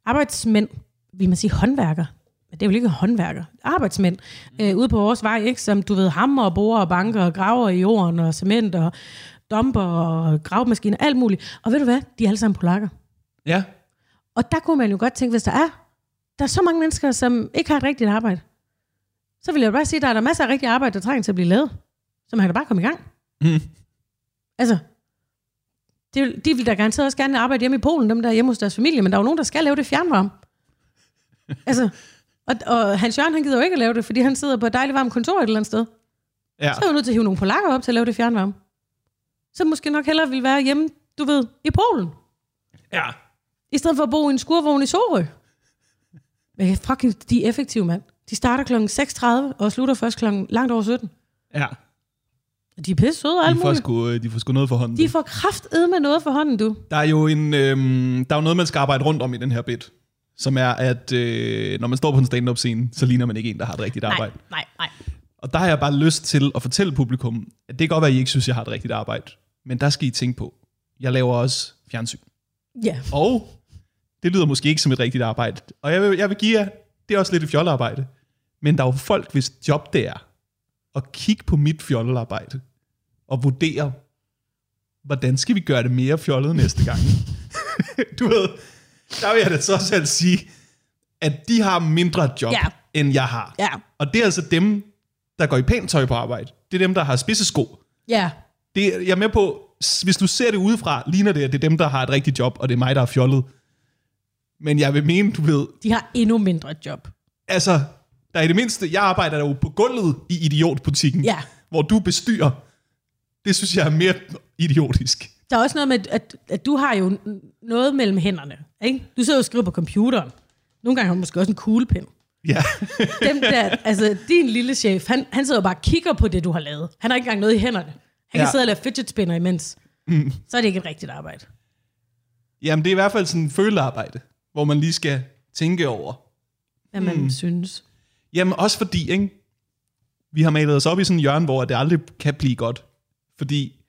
arbejdsmænd, vil man sige håndværker, men det er jo ikke håndværker, arbejdsmænd, øh, ude på vores vej, ikke? som du ved, hammer og borer og banker og graver i jorden og cement og dumper og gravemaskiner, alt muligt. Og ved du hvad? De er alle sammen polakker.
ja.
Og der kunne man jo godt tænke, hvis der er, der er så mange mennesker, som ikke har et rigtigt arbejde, så vil jeg bare sige, at der er der masser af rigtigt arbejde, der trænger til at blive lavet. Så man kan da bare komme i gang.
Mm.
Altså, det, er jo- de vil da garanteret også gerne arbejde hjemme i Polen, dem der er hjemme hos deres familie, men der er jo nogen, der skal lave det fjernvarme. altså, og, og Hans Jørgen, han gider jo ikke at lave det, fordi han sidder på et dejligt varmt kontor et eller andet sted.
ja.
Så er vi nødt til at hive nogle polakker op til at lave det fjernvarme. Så måske nok hellere vil være hjemme, du ved, i Polen.
ja.
I stedet for at bo i en skurvogn i Sorø. Men jeg- fucking, de er effektive, mand. De starter kl. 6.30 og slutter først klokken langt over 17.
ja.
De er pisse søde og alt
De får,
muligt.
sgu, øh, de får sgu noget for hånden.
De får kraftedme med noget for hånden, du.
Der er jo en, øhm, der er jo noget, man skal arbejde rundt om i den her bit, som er, at øh, når man står på en stand-up scene, så ligner man ikke en, der har et rigtigt arbejde.
Nej, nej, nej.
Og der har jeg bare lyst til at fortælle publikum, at det kan godt være, at I ikke synes, jeg har et rigtigt arbejde, men der skal I tænke på, jeg laver også fjernsyn.
Ja.
Og det lyder måske ikke som et rigtigt arbejde. Og jeg vil, jeg vil give jer, det er også lidt et fjollearbejde, men der er jo folk, hvis job det er at kigge på mit fjollearbejde og vurdere, hvordan skal vi gøre det mere fjollet næste gang? du ved, der vil jeg da så selv sige, at de har mindre job,
Ja.
end jeg har.
Ja.
Og det er altså dem, der går i pænt tøj på arbejde. Det er dem, der har spidse sko.
Ja.
Det, jeg er med på, s- hvis du ser det udefra, ligner det, at det er dem, der har et rigtigt job, og det er mig, der er fjollet. Men jeg vil mene, du ved,
De har endnu mindre et job.
altså, der er i det mindste, jeg arbejder jo på gulvet i idiotbutikken,
Ja.
hvor du bestyrer. Det synes jeg er mere idiotisk.
Der er også noget med, at, at du har jo n- noget mellem hænderne. Ikke? Du sidder jo og skriver på computeren. Nogle gange har du måske også en kuglepen.
Ja,
Dem der, altså din lille chef, han, han sidder jo bare og kigger på det, du har lavet. Han har ikke engang noget i hænderne. Han ja. kan
Ja.
sidde og lave fidget spinner imens. Mm. Så er det ikke et rigtigt arbejde.
Jamen, det er i hvert fald sådan en følearbejde, hvor man lige skal tænke over.
Hvad man mm. synes.
Jamen, også fordi, ikke? Vi har malet os op i sådan en hjørne, hvor det aldrig kan blive godt. Fordi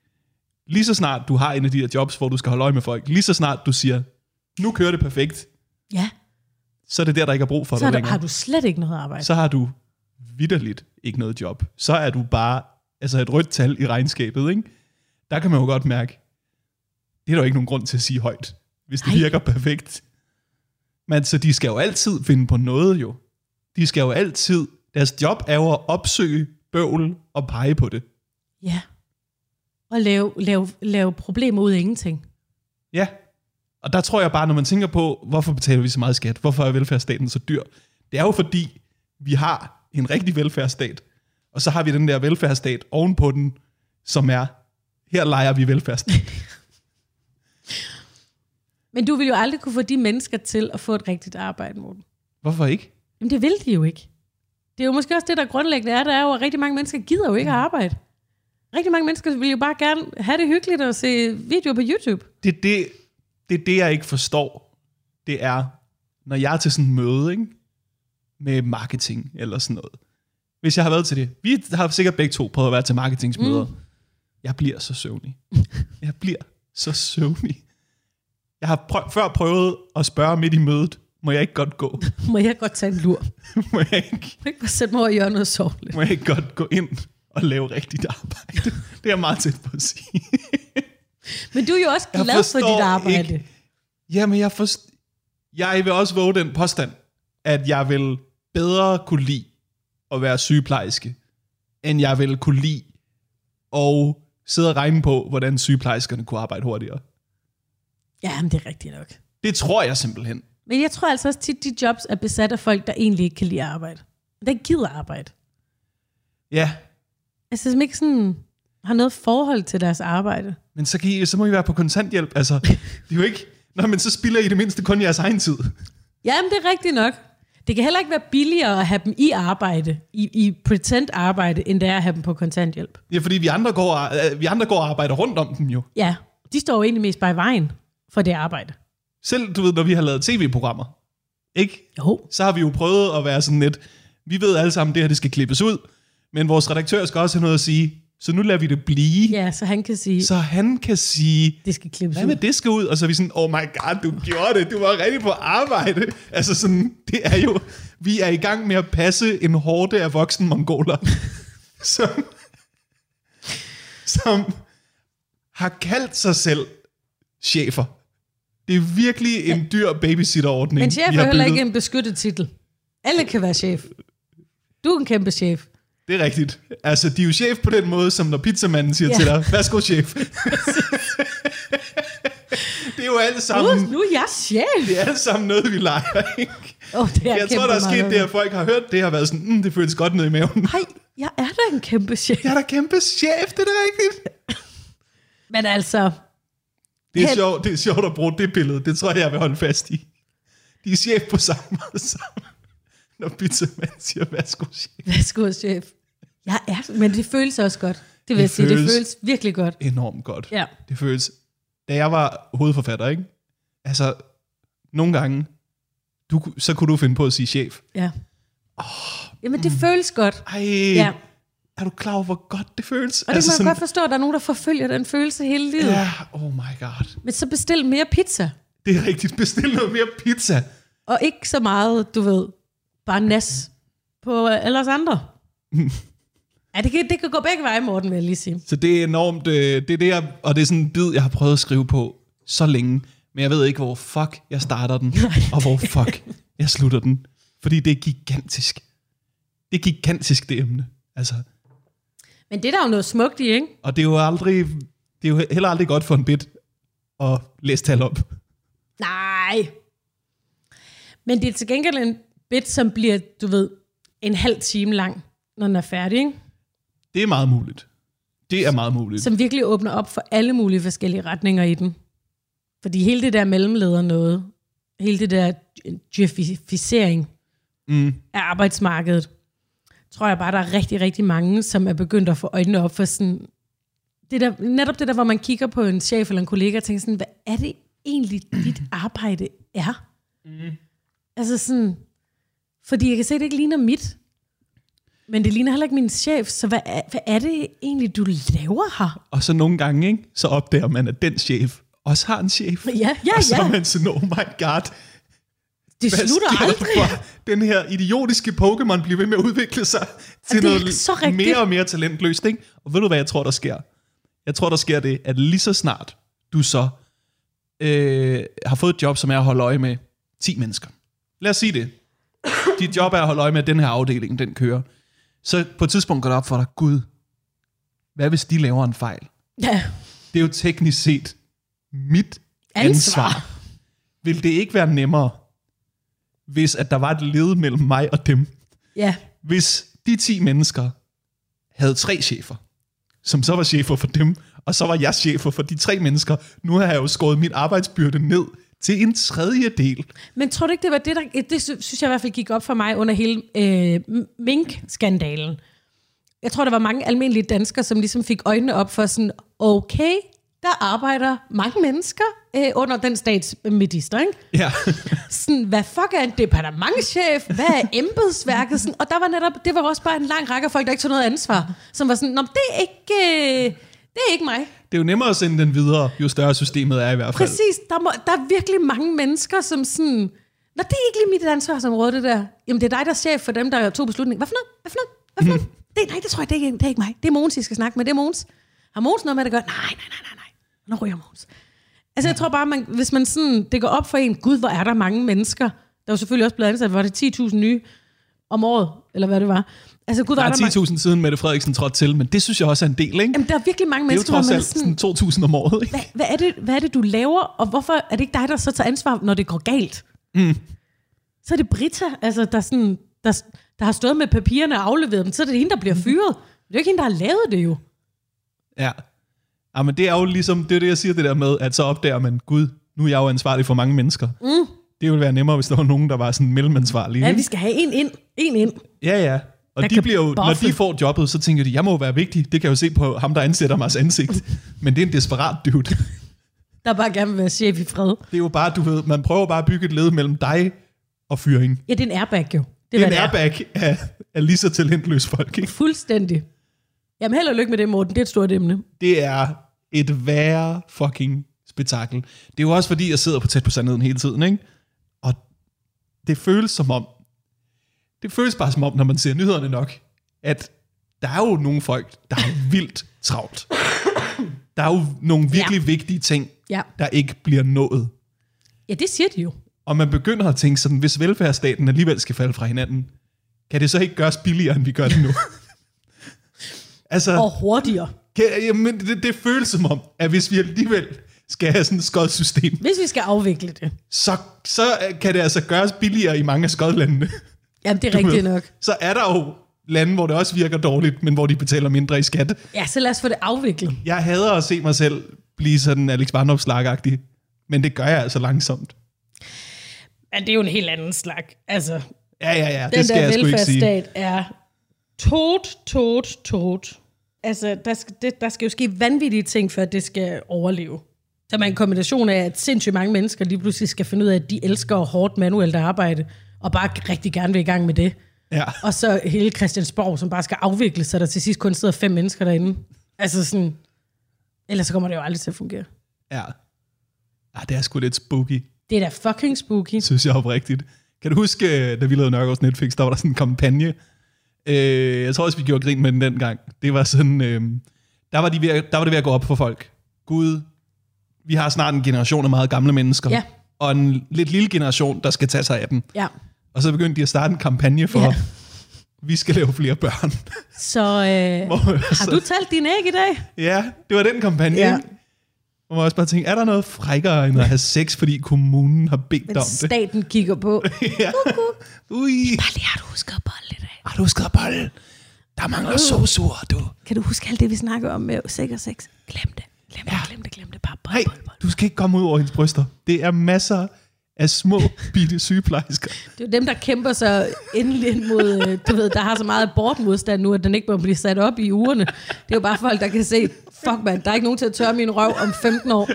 lige så snart du har en af de der jobs, hvor du skal holde øje med folk, lige så snart du siger, nu kører det perfekt,
Ja,
så er det der, der ikke er brug for
så er
dig
der,
længere.
har du slet ikke noget arbejde.
Så har du vidderligt ikke noget job. Så er du bare altså et rødt tal i regnskabet, ikke? Der kan man jo godt mærke, det er der jo ikke nogen grund til at sige højt, hvis det
Nej.
virker perfekt. Men så de skal jo altid finde på noget jo. De skal jo altid, deres job er jo at opsøge bøvl og pege på det.
Ja. Og lave, lave, lave problemer ud af ingenting.
Ja. Og der tror jeg bare, når man tænker på, hvorfor betaler vi så meget skat? Hvorfor er velfærdsstaten så dyr? Det er jo fordi, vi har en rigtig velfærdsstat, og så har vi den der velfærdsstat ovenpå den, som er, her leger vi velfærdsstat.
Men du vil jo aldrig kunne få de mennesker til at få et rigtigt arbejde, Morten.
hvorfor ikke?
Jamen det vil de jo ikke. Det er jo måske også det, der grundlæggende er, der er jo, at rigtig mange mennesker gider jo ikke at arbejde. Rigtig mange mennesker vil jo bare gerne have det hyggeligt og se videoer på YouTube.
Det er det, det, er det jeg ikke forstår. Det er, når jeg er til sådan en møde ikke? med marketing eller sådan noget. Hvis jeg har været til det. Vi har sikkert begge to prøvet at være til marketingsmøder. Mm. Jeg bliver så søvnig. Jeg bliver så søvnig. Jeg har prø- før prøvet at spørge midt i mødet, må jeg ikke godt gå?
Må jeg godt tage en lur? Må
må, jeg ikke,
jeg ikke bare sætte mig over i hjørnet og sove lidt?
må jeg ikke godt gå ind og lave rigtigt arbejde? Det er jeg meget tæt på at sige.
Men du er jo også
Jeg
glad for dit
forstår
arbejde.
ikke. Jamen, jeg, forst- jeg vil også våge den påstand, at jeg vil bedre kunne lide at være sygeplejerske, end jeg vil kunne lide at sidde og regne på, hvordan sygeplejerskerne kunne arbejde hurtigere.
Ja, men det er rigtigt nok.
Det tror jeg simpelthen.
Men jeg tror altså også tit, de jobs er besat af folk, der egentlig ikke kan lide at arbejde. Der ikke gider arbejde.
Ja,
Altså, som ikke sådan har noget forhold til deres arbejde.
men så, kan I, så må I være på kontanthjælp. Altså, det er jo ikke... Nå, men så spilder I det mindste kun jeres egen tid.
Jamen, det er rigtigt nok. Det kan heller ikke være billigere at have dem i arbejde, i, i pretend arbejde, end det er at have dem på kontanthjælp.
Ja, fordi vi andre går, og- øh, vi andre går og arbejder rundt om dem jo.
Ja, de står jo egentlig mest bare i vejen for det arbejde.
Selv, du ved, når vi har lavet tv-programmer, ikke?
Jo.
så har vi jo prøvet at være sådan lidt, vi ved alle sammen, det her det skal klippes ud, men vores redaktør skal også have noget at sige, så nu lader vi det blive,
Ja, så han kan sige, så.
så han kan sige,
det skal klippes
hvad med
ud.
det skal ud? Og så er vi sådan, oh my god, du gjorde det, du var rigtig på arbejde. Altså sådan, det er jo, vi er i gang med at passe en hårde af voksne mongoler, som, som har kaldt sig selv chefer. Det er virkelig en dyr babysitterordning.
Men chef
vi
er
har
heller
bygget.
ikke en beskyttet titel. Alle kan være chef. Du er en kæmpe chef.
Det er rigtigt. Altså, de er jo chef på den måde, som når pizzamanden siger
Ja.
til dig, værsgo chef. det er jo alle
Uh,
sammen,
nu er jeg chef.
det er alle sammen noget, vi leger, ikke?
Åh, oh, det er
Jeg tror, der er sket det, at folk har hørt det, har været sådan, mm, det føles godt ned i maven.
Nej, jeg er da en kæmpe chef.
Jeg er da kæmpe chef, det er da rigtigt.
Men altså,
Det er,
Held-
sjovt, det er sjovt at bruge det billede, det tror jeg, jeg vil holde fast i. De er chef på samme måde sammen, når pizzamanden siger, værsgo chef.
værsgo chef. Jeg er, men det føles også godt. Det vil
Det
jeg sige, det
føles-
føles virkelig godt.
Enormt godt.
Ja.
Det føles, da jeg var hovedforfatter, ikke? Altså, nogle gange, du, ku- så kunne du finde på at sige chef.
Ja. Oh, Jamen, det mm. føles godt.
Ej,
Ja.
ja. er du klar over, hvor godt det føles?
Og det altså, kan man sådan... godt forstå, at der er nogen, der forfølger den følelse hele livet. Ja.
Ja, oh my god.
Men så bestil mere pizza.
Det er rigtigt. Bestil noget mere pizza.
Og ikke så meget, du ved, bare nas på øh, alle os andre. ja, det kan, det kan gå begge veje, Morten, vil jeg lige sige.
Så det er enormt, øh, det er det, jeg, og det er sådan en bid, jeg har prøvet at skrive på så længe. Men jeg ved ikke, hvor fuck jeg starter den, og hvor fuck jeg slutter den. Fordi det er gigantisk. Det er gigantisk, det emne. Altså,
Men det er der jo noget smukt i, ikke?
Og det er jo aldrig, det er jo heller aldrig godt for en bit at læse tal op.
Nej. Men det er til gengæld en bit, som bliver, du ved, en halv time lang, når den er færdig, ikke?
Det er meget muligt. Det er meget muligt.
som virkelig åbner op for alle mulige forskellige retninger i den. Fordi hele det der mellemleder noget, hele det der jefficering
Mm.
af arbejdsmarkedet, tror jeg bare, der er rigtig, rigtig mange, som er begyndt at få øjnene op for sådan, det der, netop det der, hvor man kigger på en chef eller en kollega og tænker sådan, hvad er det egentlig, dit arbejde er? Mm. Altså sådan, fordi jeg kan se, at det ikke ligner mit, men det ligner heller ikke min chef, så hvad er, hvad er det egentlig, du laver her?
Og så nogle gange, ikke, så opdager man, at den chef også har en chef.
Ja, ja,
Og så
ja.
er man sådan, oh my god.
Det
Hvad
slutter
sker der
aldrig.
for? Den her idiotiske Pokémon bliver ved med at udvikle sig til
det er
noget
så rigtigt.
mere og mere talentløst. Ikke? Og ved du, hvad jeg tror, der sker? Jeg tror, der sker det, at lige så snart du så øh, har fået et job, som er at holde øje med 10 mennesker. Lad os sige det. Dit job er at holde øje med, at den her afdeling, den kører. Så på et tidspunkt går det op for dig, Gud, hvad hvis de laver en fejl?
Ja,
Det er jo teknisk set mit ansvar.
Ansvar.
ansvar. Vil det ikke være nemmere, hvis at der var et led mellem mig og dem?
ja.
Hvis de 10 mennesker havde tre chefer, som så var chefer for dem, og så var jeg chefer for de tre mennesker. Nu har jeg jo skåret min arbejdsbyrde ned til en tredjedel.
Men tror du ikke, det var det, der... Det sy- synes jeg i hvert fald gik op for mig under hele øh, m- mink-skandalen. Jeg tror, der var mange almindelige danskere, som ligesom fik øjnene op for sådan, okay, der arbejder mange mennesker øh, under den statsminister, ikke?
Ja.
Sådan, hvad fuck er en departementchef? Hvad er embedsværket? Sådan, og der var netop, det var også bare en lang række af folk, der ikke tog noget ansvar, som var sådan, Nå, men det er ikke, øh, det er ikke mig.
Det er jo nemmere at sende den videre, jo større systemet er i hvert fald.
Præcis, der, må, der er virkelig mange mennesker, som sådan, når det er ikke lige mit ansvarsområde, det der. Jamen, det er dig, der er chef for dem, der tog beslutningen. Hvad for noget? Hvad for noget? Hvad for noget? Det, nej, det tror jeg, det er, ikke, det er ikke mig. Det er Mogens, I skal snakke med. Det er Mogens. Har Mogens noget med det at gøre? Nej, nej, nej, nej, nej. Nu ryger Mogens. Altså, jeg tror bare, man, hvis man sådan, det går op for en, gud, hvor er der mange mennesker. Der er jo selvfølgelig også blevet ansat, var det 10.000 nye om året, eller hvad det var. Altså, gud,
Der
der, der, er, der,
er 10.000 siden Mette Frederiksen trådte til, men det synes jeg også er en del, ikke?
jamen, der er virkelig mange
det er jo
mennesker, hvor
trods
man er
alt
sådan,
sådan 2.000 om året, ikke?
hvad, hvad, er det, hvad er det, du laver, og hvorfor er det ikke dig, der så tager ansvar, når det går galt? Mm. Så er det Britta, altså, der, sådan, der, der har stået med papirerne og afleveret dem, så er det hende, der
Mm.
bliver fyret. Det er jo ikke hende, der har lavet det jo.
Ja. ja. men det er jo ligesom, det er det, jeg siger det der med, at så opdager man, gud, nu er jeg jo ansvarlig for mange mennesker. Mm. Det ville være nemmere, hvis der var nogen, der var sådan mellemansvarlige.
Ja,
ikke?
vi skal have en ind, en ind.
Ja, ja. Og
Der
de
kan
bliver jo, når
boffe.
de får jobbet, så tænker de, jeg må jo være vigtig. Det kan jeg jo se på ham, der ansætter mig ansigt. Men det er en desperat dude. Det
der bare gerne vil være chef i fred.
er jo bare, du ved, man prøver bare at bygge et led mellem dig og fyring.
Ja, det er en airbag jo.
Det er
hvad
en airbag af, af lige så talentløse folk, ikke?
Fuldstændig. Jamen held og lykke med det, Morten. Det er et stort emne.
Det er et værre fucking spektakel. Det er jo også fordi, jeg sidder på tæt på sandheden hele tiden, ikke? Og det føles som om, det føles bare som om, når man ser nyhederne nok, at der er jo nogle folk, der er vildt travlt. Der er jo nogle virkelig ja. vigtige ting,
Ja.
der ikke bliver nået.
Ja, det siger de jo.
Og man begynder at tænke sådan, hvis velfærdsstaten alligevel skal falde fra hinanden, kan det så ikke gøres billigere, end vi gør det nu? altså,
Og hurtigere.
kan, jamen, det, det føles som om, at hvis vi alligevel skal have sådan et skodsystem,
Hvis vi skal afvikle det.
så, så øh, kan det altså gøres billigere i mange af skodlandene.
Jamen, det er rigtigt nok.
Så er der jo lande, hvor det også virker dårligt, men hvor de betaler mindre i skat.
Ja, så lad os få det afviklet.
Jeg hader at se mig selv blive sådan Alex varnop slagagtig men det gør jeg altså langsomt.
Ja, det er jo en helt anden slag. Altså,
Ja, ja, ja,
den
det skal
der
jeg sgu ikke sige.
velfærdsstat er tot, tot, tot. Altså, der skal, det, der skal jo ske vanvittige ting, før det skal overleve. Så man en kombination af, at sindssygt mange mennesker lige pludselig skal finde ud af, at de elsker hårdt manuelt arbejde, og bare rigtig gerne vil i gang med det.
Ja.
Og så hele Christiansborg, som bare skal afvikle sig, der til sidst kun sidder fem mennesker derinde. Altså sådan, ellers så kommer det jo aldrig til at fungere.
Ja. Ja, det er sgu lidt spooky,
Det er da fucking spooky.
synes jeg oprigtigt. Kan du huske, øh, da vi lavede Nørgaards Netflix, der var der sådan en kampagne. Øh, jeg tror også, vi gjorde grin med den dengang. Det var sådan, øh, der, var de ved, at- der var det ved at gå op for folk. Gud, vi har snart en generation af meget gamle mennesker.
Ja.
Og en lidt lille generation, der skal tage sig af dem.
Ja.
Og så begyndte de at starte en kampagne for,
Ja.
ja. vi skal lave flere børn.
Så øh,
Hvor-
har du talt dine æg i dag?
ja, det var den kampagne.
Ja.
Ja. Hvor man også bare tænkte, er der noget frækkere end at have sex, fordi kommunen har bedt
Men
om det?
staten kigger på.
Ja. Ui.
Det har du husket at bolle i dag.
Har Ah, du skrevet bold? Der mangler sosuer, du.
Kan du huske alt det, vi snakker om med sikker sex? Glem det. Glem det, glem det, glem det. Bare bold,
Nej,
bold, bold.
du skal ikke komme ud over hendes bryster. Det er masser af små, bitte sygeplejersker.
Det er jo dem, der kæmper sig endelig ind mod, øh, du ved, der har så meget abortmodstand nu, at den ikke må blive sat op i ugerne. Det er jo bare folk, der kan se, fuck mand, der er ikke nogen til at tørre min røv om 15 år.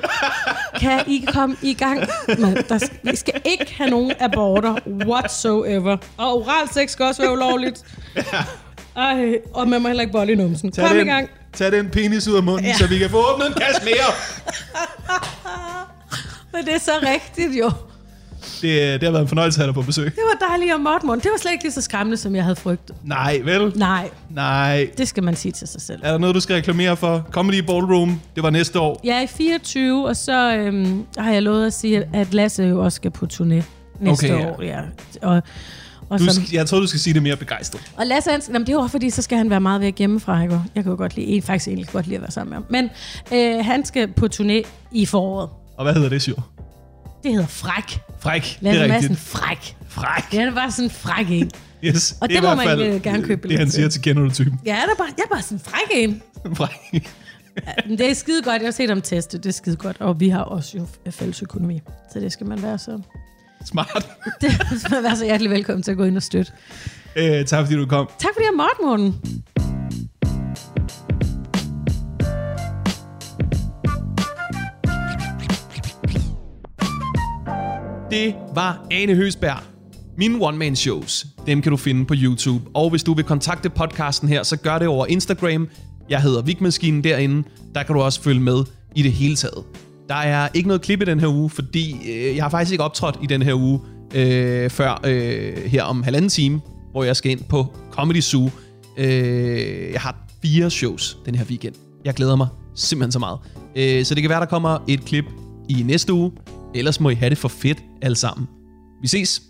Kan I komme i gang? Man, der skal, vi skal ikke have nogen aborter whatsoever. Og oral sex skal også være ulovligt. Ej, og man må heller ikke bolle i numsen. Kom i
den,
gang.
tag den penis ud af munden,
Ja.
ja. så vi kan få åbnet en kasse mere.
Men det er så rigtigt jo.
Det, det har været en fornøjelse at have dig på besøg.
Det var dejligt om Morten. Det var slet ikke lige så skræmmende, som jeg havde frygtet.
Nej, vel?
Nej,
Nej.
det skal man sige til sig selv.
Er der noget, du skal reklamere for? Comedy Ballroom, det var næste år.
Jeg er i 24, og så øhm, har jeg lovet at sige, at Lasse jo også skal på turné næste
Okay,
okay,
ja.
år. Ja. Og, og,
Du
som,
skal, jeg tror, du skal sige det mere begejstret.
og Lasse, han, jamen, det er jo også fordi, så skal han være meget væk hjemmefra. Ikke? Og Jeg kan jo godt lide, faktisk egentlig godt lide at være sammen med ham. Men øh, han skal på turné i foråret.
Og hvad hedder det, Sjur?
Det hedder Fræk.
Fræk, det
Lasse
er
Madsen
rigtigt.
Fræk.
Fræk.
Ja, det var sådan en fræk en.
Yes,
Og
er
det
i
må
hvert
man,
fald,
øh, gerne købe
Det,
billet
han
til.
siger til kender du typen.
Ja, der er bare, jeg er bare sådan en fræk en.
Fræk.
Men det er skide godt. Jeg har set ham teste. Det er skide godt. Og vi har også jo fælles økonomi. Så det skal man være så.
Smart.
Det skal man være så hjertelig velkommen til at gå ind og støtte.
Øh, tak fordi du kom.
Tak fordi jeg måtte, Morten.
Det var Ane Høsberg. Mine one-man-shows, dem kan du finde på YouTube. Og hvis du vil kontakte podcasten her, så gør det over Instagram. Jeg hedder Vigmaskinen derinde. Der kan du også følge med i det hele taget. Der er ikke noget klip i den her uge, fordi øh, jeg har faktisk ikke optrådt i den her uge øh, før øh, her om halvanden time, hvor jeg skal ind på Comedy Zoo. Øh, jeg har fire shows den her weekend. Jeg glæder mig simpelthen så meget. Øh, så det kan være, der kommer et klip i næste uge. Ellers må I have det for fedt alle sammen. Vi ses!